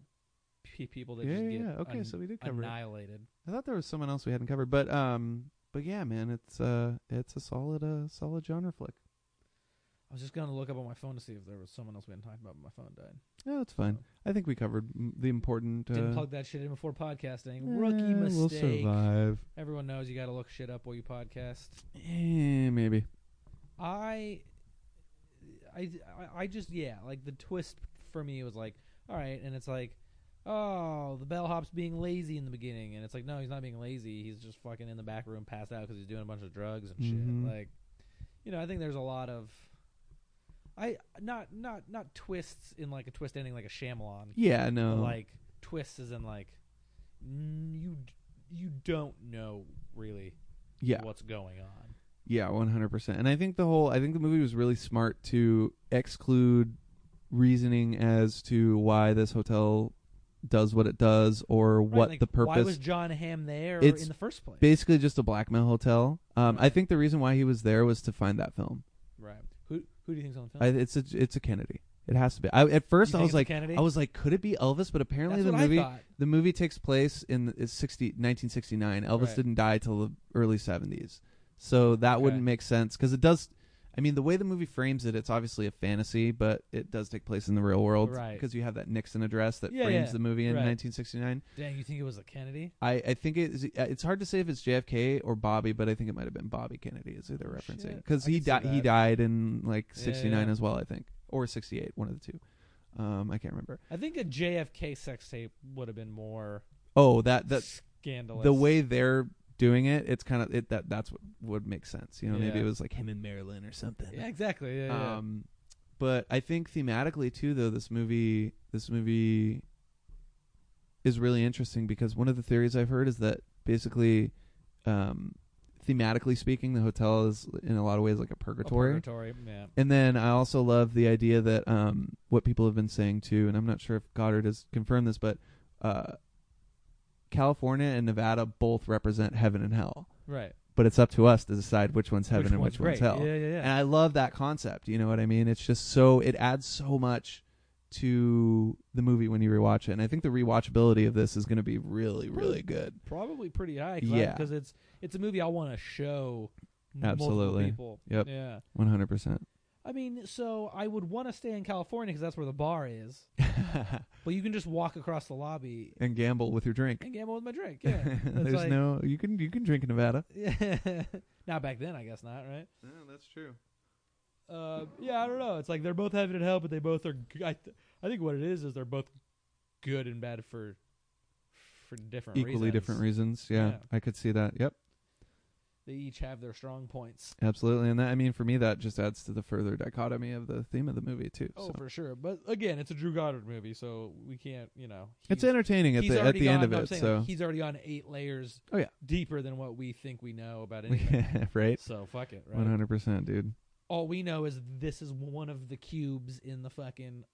[SPEAKER 1] pe- people that
[SPEAKER 2] Yeah,
[SPEAKER 1] just
[SPEAKER 2] yeah,
[SPEAKER 1] get
[SPEAKER 2] yeah. Okay,
[SPEAKER 1] un-
[SPEAKER 2] so we did cover it.
[SPEAKER 1] annihilated.
[SPEAKER 2] I thought there was someone else we hadn't covered, but um but yeah, man, it's uh it's a solid uh solid genre flick.
[SPEAKER 1] I was just gonna look up on my phone to see if there was someone else we hadn't talked about, but my phone died.
[SPEAKER 2] Yeah, that's fine. I think we covered m- the important uh,
[SPEAKER 1] Didn't plug that shit in before podcasting. Rookie
[SPEAKER 2] eh, We'll
[SPEAKER 1] mistake.
[SPEAKER 2] survive.
[SPEAKER 1] Everyone knows you gotta look shit up while you podcast.
[SPEAKER 2] Eh, maybe.
[SPEAKER 1] I, I, I just yeah, like the twist for me was like, all right, and it's like, oh, the bellhop's being lazy in the beginning, and it's like, no, he's not being lazy. He's just fucking in the back room, passed out because he's doing a bunch of drugs and
[SPEAKER 2] Mhm.
[SPEAKER 1] shit. Like, you know, I think there's a lot of, I not not not twists in like a twist ending like a Shyamalan,
[SPEAKER 2] Yeah, no.
[SPEAKER 1] but like twists is in like, n- you d- you don't know really
[SPEAKER 2] yeah,
[SPEAKER 1] what's going on.
[SPEAKER 2] yeah, one hundred percent. And I think the whole, I think the movie was really smart to exclude reasoning as to why this hotel does what it does or
[SPEAKER 1] Right,
[SPEAKER 2] what
[SPEAKER 1] like,
[SPEAKER 2] the
[SPEAKER 1] Why
[SPEAKER 2] purpose.
[SPEAKER 1] was John Hamm there
[SPEAKER 2] It's
[SPEAKER 1] in the first place?
[SPEAKER 2] Basically, just a blackmail hotel. Um, I
[SPEAKER 1] Right.
[SPEAKER 2] think the reason why he was there was to find that film.
[SPEAKER 1] right. Who who do you think's on the film?
[SPEAKER 2] I, it's a, it's a Kennedy. It has to be. I, at first,
[SPEAKER 1] Oh. You think
[SPEAKER 2] I was
[SPEAKER 1] it's a
[SPEAKER 2] like,
[SPEAKER 1] Kennedy?
[SPEAKER 2] I was like, could it be Elvis? But apparently,
[SPEAKER 1] That's
[SPEAKER 2] the
[SPEAKER 1] what
[SPEAKER 2] movie
[SPEAKER 1] I thought.
[SPEAKER 2] the movie takes place in is 60, 1969. Elvis
[SPEAKER 1] Right.
[SPEAKER 2] didn't die till the early 70s. So that
[SPEAKER 1] Okay.
[SPEAKER 2] wouldn't make sense because it does. I mean, the way the movie frames it, it's obviously a fantasy, but it does take place in the real world
[SPEAKER 1] Right.
[SPEAKER 2] because you have that Nixon address that
[SPEAKER 1] Yeah,
[SPEAKER 2] frames
[SPEAKER 1] yeah.
[SPEAKER 2] the movie in
[SPEAKER 1] Right.
[SPEAKER 2] 1969.
[SPEAKER 1] Dang, you think it was a Kennedy?
[SPEAKER 2] I, I think it's it's hard to say if it's JFK or Bobby, but I think it might have been Bobby Kennedy is who they're
[SPEAKER 1] Oh,
[SPEAKER 2] referencing
[SPEAKER 1] shit.
[SPEAKER 2] because
[SPEAKER 1] I
[SPEAKER 2] he
[SPEAKER 1] could
[SPEAKER 2] died
[SPEAKER 1] see
[SPEAKER 2] he
[SPEAKER 1] that.
[SPEAKER 2] died in like
[SPEAKER 1] Yeah,
[SPEAKER 2] 69
[SPEAKER 1] yeah.
[SPEAKER 2] as well, I think, or 68, one of the two. Um, I can't remember.
[SPEAKER 1] I think a JFK sex tape would have been more
[SPEAKER 2] Oh, that that
[SPEAKER 1] scandalous.
[SPEAKER 2] the way they're doing it, it's kind of it that that's what would make sense. You know, maybe
[SPEAKER 1] Yeah.
[SPEAKER 2] it was like him in Maryland or something.
[SPEAKER 1] Yeah, exactly. Yeah, yeah.
[SPEAKER 2] Um, but I think thematically too, though this movie, this movie is really interesting because one of the theories I've heard is that basically, um, thematically speaking, the hotel is in a lot of ways like a
[SPEAKER 1] A
[SPEAKER 2] purgatory.
[SPEAKER 1] purgatory, Yeah.
[SPEAKER 2] And then I also love the idea that um, what people have been saying too, and I'm not sure if Goddard has confirmed this, but uh, California and Nevada both represent heaven and hell.
[SPEAKER 1] Right.
[SPEAKER 2] But it's up to us to decide which one's heaven
[SPEAKER 1] which
[SPEAKER 2] and
[SPEAKER 1] one's
[SPEAKER 2] which one's
[SPEAKER 1] great.
[SPEAKER 2] hell.
[SPEAKER 1] Yeah, yeah, yeah.
[SPEAKER 2] And I love that concept. You know what I mean? It's just so it adds so much to the movie when you rewatch it. And I think the rewatchability of this is going to be really, really good.
[SPEAKER 1] Probably pretty high.
[SPEAKER 2] Yeah.
[SPEAKER 1] Because it's it's a movie I want to show multiple
[SPEAKER 2] Absolutely.
[SPEAKER 1] people.
[SPEAKER 2] Yep.
[SPEAKER 1] Yeah.
[SPEAKER 2] 100. percent
[SPEAKER 1] I mean, so I would want to stay in California because that's where the bar is. But you can just walk across the lobby
[SPEAKER 2] [LAUGHS] And gamble with your drink.
[SPEAKER 1] and gamble with my drink. [LAUGHS]
[SPEAKER 2] [LAUGHS]
[SPEAKER 1] Yeah.
[SPEAKER 2] There's
[SPEAKER 1] like-
[SPEAKER 2] no you can you can drink in Nevada.
[SPEAKER 1] yeah. [LAUGHS] Not back then, I guess not. Right.
[SPEAKER 2] Yeah, that's true.
[SPEAKER 1] uh, yeah, I don't know. It's like they're both heaven and hell, but they both are. g- I, th- I think what it is is they're both good and bad for for different
[SPEAKER 2] equally
[SPEAKER 1] reasons.
[SPEAKER 2] different reasons. Yeah,
[SPEAKER 1] Yeah.
[SPEAKER 2] I could see that. Yep.
[SPEAKER 1] they each have their strong points.
[SPEAKER 2] Absolutely, and that, I mean for me that just adds to the further dichotomy of the theme of the movie too.
[SPEAKER 1] Oh,
[SPEAKER 2] so.
[SPEAKER 1] for sure. But again, it's a Drew Goddard movie, so we can't, you know.
[SPEAKER 2] it's
[SPEAKER 1] he's-
[SPEAKER 2] entertaining at
[SPEAKER 1] he's
[SPEAKER 2] the at
[SPEAKER 1] already
[SPEAKER 2] the end
[SPEAKER 1] gone-
[SPEAKER 2] of
[SPEAKER 1] no, I'm
[SPEAKER 2] it.
[SPEAKER 1] saying,
[SPEAKER 2] So
[SPEAKER 1] like, he's already gone eight layers.
[SPEAKER 2] Oh, yeah.
[SPEAKER 1] deeper than what we think we know
[SPEAKER 2] [LAUGHS]
[SPEAKER 1] about anything.
[SPEAKER 2] right,
[SPEAKER 1] so fuck it,
[SPEAKER 2] one
[SPEAKER 1] right?
[SPEAKER 2] hundred percent, dude.
[SPEAKER 1] All we know is this is one of the cubes in the fucking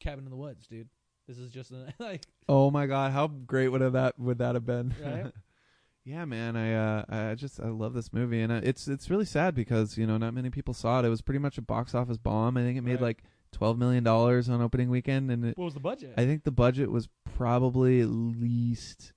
[SPEAKER 1] cabin in the woods, dude. This is just an, [LAUGHS] like
[SPEAKER 2] Oh my god, how great would have that would that have been?
[SPEAKER 1] Right?
[SPEAKER 2] [LAUGHS] yeah, man, I uh, I just I love this movie, and uh, it's it's really sad because you know not many people saw it. It was pretty much a box office bomb. I think it made
[SPEAKER 1] Right.
[SPEAKER 2] like twelve million dollars on opening weekend, and it,
[SPEAKER 1] what was the budget?
[SPEAKER 2] I think the budget was probably at least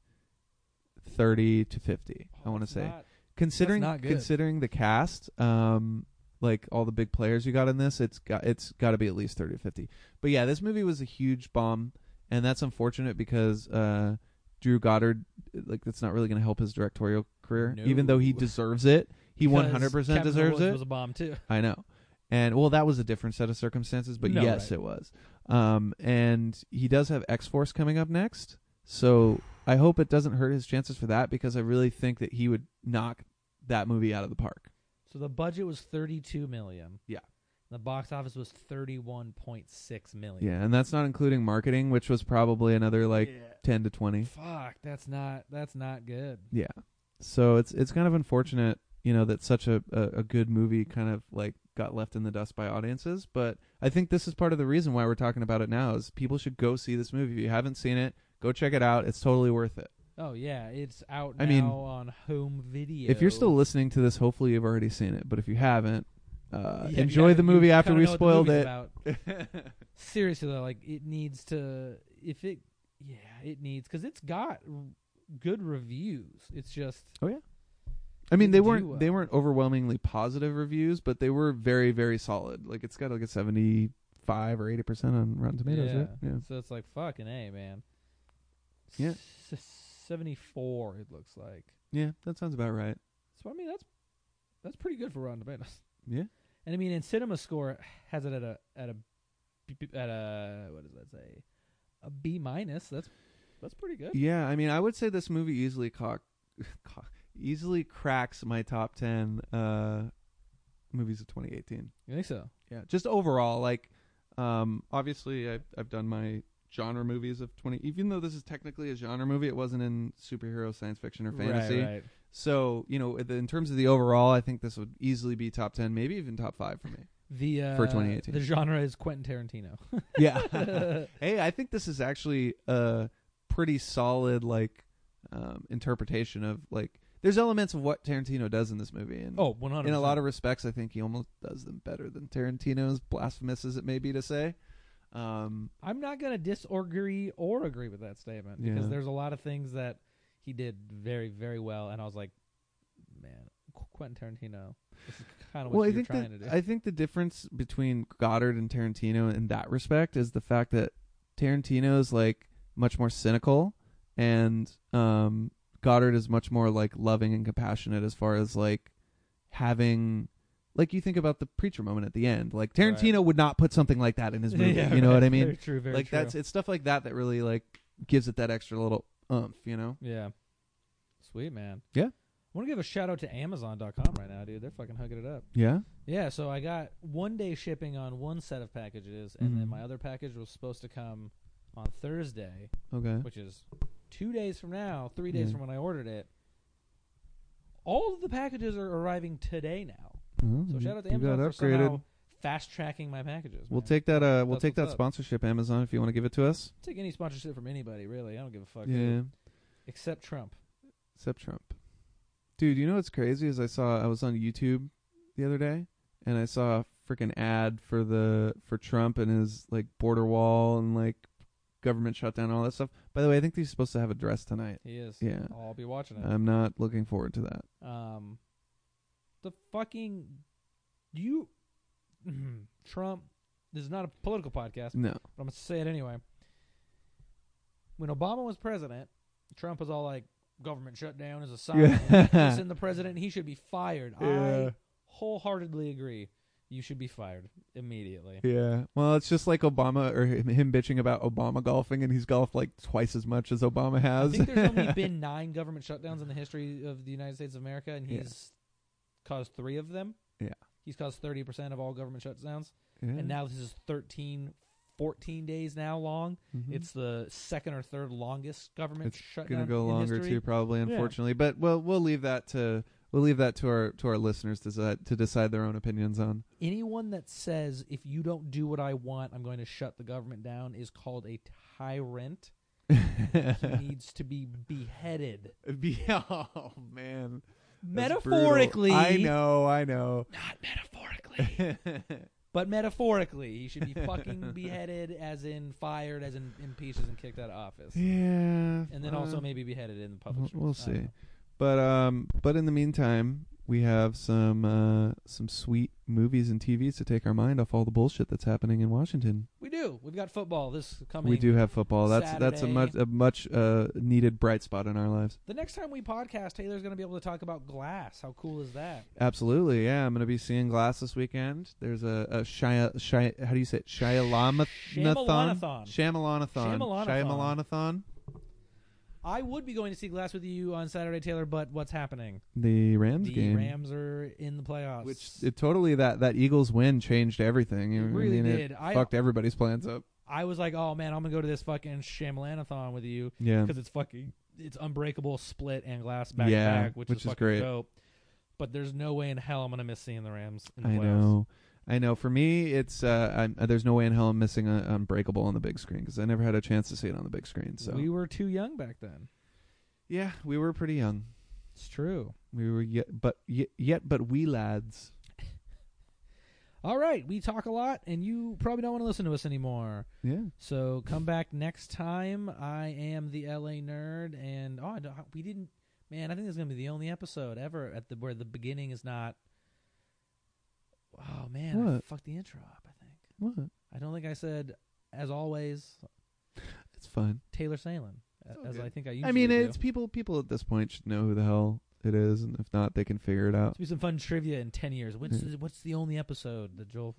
[SPEAKER 2] thirty to fifty. I
[SPEAKER 1] Oh,
[SPEAKER 2] want to
[SPEAKER 1] it's
[SPEAKER 2] say
[SPEAKER 1] not-
[SPEAKER 2] considering
[SPEAKER 1] not good.
[SPEAKER 2] considering the cast, um, like all the big players you got in this, it's got it's got to be at least thirty to fifty. But yeah, this movie was a huge bomb, and that's unfortunate because uh, Drew Goddard, like that's not really going to help his directorial career, even
[SPEAKER 1] No.
[SPEAKER 2] though he deserves it. He one
[SPEAKER 1] because
[SPEAKER 2] hundred percent
[SPEAKER 1] Cabin in the
[SPEAKER 2] deserves
[SPEAKER 1] Woods
[SPEAKER 2] it.
[SPEAKER 1] Was a bomb too.
[SPEAKER 2] I know. And well, that was a different set of circumstances, but
[SPEAKER 1] No,
[SPEAKER 2] yes,
[SPEAKER 1] right.
[SPEAKER 2] it was. Um, and he does have X Force coming up next, so I hope it doesn't hurt his chances for that because I really think that he would knock that movie out of the park.
[SPEAKER 1] So the budget was thirty-two million.
[SPEAKER 2] Yeah.
[SPEAKER 1] The box office was thirty-one point six million.
[SPEAKER 2] Yeah, and that's not including marketing, which was probably another like ten to twenty.
[SPEAKER 1] Fuck, that's not that's not good.
[SPEAKER 2] Yeah, so it's it's kind of unfortunate, you know, that such a, a, a good movie kind of like got left in the dust by audiences. But I think this is part of the reason why we're talking about it now is people should go see this movie. If you haven't seen it, go check it out. It's totally worth it.
[SPEAKER 1] Oh yeah, it's out now
[SPEAKER 2] I mean,
[SPEAKER 1] on home video.
[SPEAKER 2] If you're still listening to this, hopefully you've already seen it. But if you haven't, uh,
[SPEAKER 1] Yeah, you
[SPEAKER 2] enjoy
[SPEAKER 1] gotta-
[SPEAKER 2] the
[SPEAKER 1] you
[SPEAKER 2] movie after
[SPEAKER 1] kinda
[SPEAKER 2] we
[SPEAKER 1] know what the
[SPEAKER 2] spoiled
[SPEAKER 1] movie's
[SPEAKER 2] it.
[SPEAKER 1] about. Seriously though, like it needs to if it yeah, it needs cuz it's got r- good reviews. It's just
[SPEAKER 2] [LAUGHS] I mean,
[SPEAKER 1] Didn't do
[SPEAKER 2] they
[SPEAKER 1] uh,
[SPEAKER 2] weren't
[SPEAKER 1] well.
[SPEAKER 2] they weren't overwhelmingly positive reviews, but they were very very solid. Like it's got like a seventy five or eighty percent on Rotten Tomatoes.
[SPEAKER 1] yeah.
[SPEAKER 2] Right? Yeah.
[SPEAKER 1] So it's like fucking A, man.
[SPEAKER 2] Yeah.
[SPEAKER 1] S- 74 it looks like.
[SPEAKER 2] Yeah, that sounds about right.
[SPEAKER 1] So I mean that's that's pretty good for Rotten Tomatoes. [LAUGHS]
[SPEAKER 2] Yeah.
[SPEAKER 1] And I mean, and Cinema Score has it at a at a b- b- at a what does that say? A B minus. That's that's pretty good.
[SPEAKER 2] Yeah, I mean, I would say this movie easily cock, [LAUGHS] cock easily cracks my top ten uh, movies of 2018.
[SPEAKER 1] You think so?
[SPEAKER 2] yeah just overall like um obviously i've, I've done my genre movies of 20 even though this is technically a genre movie it wasn't in superhero science fiction or fantasy
[SPEAKER 1] Right, right.
[SPEAKER 2] so you know in terms of the overall i think this would easily be top 10 maybe even top 5 for me
[SPEAKER 1] The uh,
[SPEAKER 2] For 2018.
[SPEAKER 1] the genre is Quentin
[SPEAKER 2] [LAUGHS]
[SPEAKER 1] Tarantino. [LAUGHS]
[SPEAKER 2] yeah hey i think this is actually a pretty solid like um interpretation of like there's elements of what tarantino does in this movie and
[SPEAKER 1] oh, one hundred.
[SPEAKER 2] in a lot of respects, I think he almost does them better than Tarantino, as blasphemous as it may be to say. Um,
[SPEAKER 1] I'm not gonna disagree or agree with that statement because
[SPEAKER 2] Yeah.
[SPEAKER 1] there's a lot of things that he did very very well, and I was like, man, Qu- Quentin Tarantino. This is kind of what
[SPEAKER 2] well, I
[SPEAKER 1] you're
[SPEAKER 2] think
[SPEAKER 1] trying to [LAUGHS]
[SPEAKER 2] that,
[SPEAKER 1] do.
[SPEAKER 2] I think the difference between Goddard and Tarantino in that respect is the fact that Tarantino is like much more cynical, and um, Goddard is much more like loving and compassionate as far as like having. Like you think about the preacher moment at the end, like
[SPEAKER 1] Right.
[SPEAKER 2] Tarantino would not put something like that in
[SPEAKER 1] [LAUGHS]
[SPEAKER 2] his movie.
[SPEAKER 1] Yeah,
[SPEAKER 2] you know
[SPEAKER 1] right.
[SPEAKER 2] what I mean?
[SPEAKER 1] Very true. Very
[SPEAKER 2] like
[SPEAKER 1] true.
[SPEAKER 2] that's it's stuff like that that really like gives it that extra little umph, you know.
[SPEAKER 1] Yeah. Sweet, man.
[SPEAKER 2] Yeah.
[SPEAKER 1] I want to give a shout out to Amazon.com right now, dude. They're fucking hooking it up.
[SPEAKER 2] Yeah.
[SPEAKER 1] Yeah, so I got one day shipping on one set of packages, and then
[SPEAKER 2] Mhm.
[SPEAKER 1] my other package was supposed to come on Thursday,
[SPEAKER 2] Okay.
[SPEAKER 1] which is two days from now, three days
[SPEAKER 2] Yeah.
[SPEAKER 1] from when I ordered it. All of the packages are arriving today now. So shout out to
[SPEAKER 2] Mm-hmm. you
[SPEAKER 1] Amazon
[SPEAKER 2] got
[SPEAKER 1] for
[SPEAKER 2] upgraded.
[SPEAKER 1] somehow fast tracking my packages.
[SPEAKER 2] We'll
[SPEAKER 1] man.
[SPEAKER 2] take that. Uh, we'll
[SPEAKER 1] That's
[SPEAKER 2] take that
[SPEAKER 1] what's up.
[SPEAKER 2] sponsorship, Amazon, if you want to give it to us.
[SPEAKER 1] take any sponsorship from anybody, really. I don't give a fuck.
[SPEAKER 2] Yeah.
[SPEAKER 1] dude. Except Trump.
[SPEAKER 2] Except Trump. Dude, you know what's crazy is I saw I was on YouTube the other day and I saw a freaking ad for the for Trump and his like border wall and like government shutdown and all that stuff. By the way, I think he's supposed to have a dress tonight.
[SPEAKER 1] He is.
[SPEAKER 2] Yeah. Uh-huh.
[SPEAKER 1] I'll be watching it.
[SPEAKER 2] I'm not looking forward to that.
[SPEAKER 1] Um, the fucking you, [CLEARS THROAT] Trump. This is not a political podcast, but
[SPEAKER 2] No.
[SPEAKER 1] I'm gonna say it anyway. When Obama was president, Trump was all like, "Government shutdown is a sign.
[SPEAKER 2] Yeah.
[SPEAKER 1] This
[SPEAKER 2] [LAUGHS]
[SPEAKER 1] and the president, he should be fired."
[SPEAKER 2] Yeah.
[SPEAKER 1] I wholeheartedly agree. You should be fired immediately.
[SPEAKER 2] Yeah. Well, it's just like Obama or him, him bitching about Obama golfing, and he's golfed like twice as much as Obama
[SPEAKER 1] I
[SPEAKER 2] has.
[SPEAKER 1] think there's only been nine government shutdowns in the history of the United States of America, and
[SPEAKER 2] Yeah.
[SPEAKER 1] he's caused three of them.
[SPEAKER 2] Yeah.
[SPEAKER 1] He's caused 30% of all government shutdowns.
[SPEAKER 2] [LAUGHS] Yeah.
[SPEAKER 1] And now this is 13, 14 days now long.
[SPEAKER 2] Mhm.
[SPEAKER 1] It's the second or third longest government
[SPEAKER 2] It's
[SPEAKER 1] shutdown.
[SPEAKER 2] gonna go
[SPEAKER 1] in
[SPEAKER 2] longer
[SPEAKER 1] history.
[SPEAKER 2] too, probably.
[SPEAKER 1] Yeah.
[SPEAKER 2] Unfortunately, but we'll we'll leave that to we'll leave that to our to our listeners to decide, to decide their own opinions on.
[SPEAKER 1] Anyone that says, if you don't do what I want, I'm going to shut the government down is called a tyrant.
[SPEAKER 2] [LAUGHS]
[SPEAKER 1] He needs to be beheaded.
[SPEAKER 2] [LAUGHS] Be- oh man, That's brutal.
[SPEAKER 1] Metaphorically.
[SPEAKER 2] I know, I know. [LAUGHS]
[SPEAKER 1] Not metaphorically. But metaphorically, he should be
[SPEAKER 2] [LAUGHS]
[SPEAKER 1] fucking beheaded, as in fired, as in impeached, as in kicked out of office,
[SPEAKER 2] yeah,
[SPEAKER 1] and then
[SPEAKER 2] uh,
[SPEAKER 1] also maybe beheaded in the
[SPEAKER 2] we'll-
[SPEAKER 1] public.
[SPEAKER 2] we'll
[SPEAKER 1] streets. I don't
[SPEAKER 2] see.
[SPEAKER 1] know.
[SPEAKER 2] But um, but in the meantime, we have some uh, some sweet movies and TVs to take our mind off all the bullshit that's happening in Washington.
[SPEAKER 1] We do. We've got football this coming.
[SPEAKER 2] we do have football. That's that's a much
[SPEAKER 1] Saturday.
[SPEAKER 2] a much uh, needed bright spot in our lives.
[SPEAKER 1] The next time we podcast, Taylor's going to be able to talk about glass. How cool is that?
[SPEAKER 2] Absolutely, yeah. I'm gonna be seeing Glass this weekend. There's a, a Shia, Shia, how do you say it? Shyamalamathon,
[SPEAKER 1] Shyamalanathon.
[SPEAKER 2] Shyamalanathon,
[SPEAKER 1] Shyamalanathon.
[SPEAKER 2] Shyamalanathon.
[SPEAKER 1] I would be going to see glass with you on Saturday, Taylor, but what's happening?
[SPEAKER 2] The Rams
[SPEAKER 1] the
[SPEAKER 2] game,
[SPEAKER 1] Rams are in the playoffs.
[SPEAKER 2] which it totally that that Eagles win changed everything.
[SPEAKER 1] It
[SPEAKER 2] I
[SPEAKER 1] really
[SPEAKER 2] mean,
[SPEAKER 1] did. I-
[SPEAKER 2] fucked everybody's plans up.
[SPEAKER 1] I was like, oh man, I'm going to go to this fucking Shamalanathon with you.
[SPEAKER 2] Yeah,
[SPEAKER 1] because it's fucking it's unbreakable split and glass back
[SPEAKER 2] Yeah,
[SPEAKER 1] to back, which,
[SPEAKER 2] which
[SPEAKER 1] is,
[SPEAKER 2] is
[SPEAKER 1] fucking
[SPEAKER 2] great.
[SPEAKER 1] dope. But there's no way in hell I'm gonna miss seeing the Rams. In the
[SPEAKER 2] I
[SPEAKER 1] playoffs.
[SPEAKER 2] know. I know. For me, it's uh, I'm, there's no way in hell I'm missing uh, Unbreakable on the big screen because I never had a chance to see it on the big screen. So
[SPEAKER 1] We were too young back then.
[SPEAKER 2] yeah, we were pretty young.
[SPEAKER 1] It's true.
[SPEAKER 2] We were yet, but yet, yet but we lads.
[SPEAKER 1] All right, we talk a lot, and you probably don't want to listen to us anymore.
[SPEAKER 2] Yeah.
[SPEAKER 1] So come back next time. I am the LA nerd, and oh, I don't, we didn't. Man, I think this is gonna be the only episode ever at the where the beginning is not. Oh man, I
[SPEAKER 2] What?
[SPEAKER 1] fucked the intro up. I think
[SPEAKER 2] What?
[SPEAKER 1] I don't think I said as always.
[SPEAKER 2] It's fine.
[SPEAKER 1] Taylor Salen,
[SPEAKER 2] It's all
[SPEAKER 1] as
[SPEAKER 2] good.
[SPEAKER 1] I think I usually
[SPEAKER 2] I mean,
[SPEAKER 1] do.
[SPEAKER 2] it's people. People at this point should know who the hell it is, and if not, they can figure it out.
[SPEAKER 1] Let's do some fun trivia in ten years. What's
[SPEAKER 2] Yeah.
[SPEAKER 1] the, what's the only episode that Joel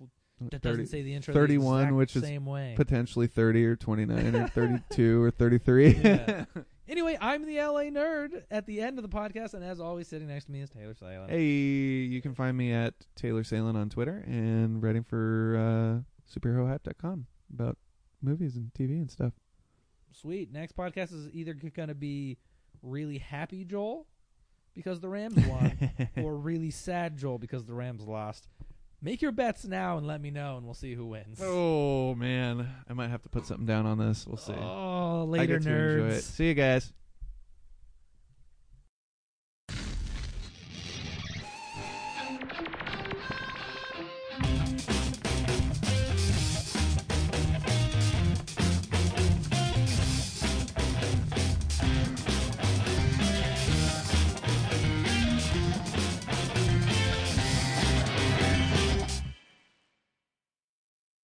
[SPEAKER 1] that doesn't
[SPEAKER 2] 30
[SPEAKER 1] say the intro?
[SPEAKER 2] 31,
[SPEAKER 1] the exact
[SPEAKER 2] which is
[SPEAKER 1] same way.
[SPEAKER 2] potentially thirty or twenty
[SPEAKER 1] [LAUGHS]
[SPEAKER 2] nine or thirty two or thirty three.
[SPEAKER 1] Yeah. Anyway, I'm the LA nerd at the end of the podcast, and as always, sitting next to me is Taylor Salen.
[SPEAKER 2] [LAUGHS] Hey, you can find me at Taylor Salen on Twitter and writing for uh, superherohype.com about movies and TV
[SPEAKER 1] [LAUGHS]
[SPEAKER 2] and stuff.
[SPEAKER 1] Sweet. Next podcast is either going to be really happy Joel because the Rams
[SPEAKER 2] [LAUGHS]
[SPEAKER 1] won, or really sad Joel because the Rams lost. Make your bets now and let me know, and we'll see who wins.
[SPEAKER 2] oh man, I might have to put something down on this. We'll see.
[SPEAKER 1] Oh,
[SPEAKER 2] I
[SPEAKER 1] later,
[SPEAKER 2] get to
[SPEAKER 1] nerds.
[SPEAKER 2] enjoy it. See you guys.